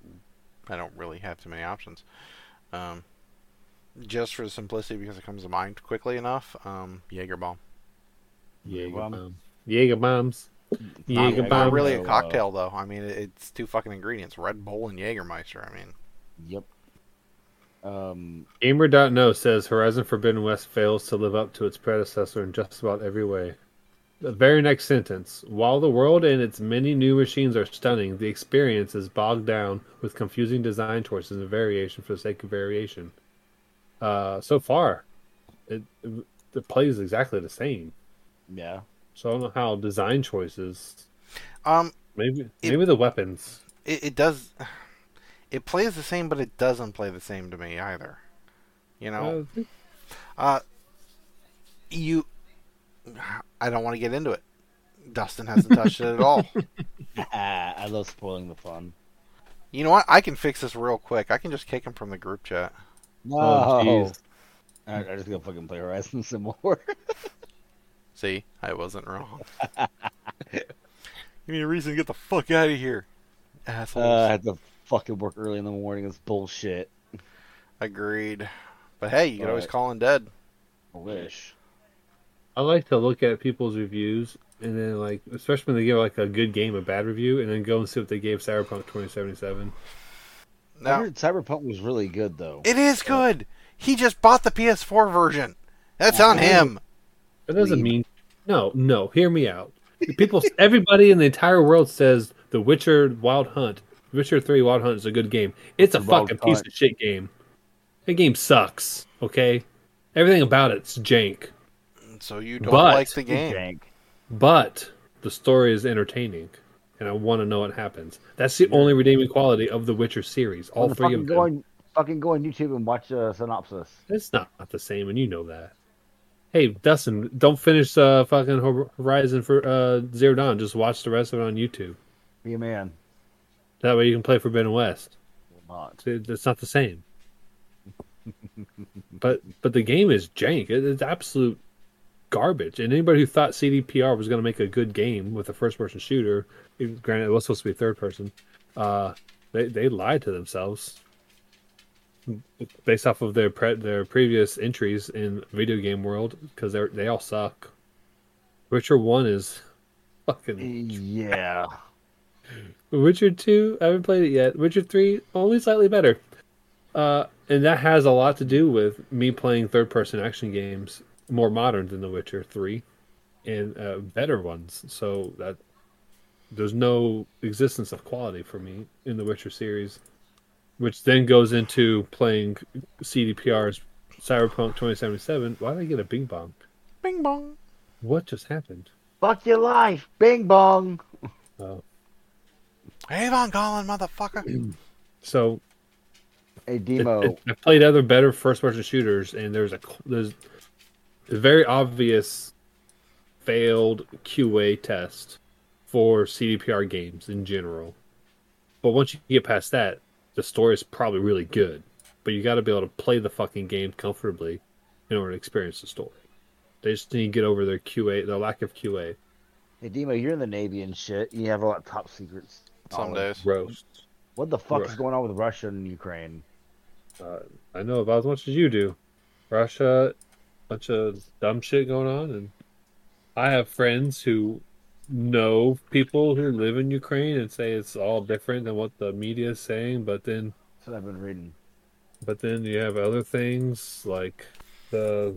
[SPEAKER 3] I don't really have too many options. Um, just for simplicity, because it comes to mind quickly enough, um, Jaeger Bomb.
[SPEAKER 2] Jaegerbomb.
[SPEAKER 1] Jaegerbomb. Jaegerbombs.
[SPEAKER 3] Not,
[SPEAKER 2] Jaeger
[SPEAKER 3] not
[SPEAKER 2] Bomb.
[SPEAKER 3] really a
[SPEAKER 2] Oh, wow.
[SPEAKER 3] cocktail, though. I mean, it- it's two fucking ingredients Red Bull and Jaegermeister. I mean,
[SPEAKER 2] Yep. Um,
[SPEAKER 1] Gamer.no says Horizon Forbidden West fails to live up to its predecessor in just about every way. The very next sentence While the world and its many new machines are stunning, the experience is bogged down with confusing design choices and variation for the sake of variation. Uh, so far, it, it plays exactly the same.
[SPEAKER 2] yeah.
[SPEAKER 1] So I don't know how design choices.
[SPEAKER 3] um,
[SPEAKER 1] Maybe
[SPEAKER 3] It-
[SPEAKER 1] maybe the weapons.
[SPEAKER 3] it, it does it plays the same but it doesn't play the same to me either you know
[SPEAKER 1] Uh,
[SPEAKER 2] Oh.
[SPEAKER 3] uh you i don't want to get into it dustin hasn't touched it at all
[SPEAKER 2] Ah, I love spoiling the fun.
[SPEAKER 3] you know what i can fix this real quick i can just kick him from the group chat
[SPEAKER 2] No.
[SPEAKER 1] Oh, jeez.
[SPEAKER 2] I, I just gonna fucking play Horizon some more.
[SPEAKER 3] see i wasn't wrong give me a reason to get the fuck out of here assholes
[SPEAKER 2] uh, I had to fucking work early in the morning. It's bullshit.
[SPEAKER 3] agreed but hey you can always
[SPEAKER 2] Alright.
[SPEAKER 3] call in dead
[SPEAKER 2] I wish.
[SPEAKER 1] I like to look at people's reviews and then like especially when they give like a good game a bad review and then go and see what they gave Cyberpunk 2077.
[SPEAKER 2] I
[SPEAKER 3] now
[SPEAKER 2] heard Cyberpunk was really good though.
[SPEAKER 3] it is good he just bought the ps4 version that's on him
[SPEAKER 1] That doesn't
[SPEAKER 2] Weeb.
[SPEAKER 1] mean No, no, hear me out. People everybody in the entire world says The Witcher Wild Hunt, Witcher 3 Wild Hunt is a good game. It's a
[SPEAKER 2] Wild
[SPEAKER 1] fucking piece
[SPEAKER 2] Hunt.
[SPEAKER 1] of shit game. That game sucks, okay? Everything about it's jank,
[SPEAKER 3] So you don't
[SPEAKER 1] But-
[SPEAKER 3] like the game.
[SPEAKER 2] Jank.
[SPEAKER 1] but the story is entertaining. and I want to know what happens. That's the only redeeming quality of the Witcher series. All
[SPEAKER 4] Well,
[SPEAKER 1] three
[SPEAKER 4] fucking
[SPEAKER 1] of them.
[SPEAKER 4] Go on, fucking go on YouTube and watch
[SPEAKER 2] uh,
[SPEAKER 4] a synopsis.
[SPEAKER 1] It's not, not the same, and you know that. Hey, Dustin, don't finish uh, fucking Hor- Horizon for uh, Zero Dawn. Just watch the rest of it on YouTube.
[SPEAKER 4] Be a man.
[SPEAKER 1] That way you can play Forbidden West.
[SPEAKER 4] Will not.
[SPEAKER 1] It- It's not the same. but but the game is jank. It- It's absolute garbage. And anybody who thought CDPR was going to make a good game with a first person shooter, even- granted it was supposed to be third person, uh, they they lied to themselves. Based off of their pre- their previous entries in video game world, because they they all suck. Witcher One is fucking
[SPEAKER 4] Yeah.
[SPEAKER 1] Witcher two, I haven't played it yet. Witcher three, only slightly better. Uh, and that has a lot to do with me playing third person action games more modern than The Witcher three, and uh, better ones. So that there's no existence of quality for me in the Witcher series, which then goes into playing CDPR's Cyberpunk 2077. Why did I get a bing bong?
[SPEAKER 3] Bing bong.
[SPEAKER 1] What just happened? Uh,
[SPEAKER 4] Fuck your life. Bing bong.
[SPEAKER 3] Hey, Von Colin, motherfucker.
[SPEAKER 1] So
[SPEAKER 4] Hey
[SPEAKER 1] It-
[SPEAKER 4] Demo.
[SPEAKER 1] it- I've played other better first-person shooters, and there's a cl- there's a very obvious failed QA test for CDPR games in general. But once you get past that, the story is probably really good. But you got to be able to play the fucking game comfortably in order to experience the story. They just need to get over their QA, their lack of QA.
[SPEAKER 4] Hey Demo, you're in the Navy and shit. You have a lot of top secrets.
[SPEAKER 3] Some days.
[SPEAKER 1] Roast.
[SPEAKER 4] What the fuck
[SPEAKER 1] Right.
[SPEAKER 4] is going on with Russia and Ukraine?
[SPEAKER 1] I know about as much as you do. Russia, bunch of dumb shit going on, and I have friends who know people who live in Ukraine and say it's all different than what the media is saying. But then,
[SPEAKER 4] That's what I've been reading.
[SPEAKER 1] but then you have other things like the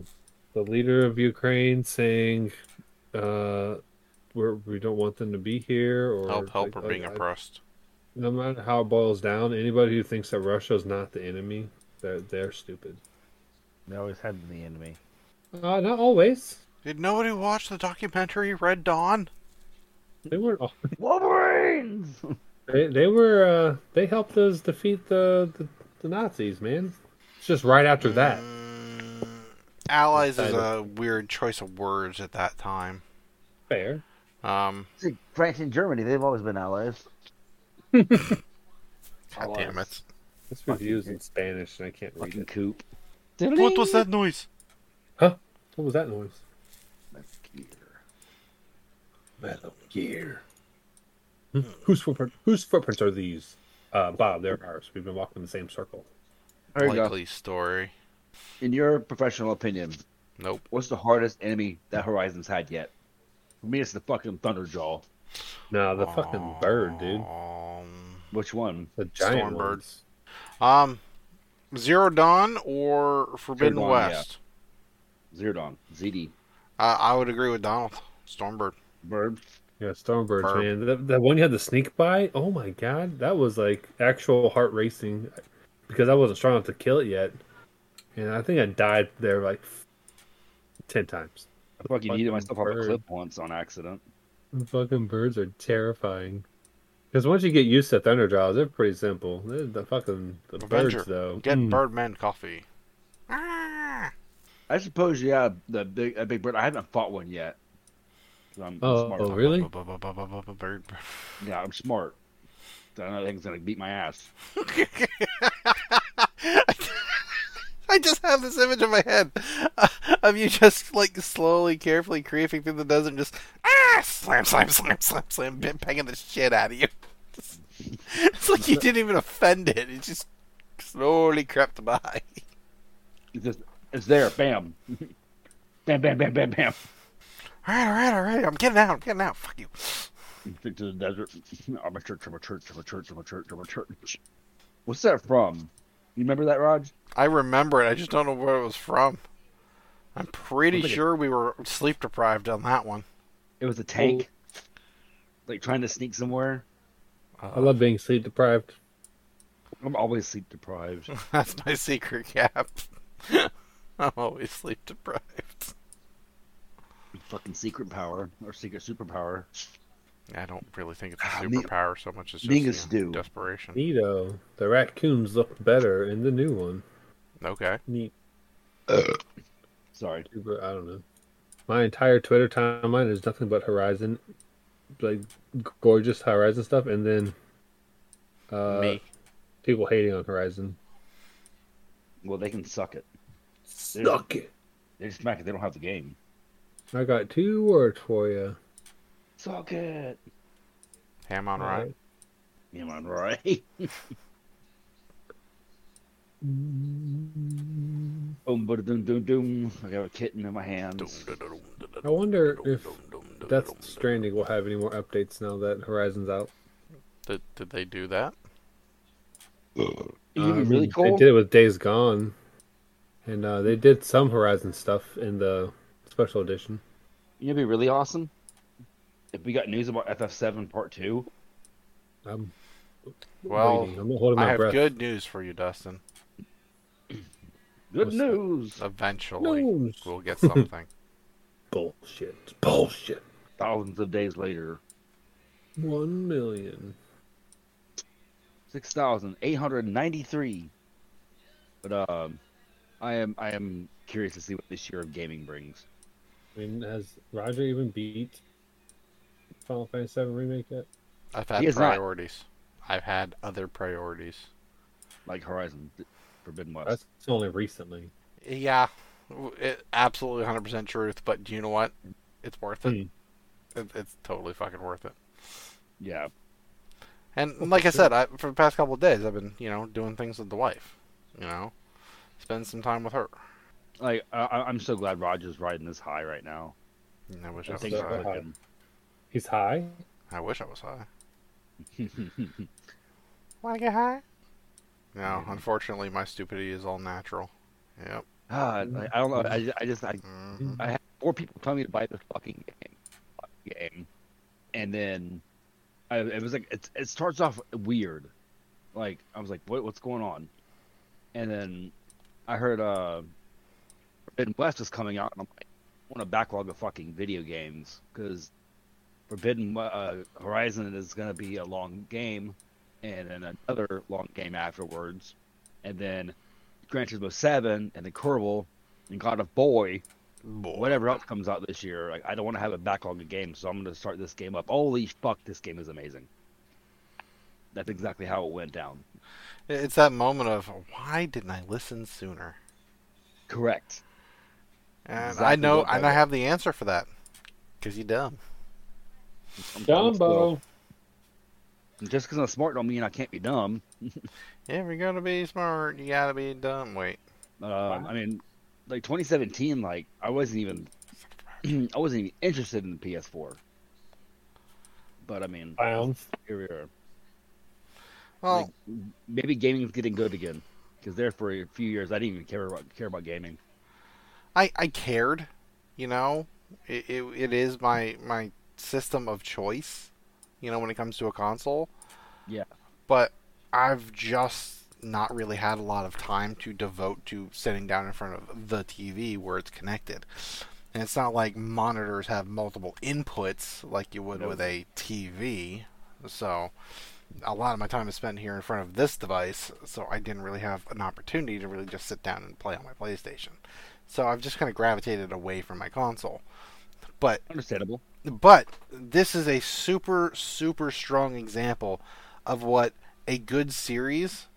[SPEAKER 1] the leader of Ukraine saying, uh, "We're we don't want them to be here," or
[SPEAKER 3] Help, help,
[SPEAKER 1] like-
[SPEAKER 3] or being
[SPEAKER 1] like, I-
[SPEAKER 3] oppressed.
[SPEAKER 1] no matter how it boils down, anybody who thinks that Russia's not the enemy, they're they're stupid.
[SPEAKER 4] They always had the enemy.
[SPEAKER 1] Uh, not always.
[SPEAKER 3] Did nobody watch the documentary Red Dawn?
[SPEAKER 1] They weren't. All,
[SPEAKER 4] Wolverines.
[SPEAKER 1] they they were. Uh, they helped us defeat the, the the Nazis, man. It's just right after that.
[SPEAKER 3] Mm, Allies is
[SPEAKER 1] Neither.
[SPEAKER 3] a weird choice of words at that time.
[SPEAKER 1] Fair.
[SPEAKER 3] Um,
[SPEAKER 4] See, France and Germany, they've always been allies.
[SPEAKER 3] God damn it.
[SPEAKER 1] This review is in Spanish, and I can't read
[SPEAKER 4] Fucking
[SPEAKER 1] it.
[SPEAKER 4] coop.
[SPEAKER 3] What was that noise?
[SPEAKER 1] What was that noise? Metal Gear. Hmm? Whose footprint? Whose footprints are these? Uh, Bob, they're ours. We've been walking the same circle.
[SPEAKER 4] There you go.
[SPEAKER 3] Likely story.
[SPEAKER 4] In your professional opinion,
[SPEAKER 3] Nope.
[SPEAKER 4] what's the hardest enemy that Horizon's had yet? For me, it's the fucking Thunderjaw.
[SPEAKER 1] No, the fucking bird, dude.
[SPEAKER 3] Um,
[SPEAKER 4] Which one?
[SPEAKER 1] The giant
[SPEAKER 3] Stormbird.
[SPEAKER 1] bird.
[SPEAKER 3] um, Zero Dawn or Forbidden
[SPEAKER 4] Dawn, yeah.
[SPEAKER 3] West?
[SPEAKER 4] Zero Dawn. ZD.
[SPEAKER 3] Uh, I would agree with Donald. Stormbird.
[SPEAKER 4] Bird.
[SPEAKER 1] Yeah, Stormbirds,
[SPEAKER 3] Burp.
[SPEAKER 1] man. That, that one you had to sneak by. Oh my god, that was like actual heart racing, because I wasn't strong enough to kill it yet, and I think I died there like ten times.
[SPEAKER 4] I fucking yeeted myself off a
[SPEAKER 1] bird.
[SPEAKER 4] cliff once on accident.
[SPEAKER 1] The fucking birds are terrifying. Because once you get used to thunder jaws, they're pretty simple. They're the fucking the
[SPEAKER 3] Avenger.
[SPEAKER 1] birds though.
[SPEAKER 3] Get
[SPEAKER 1] Mm.
[SPEAKER 3] Birdman coffee. Ah!
[SPEAKER 4] I suppose, yeah, the big, a big bird. I haven't fought one yet. 'Cause I'm, I'm
[SPEAKER 1] Oh,
[SPEAKER 4] smart.
[SPEAKER 1] oh, really?
[SPEAKER 3] Bird.
[SPEAKER 4] Yeah, I'm smart. I know that thing's gonna beat my ass.
[SPEAKER 3] I just have this image in my head uh, of you just like slowly, carefully creeping through the desert, and just ah, slam, slam, slam, slam, slam, bit pegging the shit out of you. It's like you didn't even offend it. It just slowly crept by.
[SPEAKER 4] It's just, it's there. Bam. bam, bam, bam, bam, bam.
[SPEAKER 3] All right, all right, all right. I'm getting out. I'm getting out. Fuck you.
[SPEAKER 4] Stick to the desert. I'm a church. I'm a church. I'm a church. I'm a church. I'm a church. What's that from? You remember that, Raj?
[SPEAKER 3] I remember it. I just don't know where it was from. I'm pretty
[SPEAKER 1] Look at it.
[SPEAKER 3] sure we were sleep deprived on that one.
[SPEAKER 4] It was a tank, like trying to sneak somewhere.
[SPEAKER 1] I love being sleep deprived.
[SPEAKER 4] I'm always sleep deprived.
[SPEAKER 3] That's my secret cap. I'm always sleep deprived.
[SPEAKER 4] Fucking secret power or secret superpower.
[SPEAKER 3] I don't really think it's a
[SPEAKER 4] Ah, being-
[SPEAKER 3] superpower so much as just
[SPEAKER 4] being a
[SPEAKER 3] you know,
[SPEAKER 4] stew.
[SPEAKER 3] desperation.
[SPEAKER 1] Neato. The raccoons look better in the new one.
[SPEAKER 3] Okay.
[SPEAKER 1] Neat.
[SPEAKER 4] Sorry.
[SPEAKER 1] Super, I don't know. My entire Twitter timeline is nothing but Horizon, like g- gorgeous Horizon stuff, and then uh,
[SPEAKER 3] Me.
[SPEAKER 1] people hating on Horizon.
[SPEAKER 4] Well, they can suck it.
[SPEAKER 1] Suck it.
[SPEAKER 4] They just smack it. They don't have the game.
[SPEAKER 1] I got two words for you.
[SPEAKER 4] Suck it.
[SPEAKER 3] Ham
[SPEAKER 1] uh,
[SPEAKER 3] on right.
[SPEAKER 6] Am I right?
[SPEAKER 4] Boom, ba doom, doom, doom. I got a kitten in my hands.
[SPEAKER 1] I wonder if Death Stranding will have any more updates now that Horizon's out.
[SPEAKER 3] Did, did they do that?
[SPEAKER 4] It would be
[SPEAKER 1] Um,
[SPEAKER 4] really cool.
[SPEAKER 1] They did it with Days Gone, and uh, they did some Horizon stuff in the special edition.
[SPEAKER 4] It'd be really awesome if we got news about FF7 Part Two.
[SPEAKER 1] I'm
[SPEAKER 3] Well,
[SPEAKER 1] waiting. I'm not holding
[SPEAKER 3] I
[SPEAKER 1] my
[SPEAKER 3] have
[SPEAKER 1] breath.
[SPEAKER 3] good news for you, Dustin.
[SPEAKER 4] Good
[SPEAKER 1] What's that?
[SPEAKER 4] news.
[SPEAKER 3] Eventually,
[SPEAKER 1] No
[SPEAKER 3] we'll get something.
[SPEAKER 1] bullshit. Bullshit.
[SPEAKER 4] Thousands of days later,
[SPEAKER 1] One million.
[SPEAKER 4] six thousand eight hundred ninety-three. But um, I am I am curious to see what this year of gaming brings.
[SPEAKER 1] I mean, has Roger even beat Final Fantasy VII remake yet?
[SPEAKER 3] I've had
[SPEAKER 4] He is not.
[SPEAKER 3] priorities. I've had other priorities.
[SPEAKER 4] Like Horizon, Forbidden West.
[SPEAKER 1] That's only recently.
[SPEAKER 3] Yeah, w- it, absolutely 100% truth, but do you know what? It's worth it.
[SPEAKER 1] Hmm.
[SPEAKER 3] it. It's totally fucking worth it.
[SPEAKER 4] yeah,
[SPEAKER 3] And
[SPEAKER 4] Oh,
[SPEAKER 3] like I said, I, for the past couple of days, I've been, you know, doing things with the wife. You know, spend some time with her.
[SPEAKER 4] like I, I- I'm so glad Roger's riding this high right now.
[SPEAKER 3] And I wish
[SPEAKER 4] I
[SPEAKER 3] I,
[SPEAKER 1] That's
[SPEAKER 3] was
[SPEAKER 4] think
[SPEAKER 1] so
[SPEAKER 3] high.
[SPEAKER 1] high.
[SPEAKER 4] with him.
[SPEAKER 1] He's high.
[SPEAKER 3] I wish I was high. Want to get high? No, unfortunately, my stupidity is all natural. Yep.
[SPEAKER 4] Ah, like, I don't know. I, ju- I just I
[SPEAKER 3] Mhm.
[SPEAKER 4] I had four people tell me to buy this fucking game, fucking game, and then I, it was like it, it starts off weird. Like I was like, what, what's going on? And then I heard uh, Forbidden West is coming out, and I'm like, I want a backlog of fucking video games because Forbidden We- uh, Horizon is gonna be a long game, and then another long game afterwards, and then Gran Turismo Seven, and then Kerbal, and God of Boy whatever else comes out this year, like, I don't want to have a backlog of games, so I'm going to start this game up. Holy fuck, this game is amazing. That's exactly how it went down.
[SPEAKER 3] It's that moment of why didn't I listen sooner?
[SPEAKER 4] Correct.
[SPEAKER 3] And I
[SPEAKER 4] Exactly
[SPEAKER 3] know,
[SPEAKER 4] what that
[SPEAKER 3] and I
[SPEAKER 4] was.
[SPEAKER 3] have the answer for that. Cause you dumb.
[SPEAKER 4] I'm dumb as well.
[SPEAKER 1] Dumbo.
[SPEAKER 4] Just because I'm smart don't mean I can't be dumb.
[SPEAKER 3] If you're gonna be smart, you gotta be dumb. Wait,
[SPEAKER 4] Um, I mean, like 2017, like I wasn't even, I wasn't even interested in the PS4. But I mean,
[SPEAKER 1] Clowns.
[SPEAKER 4] here we are.
[SPEAKER 3] well,
[SPEAKER 4] Like, maybe gaming's getting good again. Because there for a few years, I didn't even care about care about gaming.
[SPEAKER 3] I I cared, you know. It, it it is my my system of choice, you know, when it comes to a console.
[SPEAKER 4] Yeah.
[SPEAKER 3] But I've just not really had a lot of time to devote to sitting down in front of the TV where it's connected. And it's not like monitors have multiple inputs like you would
[SPEAKER 4] No.
[SPEAKER 3] with a TV. So a lot of my time is spent here in front of this device, so I didn't really have an opportunity to really just sit down and play on my PlayStation. So I've just kind of gravitated away from my console. But
[SPEAKER 4] Understandable.
[SPEAKER 3] but this is a super super strong example of what a good series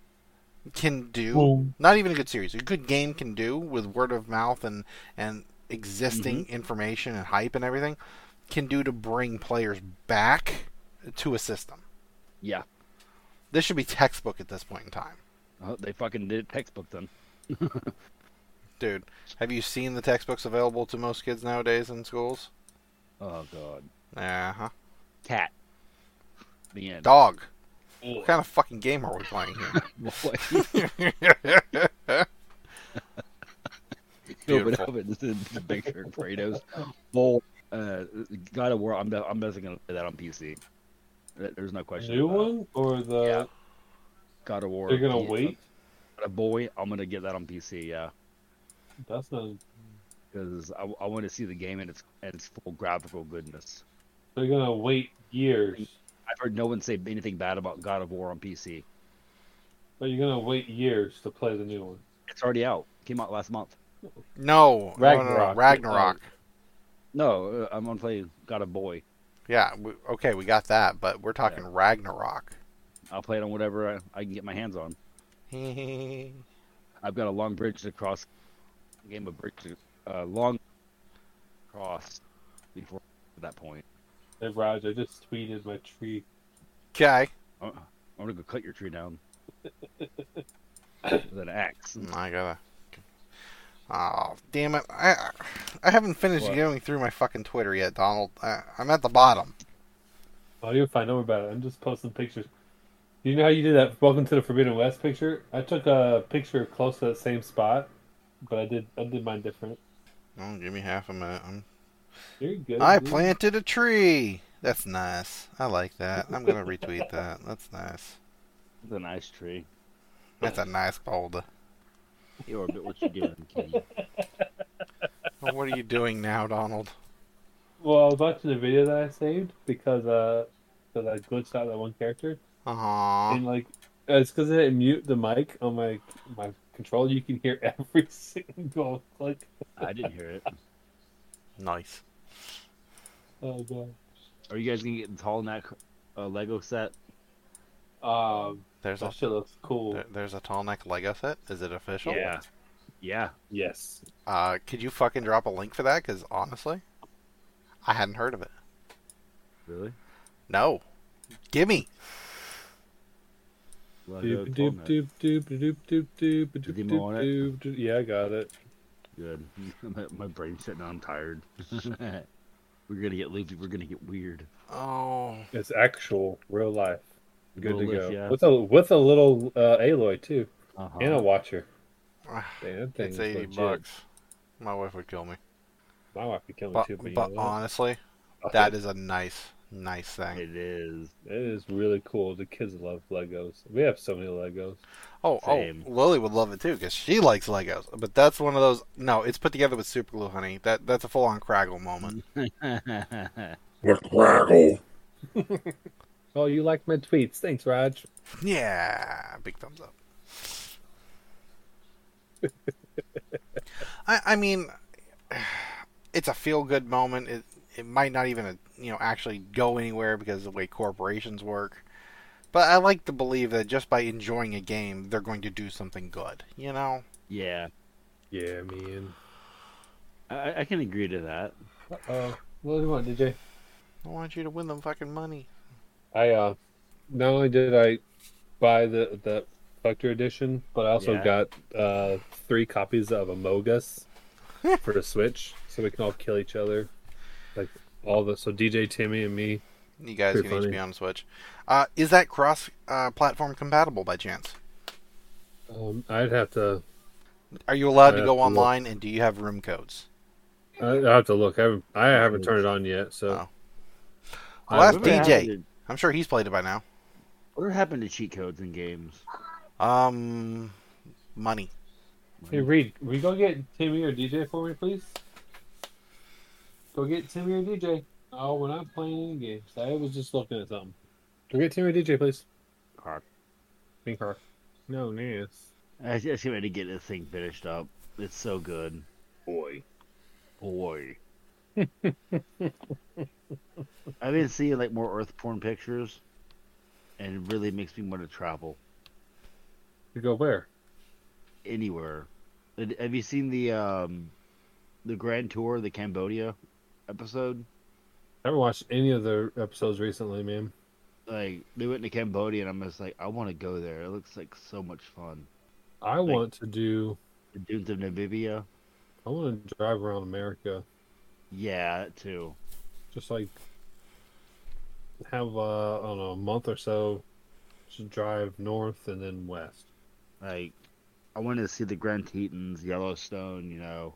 [SPEAKER 3] can do. Not even a good series, a good game can do with word of mouth and and existing information and hype and everything can do to bring players back to a system.
[SPEAKER 4] Yeah.
[SPEAKER 3] This should be textbook at this point in time.
[SPEAKER 4] Oh, they fucking did textbook then.
[SPEAKER 3] Dude, have you seen the textbooks available to most kids nowadays in schools?
[SPEAKER 4] Oh god.
[SPEAKER 3] Uh huh.
[SPEAKER 4] Cat. The end.
[SPEAKER 3] Dog. What
[SPEAKER 1] Ugh.
[SPEAKER 3] kind of fucking game are we playing
[SPEAKER 4] Boy,
[SPEAKER 3] here?
[SPEAKER 4] open
[SPEAKER 3] Beautiful.
[SPEAKER 4] up and this is the picture of Kratos. Well, uh, God of War. I'm de- I'm definitely gonna play that on PC. There- There's no question.
[SPEAKER 1] New
[SPEAKER 4] about it.
[SPEAKER 1] one or the?
[SPEAKER 4] Yeah. uh, God of War.
[SPEAKER 1] They're gonna
[SPEAKER 4] yeah,
[SPEAKER 1] wait.
[SPEAKER 4] God of Boy. I'm gonna get that on PC. Yeah,
[SPEAKER 1] That's not.
[SPEAKER 4] because I, want to see the game and its and its full graphical goodness.
[SPEAKER 1] They're gonna wait years.
[SPEAKER 4] I've heard no one say anything bad about God of War on PC.
[SPEAKER 1] But you're gonna wait years to play the new one.
[SPEAKER 4] It's already out. Came out last month.
[SPEAKER 3] No, Ragnarok. No, no,
[SPEAKER 1] Ragnarok.
[SPEAKER 3] Ragnarok.
[SPEAKER 4] No, uh, I'm gonna play God of Boy.
[SPEAKER 3] Yeah, we, okay, we got that, but we're talking Ragnarok.
[SPEAKER 4] I'll play it on whatever I, I can get my hands on.
[SPEAKER 3] yeah,
[SPEAKER 4] I've got a long bridge to cross. a Game of bridge, to- uh, long cross before that point.
[SPEAKER 1] Hey Raj, I just tweeted my tree.
[SPEAKER 3] okay.
[SPEAKER 4] Uh, I'm gonna go cut your tree down with an axe.
[SPEAKER 3] I gotta. Oh damn it! I I haven't finished
[SPEAKER 4] What?
[SPEAKER 3] going through my fucking Twitter yet, Donald. I, I'm at the bottom.
[SPEAKER 1] Oh, you'll find out about it. I'm just posting pictures. You know how you did that Welcome to the Forbidden West picture? I took a picture close to that same spot, but I did I did mine different.
[SPEAKER 3] Oh, give me half a minute. I'm...
[SPEAKER 1] You're good.
[SPEAKER 3] I
[SPEAKER 1] dude.
[SPEAKER 3] planted a tree. That's nice. I like that. I'm gonna retweet that. That's nice.
[SPEAKER 4] It's a nice tree.
[SPEAKER 3] That's a nice boulder.
[SPEAKER 4] You are a bit what you doing, kid.
[SPEAKER 3] Well, what are you doing now, Donald?
[SPEAKER 1] Well, I was watching the video that I saved because uh, because I glitched out that one character,
[SPEAKER 3] Aww.
[SPEAKER 1] and like it's because I didn't mute the mic on my my controller. You can hear every single click.
[SPEAKER 4] I didn't hear it.
[SPEAKER 3] Nice.
[SPEAKER 1] Oh god.
[SPEAKER 4] Are you guys gonna get the tall neck uh, Lego set?
[SPEAKER 1] Um,
[SPEAKER 3] There's a
[SPEAKER 1] that shit looks cool.
[SPEAKER 3] there- there's a tall neck Lego set. Is it official?
[SPEAKER 4] Yeah, yeah.
[SPEAKER 1] Yes.
[SPEAKER 3] Uh, could you fucking drop a link for that? Because honestly, I hadn't heard of it.
[SPEAKER 4] Really?
[SPEAKER 3] No. Gimme.
[SPEAKER 4] Lego
[SPEAKER 1] Doop
[SPEAKER 4] tall
[SPEAKER 1] doop
[SPEAKER 4] neck.
[SPEAKER 1] doop doop doop doop doop doop
[SPEAKER 4] Did you mow on it?
[SPEAKER 1] doop doop. Yeah, I got it.
[SPEAKER 4] Good. my, my brain's shutting down. I'm tired. We're gonna get loopy. We're gonna get weird.
[SPEAKER 3] Oh.
[SPEAKER 1] It's actual real life. Good
[SPEAKER 4] We'll
[SPEAKER 1] to
[SPEAKER 4] live,
[SPEAKER 1] go.
[SPEAKER 4] yeah.
[SPEAKER 1] With a with a little uh, Aloy too,
[SPEAKER 4] Uh-huh.
[SPEAKER 1] and a watcher.
[SPEAKER 3] Ah,
[SPEAKER 1] Damn, that thing
[SPEAKER 3] It's
[SPEAKER 1] is
[SPEAKER 3] 80
[SPEAKER 1] legit.
[SPEAKER 3] bucks. My wife would kill me.
[SPEAKER 1] My wife could kill me
[SPEAKER 3] But,
[SPEAKER 1] too, but, you
[SPEAKER 3] but
[SPEAKER 1] know what?
[SPEAKER 3] honestly, that is a nice, nice thing.
[SPEAKER 4] It is.
[SPEAKER 1] It is really cool. The kids love Legos. We have so many Legos.
[SPEAKER 3] Oh,
[SPEAKER 4] Same.
[SPEAKER 3] oh, Lily would love it too because she likes Legos. But that's one of those. No, it's put together with super glue, honey. That that's a full on Craggle moment.
[SPEAKER 5] The Craggle.
[SPEAKER 1] Oh, you like my tweets? Thanks, Raj.
[SPEAKER 3] yeah, big thumbs up. I I mean, it's a feel good moment. It it might not even you know actually go anywhere because of the way corporations work. But I like to believe that just by enjoying a game, they're going to do something good. You know.
[SPEAKER 4] yeah,
[SPEAKER 1] Yeah, man.
[SPEAKER 4] I, I can agree to that.
[SPEAKER 1] Uh oh. What do you want, DJ?
[SPEAKER 3] I want you to win them fucking money.
[SPEAKER 1] I uh, not only did I buy the the collector edition, but I also
[SPEAKER 4] Yeah.
[SPEAKER 1] got uh three copies of Amogus for the Switch, so we can all kill each other. Like all the so DJ, Timmy, and me.
[SPEAKER 3] You guys
[SPEAKER 1] Pretty
[SPEAKER 3] can each
[SPEAKER 1] funny.
[SPEAKER 3] be on Switch. Uh, is that cross uh, platform compatible by chance?
[SPEAKER 1] Um, I'd have to.
[SPEAKER 3] Are you allowed
[SPEAKER 1] I
[SPEAKER 3] to
[SPEAKER 1] have
[SPEAKER 3] go
[SPEAKER 1] to Uh, look.
[SPEAKER 3] online and do you have room codes?
[SPEAKER 1] I I have to look. I haven't. I haven't turned it on yet. So
[SPEAKER 3] Oh. Well, that's
[SPEAKER 4] Whatever happened
[SPEAKER 3] DJ.
[SPEAKER 4] to-
[SPEAKER 3] I'm sure he's played it by now.
[SPEAKER 4] What happened to cheat codes in games?
[SPEAKER 3] Um, money.
[SPEAKER 1] hey, Reed, we go get Timmy or DJ for me, please? Go get Timmy or DJ. Oh, we're not playing any games. I was just looking at something. Go get Timmy or DJ, please.
[SPEAKER 4] Cock.
[SPEAKER 1] Pink car. No, yes.
[SPEAKER 4] I just need to get this thing finished up. It's so good,
[SPEAKER 1] Boy.
[SPEAKER 4] boy. I've been seeing like more Earth porn pictures, and it really makes me want to travel
[SPEAKER 1] You go where?
[SPEAKER 4] anywhere. Did- Have you seen the um, the Grand Tour, the Cambodia episode?
[SPEAKER 1] I haven't watched any of the episodes recently, man.
[SPEAKER 4] like they went to Cambodia, and I'm just like, I want to go there. It looks like so much fun.
[SPEAKER 1] I want to do.
[SPEAKER 4] The dunes of Namibia,
[SPEAKER 1] I want to drive around America,
[SPEAKER 4] yeah, that too.
[SPEAKER 1] just like have uh, I don't know a month or so. Just drive north and then west.
[SPEAKER 4] Like, I wanted to see the Grand Tetons, Yellowstone, you know,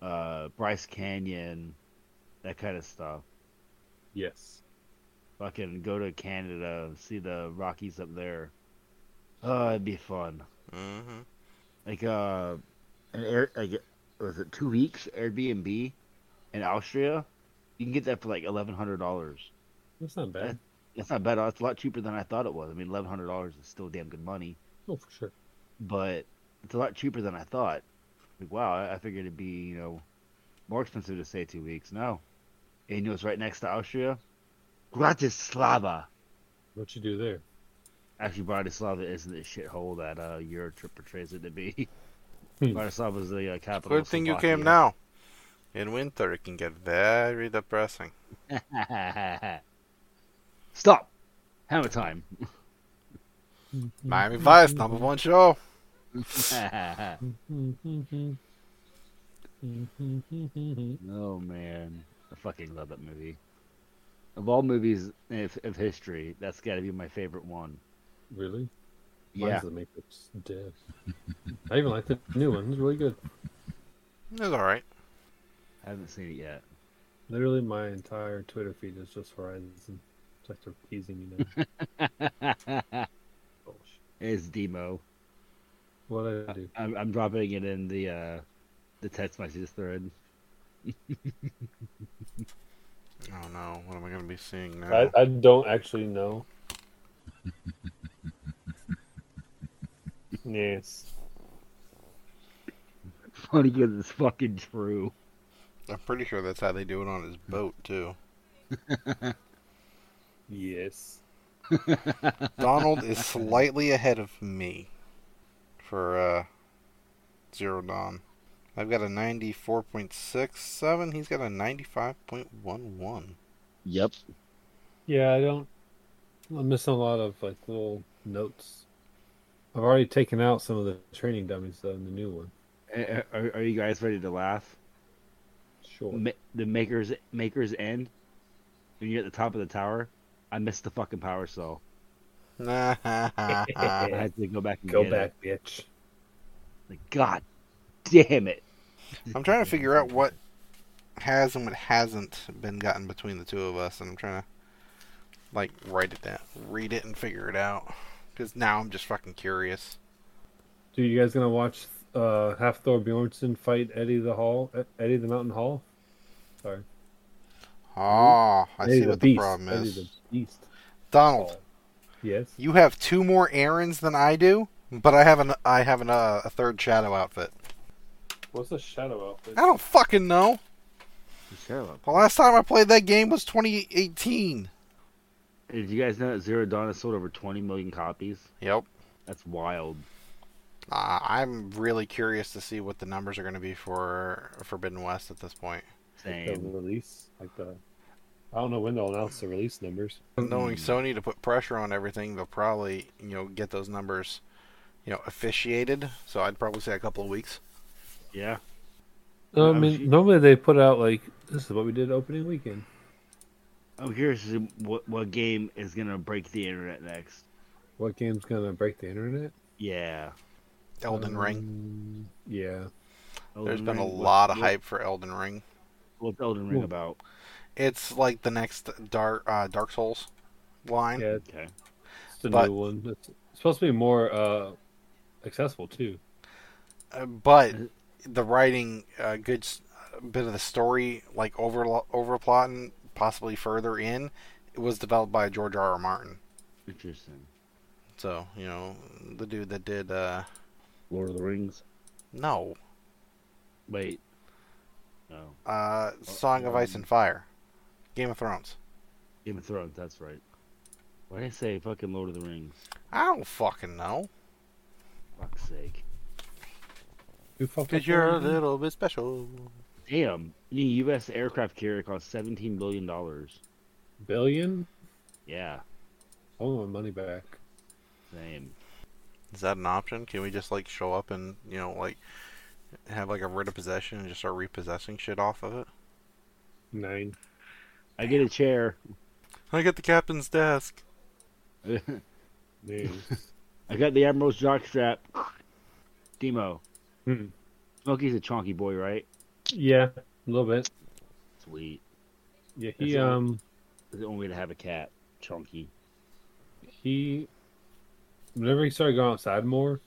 [SPEAKER 4] uh, Bryce Canyon, that kind of stuff.
[SPEAKER 1] Yes.
[SPEAKER 4] Fucking go to Canada, see the Rockies up there. Oh, it'd be fun.
[SPEAKER 3] Mm-hmm.
[SPEAKER 4] Like, uh, an air, like, was it two weeks Airbnb in Austria? You can get that for like eleven hundred dollars.
[SPEAKER 1] That's not bad.
[SPEAKER 4] That's not bad. It's a lot cheaper than I thought it was. I mean, eleven hundred dollars is still damn good money,
[SPEAKER 1] Oh, for sure.
[SPEAKER 4] but it's a lot cheaper than I thought. Like, wow, I I figured it'd be you know more expensive to stay two weeks. No, and you know it's right next to Austria, Bratislava.
[SPEAKER 1] What you do there?
[SPEAKER 4] Actually, Bratislava isn't the shithole that uh, Euro trip portrays it to be.
[SPEAKER 1] Hmm.
[SPEAKER 4] Bratislava is the uh, capital.
[SPEAKER 3] Good
[SPEAKER 4] of
[SPEAKER 3] thing you came
[SPEAKER 4] Slovakia.
[SPEAKER 3] now. In winter, it can get very depressing.
[SPEAKER 4] Stop. Hammer time.
[SPEAKER 3] Mm-hmm. Miami Vice, number one show.
[SPEAKER 4] oh Oh, man, I fucking love that movie. Of all movies of, of history, that's got to be my favorite one.
[SPEAKER 1] really?
[SPEAKER 4] Yeah,
[SPEAKER 1] Mine's the Matrix. Dead. I even like the new one. It's really good.
[SPEAKER 3] It's alright.
[SPEAKER 4] I haven't seen it yet.
[SPEAKER 1] Literally, my entire Twitter feed is just Horizon. It's like they're teasing me now. Bullshit.
[SPEAKER 4] It's demo.
[SPEAKER 1] what I do?
[SPEAKER 4] I'm, I'm dropping it in the uh, the text message thread.
[SPEAKER 3] Oh no, what am I going to be seeing now?
[SPEAKER 1] I, I don't actually know. yes.
[SPEAKER 4] Funny because it's fucking true.
[SPEAKER 3] I'm pretty sure that's how they do it on his boat, too.
[SPEAKER 1] Yes.
[SPEAKER 3] Donald is slightly ahead of me for uh, Zero Dawn. I've got a 94.67. He's got a 95.11.
[SPEAKER 4] Yep.
[SPEAKER 1] Yeah, I don't. I'm missing a lot of like little notes. I've already taken out some of the training dummies though in the new one.
[SPEAKER 4] Are, are you guys ready to laugh?
[SPEAKER 1] Sure.
[SPEAKER 4] Ma- the makers makers end when you're at the top of the tower i missed the fucking power cell i had to go back and
[SPEAKER 1] Go
[SPEAKER 4] get
[SPEAKER 1] back,
[SPEAKER 4] it.
[SPEAKER 1] bitch.
[SPEAKER 4] Like, god damn it
[SPEAKER 3] I'm trying to figure out what has and what hasn't been gotten between the two of us, and I'm trying to like write it down, read it, and figure it out. Because now I'm just fucking curious.
[SPEAKER 1] Dude, you guys gonna watch uh half Thor Bjornsson fight Eddie the Hall, E, Eddie the Mountain Hall? Sorry,
[SPEAKER 3] Ah, I
[SPEAKER 1] Eddie
[SPEAKER 3] see what the
[SPEAKER 1] Beast.
[SPEAKER 3] problem
[SPEAKER 1] Eddie
[SPEAKER 3] is. Oh.
[SPEAKER 1] the Beast.
[SPEAKER 3] Donald,
[SPEAKER 1] Yes.
[SPEAKER 3] you have two more errands than I do, but I have an I have an, uh, a third shadow outfit.
[SPEAKER 1] What's the shadow outfit?
[SPEAKER 3] I don't fucking know.
[SPEAKER 4] Sherlock.
[SPEAKER 3] The last time I played that game was 2018.
[SPEAKER 4] did you guys know that zero dawn has sold over 20 million copies
[SPEAKER 3] Yep.
[SPEAKER 4] that's wild
[SPEAKER 3] Uh, I'm really curious to see what the numbers are going to be for Forbidden West at this point.
[SPEAKER 1] The
[SPEAKER 4] same
[SPEAKER 1] release, like the. I don't know when they'll announce the release numbers.
[SPEAKER 3] knowing
[SPEAKER 4] Hmm.
[SPEAKER 3] Sony to put pressure on everything, they'll probably you know get those numbers, you know, officiated. So I'd probably say a couple of weeks.
[SPEAKER 4] yeah
[SPEAKER 1] No, I
[SPEAKER 4] Um,
[SPEAKER 1] mean, normally they put out like this is what we did opening weekend.
[SPEAKER 4] i'm curious to see what, what game is gonna break the internet next
[SPEAKER 1] What game's gonna break the internet?
[SPEAKER 4] yeah
[SPEAKER 3] Elden Ring.
[SPEAKER 1] Um, Yeah.
[SPEAKER 3] There's
[SPEAKER 4] Hmm. Elden
[SPEAKER 3] been a
[SPEAKER 4] Ring, what-
[SPEAKER 3] lot of
[SPEAKER 4] what-
[SPEAKER 3] hype for Elden Ring.
[SPEAKER 4] what's elden ring
[SPEAKER 1] Ooh.
[SPEAKER 4] about
[SPEAKER 3] It's like the next Dark uh, Dark Souls line.
[SPEAKER 1] Yeah,
[SPEAKER 4] okay
[SPEAKER 1] it's the
[SPEAKER 3] But-
[SPEAKER 1] new one. It's supposed to be more uh, accessible too.
[SPEAKER 3] Uh, but
[SPEAKER 4] Hmm.
[SPEAKER 3] the writing, a good s- bit of the story, like over overplotting, possibly further in, it was developed by George R. R. Martin.
[SPEAKER 4] interesting
[SPEAKER 3] So you know the dude that did uh,
[SPEAKER 4] lord of the rings
[SPEAKER 3] no
[SPEAKER 4] wait no
[SPEAKER 3] uh, Song of Ice and Fire, Game of Thrones.
[SPEAKER 4] Game of Thrones, that's right. Why did I say fucking Lord of the Rings?
[SPEAKER 3] I don't fucking know.
[SPEAKER 4] Fuck's sake.
[SPEAKER 1] Who fucked
[SPEAKER 3] Because
[SPEAKER 1] up
[SPEAKER 3] you're a
[SPEAKER 1] Elden Ring?
[SPEAKER 3] little bit special.
[SPEAKER 4] Damn, any U.S. aircraft carrier costs seventeen billion dollars.
[SPEAKER 1] billion.
[SPEAKER 4] Yeah,
[SPEAKER 1] I want my money back.
[SPEAKER 4] same.
[SPEAKER 3] Is that an option? Can we just, like, show up and, you know, like, have, like, a writ of possession and just start repossessing shit off of it?
[SPEAKER 1] Nine.
[SPEAKER 4] I get a chair.
[SPEAKER 3] I got the captain's desk.
[SPEAKER 4] I
[SPEAKER 1] Nine.
[SPEAKER 4] got the Admiral's jockstrap. Demo.
[SPEAKER 1] Hmm.
[SPEAKER 4] Smokey's a chonky boy, right?
[SPEAKER 1] yeah, a little bit.
[SPEAKER 4] Sweet.
[SPEAKER 1] Yeah, he
[SPEAKER 4] That's all.
[SPEAKER 1] um
[SPEAKER 4] It's the only way to have a cat. Chonky.
[SPEAKER 1] he. Whenever he started going outside more,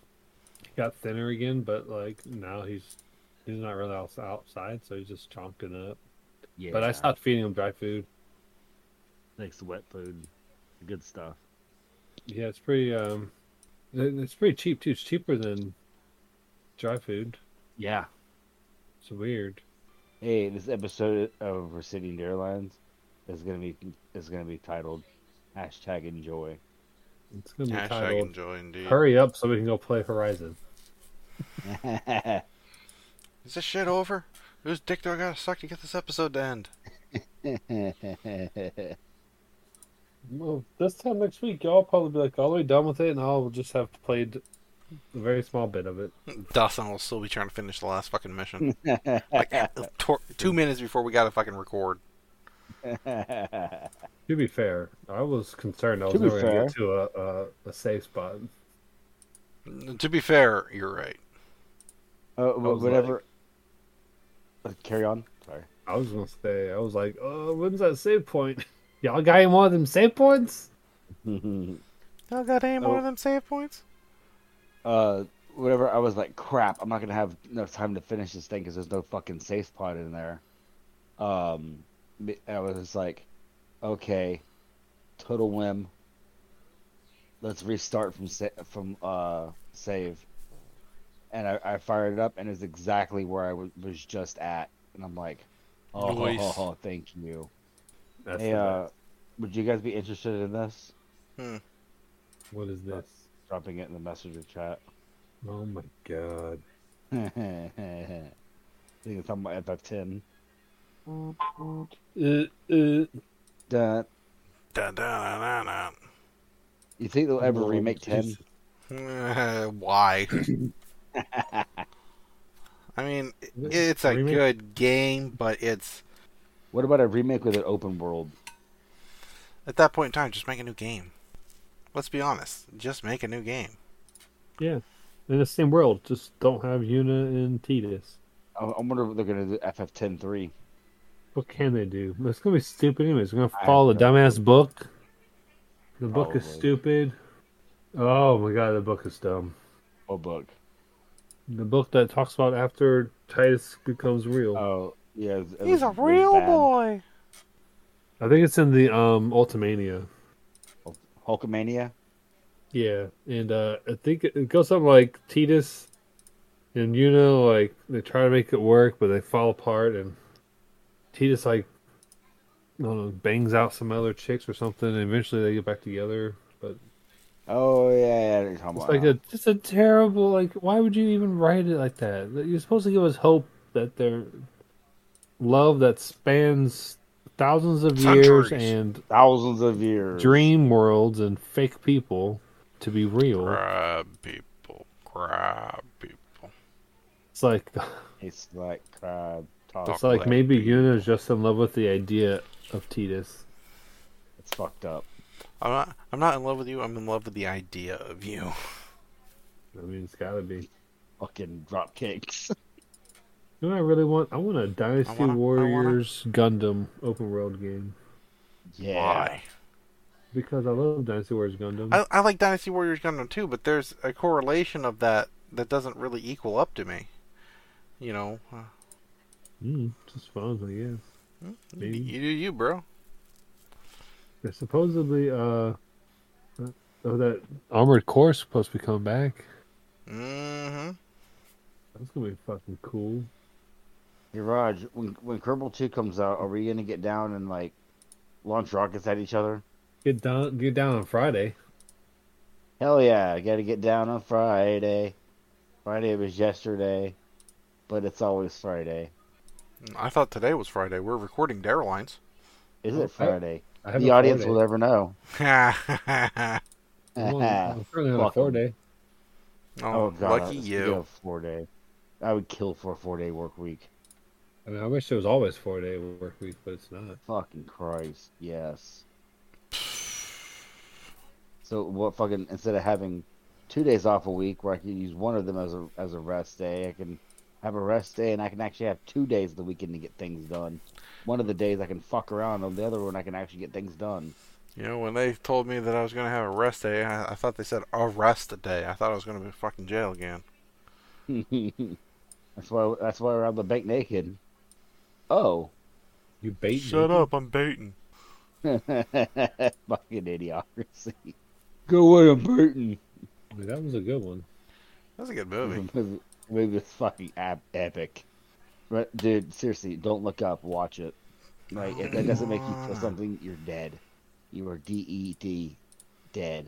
[SPEAKER 1] he got thinner again. But like now he's he's not really outs- outside, so he's just chonking up.
[SPEAKER 7] Yeah,
[SPEAKER 1] But I stopped feeding him dry food.
[SPEAKER 7] Thanks to wet food, good stuff.
[SPEAKER 1] Yeah, it's pretty. Um, it- it's pretty cheap too. It's cheaper than dry food.
[SPEAKER 7] Yeah,
[SPEAKER 1] It's weird.
[SPEAKER 4] Hey, this episode of Rescinding Airlines is gonna be is gonna be titled hashtag Enjoy.
[SPEAKER 1] It's gonna be
[SPEAKER 3] Hashtag
[SPEAKER 1] titled.
[SPEAKER 3] enjoy indeed.
[SPEAKER 1] Hurry up so we can go play Horizon.
[SPEAKER 4] Oh,
[SPEAKER 3] Is this shit over? Whose dick do I gotta suck to get this episode to end?
[SPEAKER 1] Well, this time next week, y'all probably be like all the way done with it, and I'll just have played a very small bit of it.
[SPEAKER 3] Dawson will still be trying to finish the last fucking mission. like tor- two minutes before we gotta fucking record.
[SPEAKER 4] That's
[SPEAKER 1] To be fair, I was concerned I
[SPEAKER 4] To
[SPEAKER 1] was
[SPEAKER 4] be
[SPEAKER 1] never gonna get
[SPEAKER 4] fair.
[SPEAKER 1] to a, a a safe spot.
[SPEAKER 3] To be fair, you're right.
[SPEAKER 4] Oh,
[SPEAKER 1] was like-
[SPEAKER 4] whatever. Uh, Carry on. Sorry.
[SPEAKER 1] I was gonna say I was like, oh, when's that save point? Y'all got any more of them save points?
[SPEAKER 3] Y'all got any
[SPEAKER 4] more of
[SPEAKER 3] them save points?
[SPEAKER 4] uh, whatever. I was like, crap. I'm not gonna have enough time to finish this thing because there's no fucking safe spot in there. Um, b- I was just like, okay, total whim. Let's restart from sa- from uh save. And I, I fired it up, and it's exactly where I w- was just at. And I'm like, oh,
[SPEAKER 3] Nice.
[SPEAKER 4] thank you.
[SPEAKER 1] That's
[SPEAKER 4] Hey,
[SPEAKER 1] the-
[SPEAKER 4] uh, would you guys be interested in this?
[SPEAKER 1] what is this?
[SPEAKER 4] Dropping it in the messenger chat.
[SPEAKER 1] Oh my god!
[SPEAKER 4] I think it's on my FF10.
[SPEAKER 1] Uh, uh,
[SPEAKER 4] Dun.
[SPEAKER 3] Dun, dun, dun, dun,
[SPEAKER 4] You think they'll ever
[SPEAKER 1] oh,
[SPEAKER 4] remake 10?
[SPEAKER 1] Jesus.
[SPEAKER 3] dun. Why? I mean, i-
[SPEAKER 1] This is
[SPEAKER 3] it's a
[SPEAKER 1] remake?
[SPEAKER 3] good game, but it's
[SPEAKER 4] What about a remake with an open world?
[SPEAKER 3] at that point in time, just make a new game. Let's be honest, just make a new game.
[SPEAKER 1] In the same world, just don't have Yuna and Tidus.
[SPEAKER 4] I, I wonder what they're going to do FF10 3.
[SPEAKER 1] What can they do? It's gonna be stupid anyway. It's gonna
[SPEAKER 4] I
[SPEAKER 1] follow the
[SPEAKER 4] don't
[SPEAKER 1] dumbass book. The book is
[SPEAKER 4] Probably.
[SPEAKER 1] stupid. Oh my god, the book is dumb.
[SPEAKER 4] What book?
[SPEAKER 1] The book that talks about after Titus becomes real.
[SPEAKER 4] Oh, yeah. it was-
[SPEAKER 3] He's
[SPEAKER 4] it
[SPEAKER 3] a
[SPEAKER 4] was
[SPEAKER 3] real
[SPEAKER 4] bad.
[SPEAKER 3] boy.
[SPEAKER 1] I think it's in the um Ultimania.
[SPEAKER 4] Hulkamania?
[SPEAKER 1] Yeah, and uh, I think it, it goes something like Titus and Yuna like they try to make it work, but they fall apart, and Titus like I don't know bangs out some other chicks or something, and eventually they get back together. But
[SPEAKER 4] Oh, yeah, yeah. I know what You're talking
[SPEAKER 1] it's
[SPEAKER 4] about
[SPEAKER 1] like
[SPEAKER 4] now.
[SPEAKER 1] a just a terrible like. Why would you even write it like that? You're supposed to give us hope that their love that spans thousands of years
[SPEAKER 3] Centuries.
[SPEAKER 1] and
[SPEAKER 4] Thousands of years.
[SPEAKER 1] dream worlds and fake people to be real.
[SPEAKER 3] Grab people, grab people.
[SPEAKER 1] It's like
[SPEAKER 4] It's like uh, crab.
[SPEAKER 1] It's
[SPEAKER 4] Toss.
[SPEAKER 1] like
[SPEAKER 3] Black
[SPEAKER 1] maybe Yuna's just in love with the idea of Titus.
[SPEAKER 4] It's fucked up.
[SPEAKER 3] I'm not. I'm not in love with you. I'm in love with the idea of you.
[SPEAKER 1] I mean, it's gotta be.
[SPEAKER 4] Fucking drop kicks.
[SPEAKER 1] You know what I really want? I want a Dynasty
[SPEAKER 3] I wanna- I wanna-
[SPEAKER 1] Warriors Gundam open world game.
[SPEAKER 4] Yeah.
[SPEAKER 3] Why?
[SPEAKER 1] Because I love Dynasty Warriors Gundam.
[SPEAKER 3] I, I like Dynasty Warriors Gundam too, but there's a correlation of that that doesn't really equal up to me. You know, uh,
[SPEAKER 1] Mm, it's just fun, I guess.
[SPEAKER 3] you,
[SPEAKER 1] Maybe.
[SPEAKER 3] you do you, bro.
[SPEAKER 1] There's supposedly, uh. Oh, that Armored Core supposed to be coming back.
[SPEAKER 3] Mm-hmm.
[SPEAKER 1] That's gonna be fucking cool.
[SPEAKER 4] Hey Raj, when when Kerbal Two comes out, are we gonna get down and like launch rockets at each other?
[SPEAKER 1] Get down, get down on Friday.
[SPEAKER 4] Hell yeah! Gotta get down on Friday. Friday was yesterday, but it's always Friday.
[SPEAKER 3] I thought today was Friday. We're recording Dare Lines.
[SPEAKER 4] Is
[SPEAKER 1] Well, Oh, I-
[SPEAKER 4] it Friday?
[SPEAKER 1] I have
[SPEAKER 4] the
[SPEAKER 1] a
[SPEAKER 4] audience
[SPEAKER 1] four-day.
[SPEAKER 4] will never know.
[SPEAKER 3] oh,
[SPEAKER 1] I'm on- I'm currently on a
[SPEAKER 4] Fuck 'em.
[SPEAKER 1] four day.
[SPEAKER 3] Oh, lucky
[SPEAKER 4] that's-
[SPEAKER 3] you.
[SPEAKER 4] Oh, we have Four day. I would kill for a four day work week.
[SPEAKER 1] I mean, I wish there was always four day work week, but it's not.
[SPEAKER 4] Fucking Christ, yes. So what fucking instead of having two days off a week where I can use one of them as a as a rest day, I can have a rest day and I can actually have two days of the weekend to get things done. One of the days I can fuck around, on the other one I can actually get things done.
[SPEAKER 3] You know, when they told me that I was gonna have a rest day, I, I thought they said a rest day. I thought I was gonna be in fucking jail again.
[SPEAKER 4] that's why that's why we're on the bank naked. Oh,
[SPEAKER 1] You bait
[SPEAKER 3] Shut
[SPEAKER 1] me.
[SPEAKER 3] up, I'm baiting.
[SPEAKER 4] Fucking idiocracy.
[SPEAKER 8] Go away, I'm Burton.
[SPEAKER 1] That was a good one.
[SPEAKER 3] That's a good movie.
[SPEAKER 4] Movie movie is fucking ep- epic. But, dude, seriously, don't look up. Watch it. Like, if that doesn't make you feel something, you're dead. You are D E D, dead.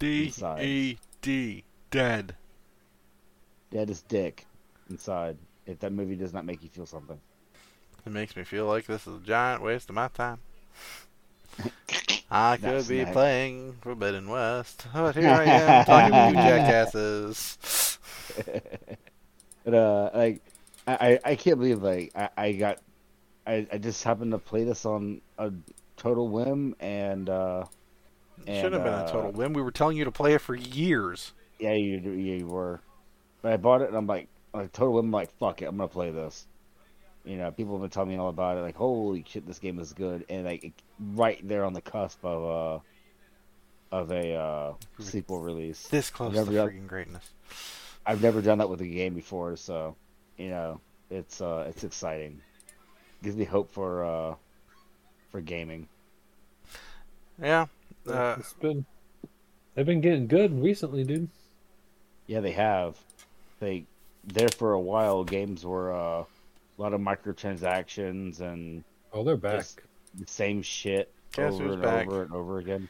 [SPEAKER 3] D
[SPEAKER 4] Inside.
[SPEAKER 3] E D Dead.
[SPEAKER 4] Dead is dick inside. If that movie does not make you feel something,
[SPEAKER 3] It makes me feel like this is a giant waste of my time. I could
[SPEAKER 4] That's
[SPEAKER 3] be
[SPEAKER 4] nice.
[SPEAKER 3] playing Forbidden West, but here I am talking with you jackasses.
[SPEAKER 4] but uh, like, I I, I can't believe like I, I got, I, I just happened to play this on a total whim and uh, And,
[SPEAKER 3] Should have been a total
[SPEAKER 4] uh,
[SPEAKER 3] win. We were telling you to play it for years.
[SPEAKER 4] yeah, you you were, but I bought it and I'm like, like total whim, I'm like fuck it, I'm gonna play this. You know, people have been telling me all about it. Like, holy shit, this game is good, and like it, right there on the cusp of uh, of a uh, sequel release.
[SPEAKER 3] This close to
[SPEAKER 4] Never got-
[SPEAKER 3] freaking greatness.
[SPEAKER 4] I've never done that with a game before, so you know it's uh it's exciting. Gives me hope for uh for gaming.
[SPEAKER 3] Yeah. Uh,
[SPEAKER 1] it's been they've been getting good recently, dude.
[SPEAKER 4] Yeah, they have. They there for a while. Games were uh, a lot of microtransactions and
[SPEAKER 1] Oh, they're back.
[SPEAKER 4] Yes. the same shit
[SPEAKER 3] Guess
[SPEAKER 4] over
[SPEAKER 3] who's
[SPEAKER 4] and
[SPEAKER 3] back?
[SPEAKER 4] over and over again.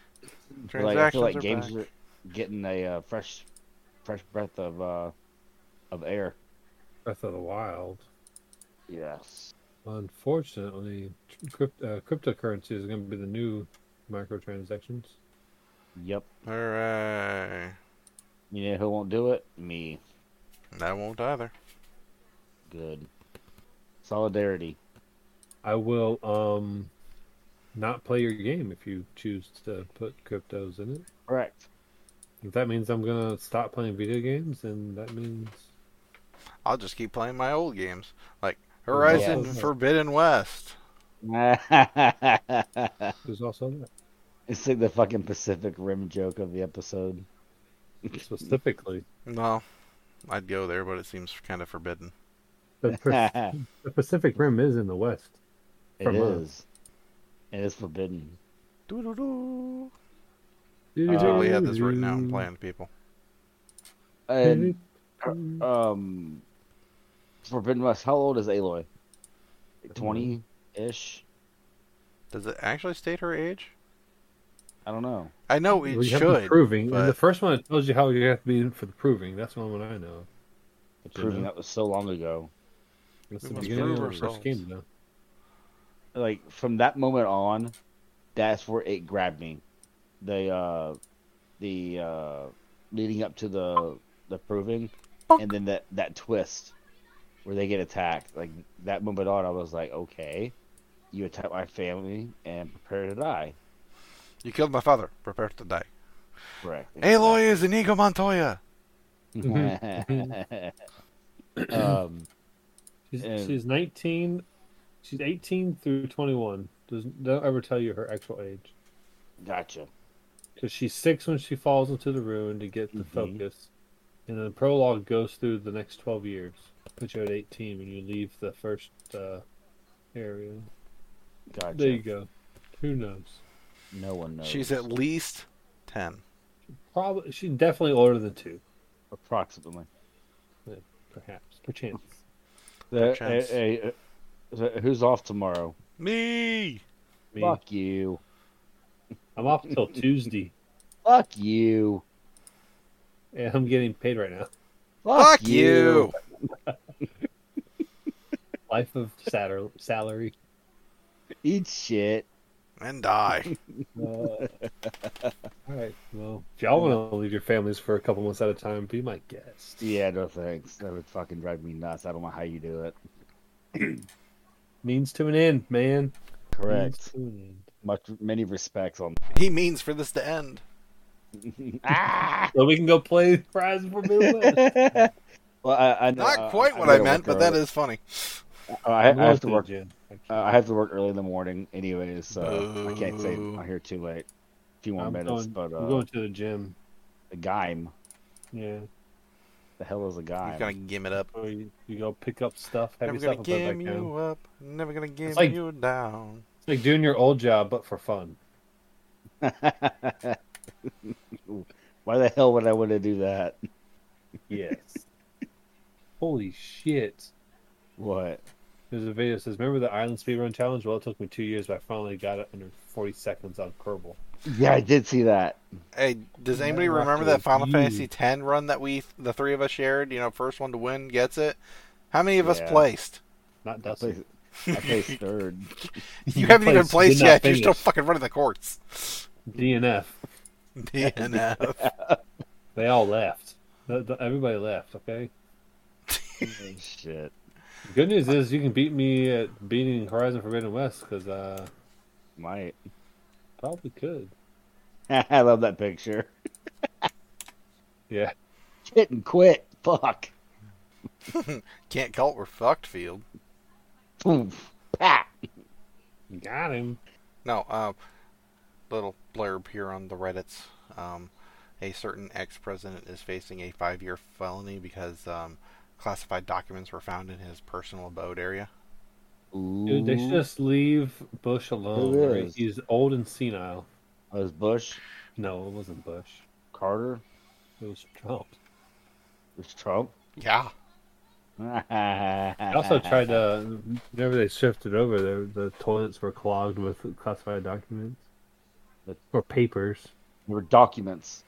[SPEAKER 4] But, Like, I feel
[SPEAKER 3] transactions
[SPEAKER 4] like
[SPEAKER 3] are
[SPEAKER 4] games
[SPEAKER 3] back.
[SPEAKER 4] are getting a uh, fresh fresh breath of uh of air.
[SPEAKER 1] Breath of the Wild.
[SPEAKER 4] Yes.
[SPEAKER 1] Unfortunately, crypt, uh, cryptocurrency is going to be the new microtransactions.
[SPEAKER 4] Yep.
[SPEAKER 3] Hooray.
[SPEAKER 4] You know who won't do it? Me.
[SPEAKER 3] That won't either.
[SPEAKER 4] Good. Solidarity.
[SPEAKER 1] I will um not play your game if you choose to put cryptos in it.
[SPEAKER 4] Correct.
[SPEAKER 1] If that means I'm going to stop playing video games, and that means
[SPEAKER 3] I'll just keep playing my old games. Like Horizon
[SPEAKER 1] Yeah.
[SPEAKER 3] Forbidden West.
[SPEAKER 4] it's
[SPEAKER 1] there's also that.
[SPEAKER 4] like the fucking Pacific Rim joke of the episode.
[SPEAKER 1] specifically
[SPEAKER 3] Well, I'd go there, but it seems kind of forbidden.
[SPEAKER 1] the, Pac- the Pacific Rim is in the West.
[SPEAKER 4] It
[SPEAKER 1] From us.
[SPEAKER 4] is. It is forbidden.
[SPEAKER 3] Doo-doo-doo.
[SPEAKER 1] You
[SPEAKER 4] Uh,
[SPEAKER 3] Totally had this written out and planned, people.
[SPEAKER 4] And,
[SPEAKER 1] Mm-hmm.
[SPEAKER 4] um, Forbidden West, how old is Aloy? 20 ish?
[SPEAKER 3] Does it actually state her age?
[SPEAKER 4] I don't know.
[SPEAKER 3] I know it
[SPEAKER 1] Well, you have the
[SPEAKER 3] should.
[SPEAKER 1] proving.
[SPEAKER 3] but-
[SPEAKER 1] And the first one it tells you how you have to be in for the proving. That's the one I know.
[SPEAKER 4] The proving that was so long ago.
[SPEAKER 1] That's
[SPEAKER 3] We
[SPEAKER 1] the
[SPEAKER 3] must
[SPEAKER 1] beginning of
[SPEAKER 3] prove
[SPEAKER 1] the first
[SPEAKER 3] ourselves.
[SPEAKER 1] game, though.
[SPEAKER 4] Like, from that moment on, that's where it grabbed me. The, uh, the, uh, leading up to the, the proving, and then that, that twist where they get attacked. Like, that moment on, I was like, okay, you attack my family and prepare to die.
[SPEAKER 3] You killed my father. Prepare to die.
[SPEAKER 4] Correct.
[SPEAKER 3] Aloy is Inigo Montoya.
[SPEAKER 1] Mm-hmm.
[SPEAKER 4] um,
[SPEAKER 1] She's,
[SPEAKER 4] And-
[SPEAKER 1] she's 19. She's 18 through 21. Doesn't don't ever tell you her actual age.
[SPEAKER 4] gotcha.
[SPEAKER 1] Because she's six when she falls into the ruin to get the
[SPEAKER 4] Mhm.
[SPEAKER 1] focus. And then the prologue goes through the next 12 years. Puts you at 18 when you leave the first uh, area.
[SPEAKER 4] Gotcha.
[SPEAKER 1] There you go. Who knows?
[SPEAKER 4] No one knows.
[SPEAKER 3] She's at least 10.
[SPEAKER 1] Probably she's definitely older than two,
[SPEAKER 4] approximately.
[SPEAKER 1] perhaps, perchance.
[SPEAKER 4] The-
[SPEAKER 3] chance.
[SPEAKER 4] eh, eh, eh, so who's off tomorrow?
[SPEAKER 3] Me!
[SPEAKER 1] Me.
[SPEAKER 4] Fuck you.
[SPEAKER 1] I'm off till Tuesday,
[SPEAKER 4] Fuck you.
[SPEAKER 1] and I'm getting paid right now.
[SPEAKER 3] Fuck, you!
[SPEAKER 1] Life of salar- salary.
[SPEAKER 4] Eat shit.
[SPEAKER 3] And die.
[SPEAKER 1] Uh, all right. Well, if y'all want to leave your families for a couple months at a time, be my guest.
[SPEAKER 4] Yeah, no thanks. That would fucking drive me nuts. I don't know how you do it.
[SPEAKER 1] Means to an end, man. Means
[SPEAKER 4] Correct.
[SPEAKER 1] to an end.
[SPEAKER 4] Much many respects on.
[SPEAKER 3] he means for this to end.
[SPEAKER 4] ah!
[SPEAKER 1] So we can go play Rise for Midwest.
[SPEAKER 4] Well, I, I know-
[SPEAKER 3] Not
[SPEAKER 4] I-
[SPEAKER 3] quite
[SPEAKER 4] uh, I
[SPEAKER 3] what I
[SPEAKER 4] gotta
[SPEAKER 3] meant,
[SPEAKER 4] work
[SPEAKER 3] but that
[SPEAKER 4] early. Oh,
[SPEAKER 3] is funny.
[SPEAKER 4] I, I have to work.
[SPEAKER 1] Jen. I can't-
[SPEAKER 4] Uh, I have to work early in the morning, anyways. So I can't say
[SPEAKER 3] Boo.
[SPEAKER 4] I'm here too late. A few more
[SPEAKER 1] I'm
[SPEAKER 4] minutes, uh,
[SPEAKER 1] going,
[SPEAKER 4] but
[SPEAKER 1] I'm
[SPEAKER 4] uh,
[SPEAKER 1] going to the gym.
[SPEAKER 4] the game.
[SPEAKER 1] Yeah.
[SPEAKER 4] the hell is a guy?
[SPEAKER 3] He's gonna gim it up.
[SPEAKER 1] Or you, you go pick up stuff, have
[SPEAKER 3] Never
[SPEAKER 1] yourself
[SPEAKER 3] gonna
[SPEAKER 1] a bed
[SPEAKER 3] gim
[SPEAKER 1] back
[SPEAKER 3] you
[SPEAKER 1] down.
[SPEAKER 3] up. Never gonna gim
[SPEAKER 1] like-
[SPEAKER 3] you down.
[SPEAKER 1] It's like doing your old job, but for fun.
[SPEAKER 4] Why the hell would I want to do that?
[SPEAKER 1] Yes. Holy shit.
[SPEAKER 4] What?
[SPEAKER 1] There's a video that says, Remember the Island Speedrun Challenge? Well, it took me two years, but I finally got it under 40 seconds on Kerbal.
[SPEAKER 4] Yeah, I did see that.
[SPEAKER 3] Hey, does
[SPEAKER 1] Yeah,
[SPEAKER 3] anybody
[SPEAKER 1] we'll have
[SPEAKER 3] remember
[SPEAKER 1] to
[SPEAKER 3] that Final
[SPEAKER 1] review.
[SPEAKER 3] Fantasy X run that we, the three of us, shared? You know, first one to win gets it. How many of us
[SPEAKER 4] Yeah.
[SPEAKER 3] placed?
[SPEAKER 1] Not
[SPEAKER 4] I
[SPEAKER 1] Dustin.
[SPEAKER 4] placed, I placed third.
[SPEAKER 3] You haven't even
[SPEAKER 1] placed, did
[SPEAKER 3] placed
[SPEAKER 1] not
[SPEAKER 3] yet. You're still
[SPEAKER 1] finish.
[SPEAKER 3] fucking running the courts.
[SPEAKER 1] DNF.
[SPEAKER 3] DNF.
[SPEAKER 1] They all left. The- the- Everybody left, okay?
[SPEAKER 4] Shit.
[SPEAKER 1] Good news is you can beat me at beating Horizon Forbidden West because uh,
[SPEAKER 4] Might.
[SPEAKER 1] probably could.
[SPEAKER 4] I love that picture.
[SPEAKER 1] Yeah.
[SPEAKER 4] Shit and quit. Fuck.
[SPEAKER 3] Can't call it. We're fucked. Field.
[SPEAKER 4] Poof. Pat.
[SPEAKER 1] Got him.
[SPEAKER 3] No. Uh, little blurb here on the Reddit's. Um, a certain ex-president is facing a five-year felony because um, classified documents were found in his personal abode area.
[SPEAKER 1] Dude, they should
[SPEAKER 4] Ooh.
[SPEAKER 1] just leave Bush alone.
[SPEAKER 4] Who
[SPEAKER 1] right?
[SPEAKER 4] Mm-hmm. is?
[SPEAKER 1] He's old and senile.
[SPEAKER 4] Was Bush,
[SPEAKER 1] No, it wasn't Bush.
[SPEAKER 4] Carter,
[SPEAKER 1] It was Trump.
[SPEAKER 4] was Trump.
[SPEAKER 3] Yeah.
[SPEAKER 1] I also tried to. Whenever they shifted over, there the toilets were clogged with classified documents
[SPEAKER 4] But-
[SPEAKER 1] or papers.
[SPEAKER 4] There were documents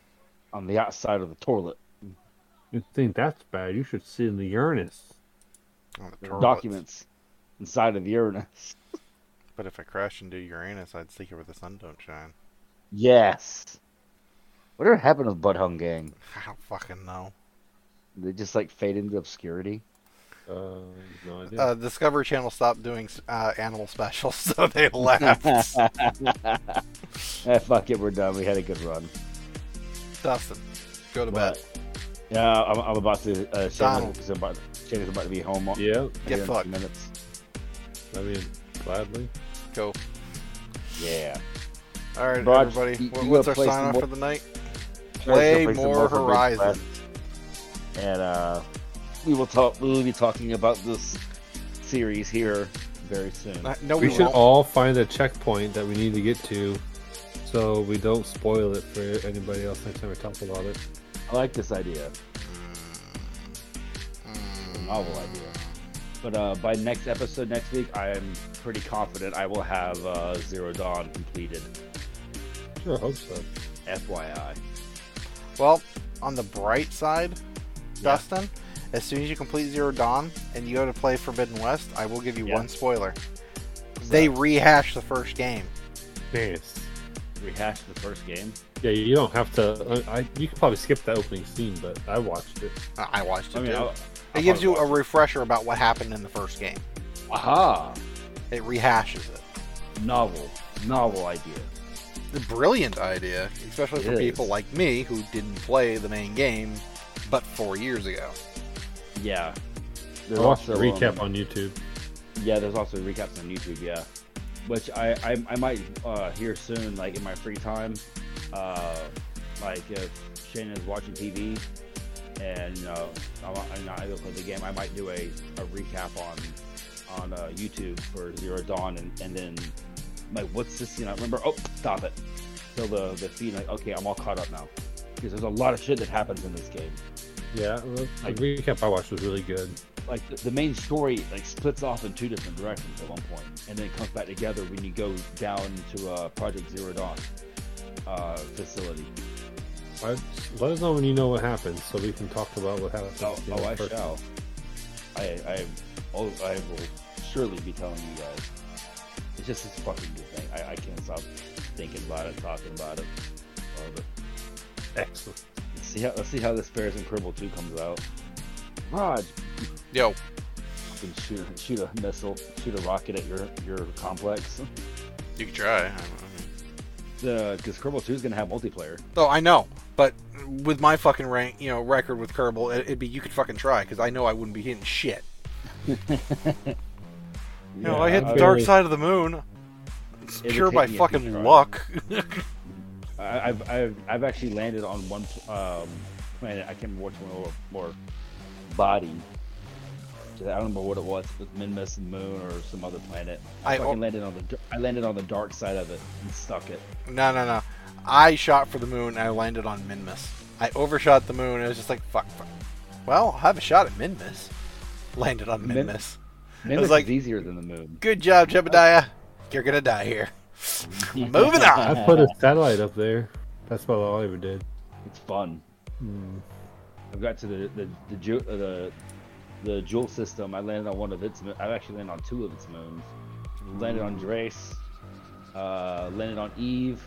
[SPEAKER 4] on the outside of the toilet.
[SPEAKER 1] You think that's bad? You should sit in the Uranus.
[SPEAKER 3] on Oh, the
[SPEAKER 4] There were
[SPEAKER 3] toilets.
[SPEAKER 4] documents inside of the Uranus.
[SPEAKER 3] But if I crash into Uranus, I'd seek it where the sun don't shine.
[SPEAKER 4] Yes. Whatever happened with Budhung Gang?
[SPEAKER 3] I don't fucking know.
[SPEAKER 4] They just like fade into obscurity.
[SPEAKER 1] Uh, no idea.
[SPEAKER 3] Uh, Discovery Channel stopped doing uh, animal specials, so they left.
[SPEAKER 4] Eh, fuck it, we're done. We had a good run.
[SPEAKER 3] Dustin, go to bed.
[SPEAKER 4] Yeah, I'm, I'm about to. Uh,
[SPEAKER 3] Donald.
[SPEAKER 4] Shannon's about, Shannon's about to be home. on-
[SPEAKER 1] yeah,
[SPEAKER 3] Get
[SPEAKER 4] in a few
[SPEAKER 3] fucked.
[SPEAKER 4] Minutes.
[SPEAKER 1] I mean, gladly.
[SPEAKER 3] Go.
[SPEAKER 4] Yeah.
[SPEAKER 3] All right,
[SPEAKER 4] Rog,
[SPEAKER 3] everybody.
[SPEAKER 4] you-
[SPEAKER 3] What,
[SPEAKER 4] you
[SPEAKER 3] what's
[SPEAKER 4] gotta
[SPEAKER 3] our
[SPEAKER 4] play
[SPEAKER 3] sign
[SPEAKER 4] some
[SPEAKER 3] off
[SPEAKER 4] more-
[SPEAKER 3] for the night? Play
[SPEAKER 4] Let's go
[SPEAKER 3] more
[SPEAKER 4] some Mortal Kombat
[SPEAKER 3] Horizon.
[SPEAKER 4] Quest. And uh, we will talk. We will be talking about this series here very soon.
[SPEAKER 3] Uh, No,
[SPEAKER 1] We
[SPEAKER 3] we,
[SPEAKER 1] should
[SPEAKER 3] won't.
[SPEAKER 1] all find a checkpoint that we need to get to, so we don't spoil it for anybody else next time we talk about it.
[SPEAKER 4] I like this idea. It's
[SPEAKER 3] Mm.
[SPEAKER 4] a novel idea. But uh, by next episode next week, I am pretty confident I will have uh, Zero Dawn completed.
[SPEAKER 1] Sure, hope so.
[SPEAKER 4] FYI.
[SPEAKER 3] Well, on the bright side, Dustin, as soon as you complete Zero Dawn and you go to play Forbidden West, I will give you
[SPEAKER 4] Yeah.
[SPEAKER 3] one spoiler. They rehash the first game.
[SPEAKER 1] Nice.
[SPEAKER 4] Rehash the first game.
[SPEAKER 1] Yeah, you don't have to. uh, I, I you could probably skip that opening scene, but I watched it.
[SPEAKER 3] I I watched it
[SPEAKER 4] I mean,
[SPEAKER 3] too.
[SPEAKER 4] I'll-
[SPEAKER 3] it gives you a refresher about what happened in the first game.
[SPEAKER 4] aha
[SPEAKER 3] It rehashes it.
[SPEAKER 4] novel novel idea.
[SPEAKER 3] A brilliant idea, especially
[SPEAKER 4] It
[SPEAKER 3] for
[SPEAKER 4] is.
[SPEAKER 3] people like me who didn't play the main game but four years ago.
[SPEAKER 4] Yeah.
[SPEAKER 1] I
[SPEAKER 4] There's
[SPEAKER 1] watched a Oh, recap
[SPEAKER 4] um,
[SPEAKER 1] on YouTube.
[SPEAKER 4] Yeah, there's also recaps on YouTube. Yeah, which I I, I might uh, hear soon, like in my free time, uh, like if Shane is watching TV and uh, I'm, I'm not able to play the game, I might do a, a recap on on uh, YouTube for Zero Dawn, and, and then like what's this? You know, remember? Oh, stop it! So the the feed like okay, I'm all caught up now because there's a lot of shit that happens in this game
[SPEAKER 1] Yeah, well, the
[SPEAKER 4] Like-
[SPEAKER 1] recap I watched was really good.
[SPEAKER 4] like the, the main story like splits off in two different directions at one point and then it comes back together when you go down to uh, project zero dawn uh, facility
[SPEAKER 1] I, let us know when you know what happens, so we can talk about what happens.
[SPEAKER 4] oh,
[SPEAKER 1] in
[SPEAKER 4] oh
[SPEAKER 1] the
[SPEAKER 4] i
[SPEAKER 1] first-
[SPEAKER 4] shall I, I, oh, I will surely be telling you guys it's just this fucking good thing I, I can't stop thinking about it talking about it Love it.
[SPEAKER 1] Excellent.
[SPEAKER 4] Let's see how let's see how this bears and Kerbal 2 comes out Rod
[SPEAKER 3] Yo,
[SPEAKER 4] can shoot, shoot a missile shoot a rocket at your your complex
[SPEAKER 3] you can try.
[SPEAKER 4] because Kerbal 2 is going to have multiplayer
[SPEAKER 3] Oh, I know, but with my fucking rank, you know, record with Kerbal, it, it'd be you could fucking try because I know I wouldn't be hitting shit. You know, I hit
[SPEAKER 1] I
[SPEAKER 3] the dark
[SPEAKER 1] barely-
[SPEAKER 3] side of the moon. It's
[SPEAKER 4] It would
[SPEAKER 3] pure
[SPEAKER 4] take
[SPEAKER 3] by
[SPEAKER 4] me a
[SPEAKER 3] fucking
[SPEAKER 4] feature on-
[SPEAKER 3] luck.
[SPEAKER 4] I- I've, I've, I've actually landed on one pl- um, planet. I can't remember which one or, or body. I don't remember what it was, the Minmus Moon or some other planet. I,
[SPEAKER 3] I-
[SPEAKER 4] fucking landed on the d- I landed on the dark side of it and stuck it.
[SPEAKER 3] No, no, no. I shot for the moon. I landed on Minmus. I overshot the moon. I was just like, fuck, fuck. Well, I'll have a shot at Minmus. Landed on
[SPEAKER 4] Min-
[SPEAKER 3] Minmus.
[SPEAKER 4] Minmus
[SPEAKER 3] like-
[SPEAKER 4] is easier than the moon.
[SPEAKER 3] Good job, Jebediah. You're gonna die here. Moving on.
[SPEAKER 1] I put a satellite up there. That's about all I ever did.
[SPEAKER 4] It's fun. I've got to the the the, ju- uh, the the jewel system. I landed on one of its. mo- I've actually landed on two of its moons. Landed on Drace. Uh, landed on Eve,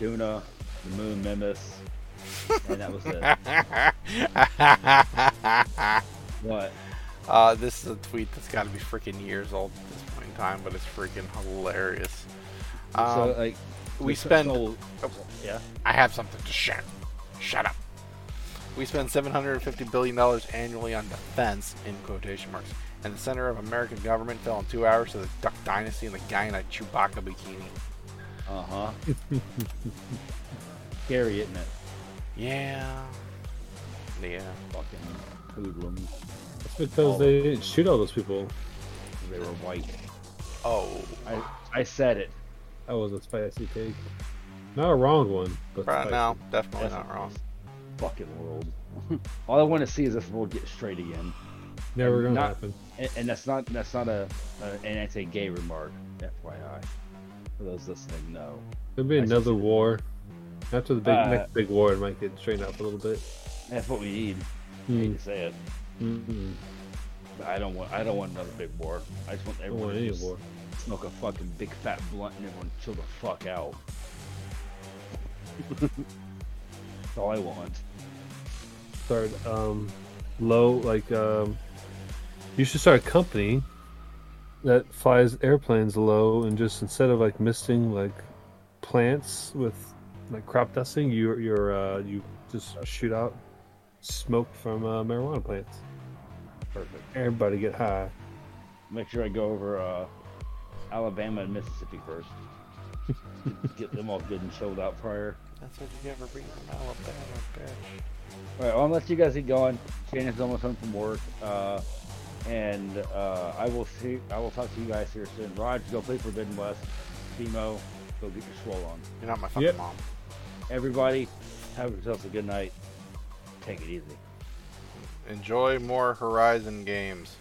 [SPEAKER 4] Duna, the moon Mimus, and that was it. what?
[SPEAKER 3] Uh, this is a tweet that's got to be freaking years old at this point in time, but it's freaking hilarious. Um,
[SPEAKER 4] so like
[SPEAKER 3] we
[SPEAKER 4] so-
[SPEAKER 3] spend.
[SPEAKER 4] so- yeah.
[SPEAKER 3] I have something to share. Shut up. We spend 750 billion dollars annually on defense in quotation marks, and the center of American government fell in two hours to the Duck Dynasty and the guy in a Chewbacca bikini.
[SPEAKER 4] Uh huh. Scary, isn't it?
[SPEAKER 3] Yeah. Yeah.
[SPEAKER 4] Fucking hoodlums.
[SPEAKER 1] That's
[SPEAKER 4] Oh.
[SPEAKER 1] because they didn't shoot all those people.
[SPEAKER 4] They were white.
[SPEAKER 3] Oh.
[SPEAKER 4] I I said it.
[SPEAKER 1] That was a spicy take. Not a wrong one, but
[SPEAKER 3] Right
[SPEAKER 1] spicy.
[SPEAKER 3] now, definitely not wrong.
[SPEAKER 4] Fucking world. All I want to see is if we'll get straight again.
[SPEAKER 1] never gonna
[SPEAKER 4] Not-
[SPEAKER 1] happen.
[SPEAKER 4] and, and that's not that's not a, a an anti-gay remark, FYI. For those listening, no.
[SPEAKER 1] There'll be
[SPEAKER 4] I see.
[SPEAKER 1] another war. After the big
[SPEAKER 4] Uh,
[SPEAKER 1] next big war, it might get straightened up a little bit.
[SPEAKER 4] That's what we need. I hate
[SPEAKER 1] Mm,
[SPEAKER 4] to say it, mm-hmm.
[SPEAKER 1] mm,
[SPEAKER 4] but I don't want I don't want another big war. I just want
[SPEAKER 1] I
[SPEAKER 4] everyone
[SPEAKER 1] don't want
[SPEAKER 4] to
[SPEAKER 1] any
[SPEAKER 4] just
[SPEAKER 1] war.
[SPEAKER 4] smoke a fucking big fat blunt and everyone chill the fuck out. that's all I want.
[SPEAKER 1] Start um, low like um, you should start a company that flies airplanes low and just instead of like misting like plants with like crop dusting, you you're uh, you just shoot out smoke from uh, marijuana plants.
[SPEAKER 4] Perfect.
[SPEAKER 1] Everybody get high.
[SPEAKER 4] Make sure I go over uh, Alabama and Mississippi first. Get them all good and chilled out prior.
[SPEAKER 3] That's what you ever read from Alabama, bitch.
[SPEAKER 4] All right, well, unless you guys get going, Shannon's almost home from work, uh, and uh, I will see. I will talk to you guys here soon. Raj, go play Forbidden West. Timo, go get your swole on.
[SPEAKER 3] You're not my fucking
[SPEAKER 1] Yep.
[SPEAKER 3] mom.
[SPEAKER 4] Everybody, have yourselves a good night. Take it easy.
[SPEAKER 3] Enjoy more Horizon games.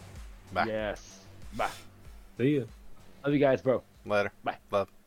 [SPEAKER 3] Bye.
[SPEAKER 4] Yes. Bye.
[SPEAKER 1] See ya.
[SPEAKER 4] Love you guys, bro.
[SPEAKER 3] Later.
[SPEAKER 4] Bye.
[SPEAKER 3] Love.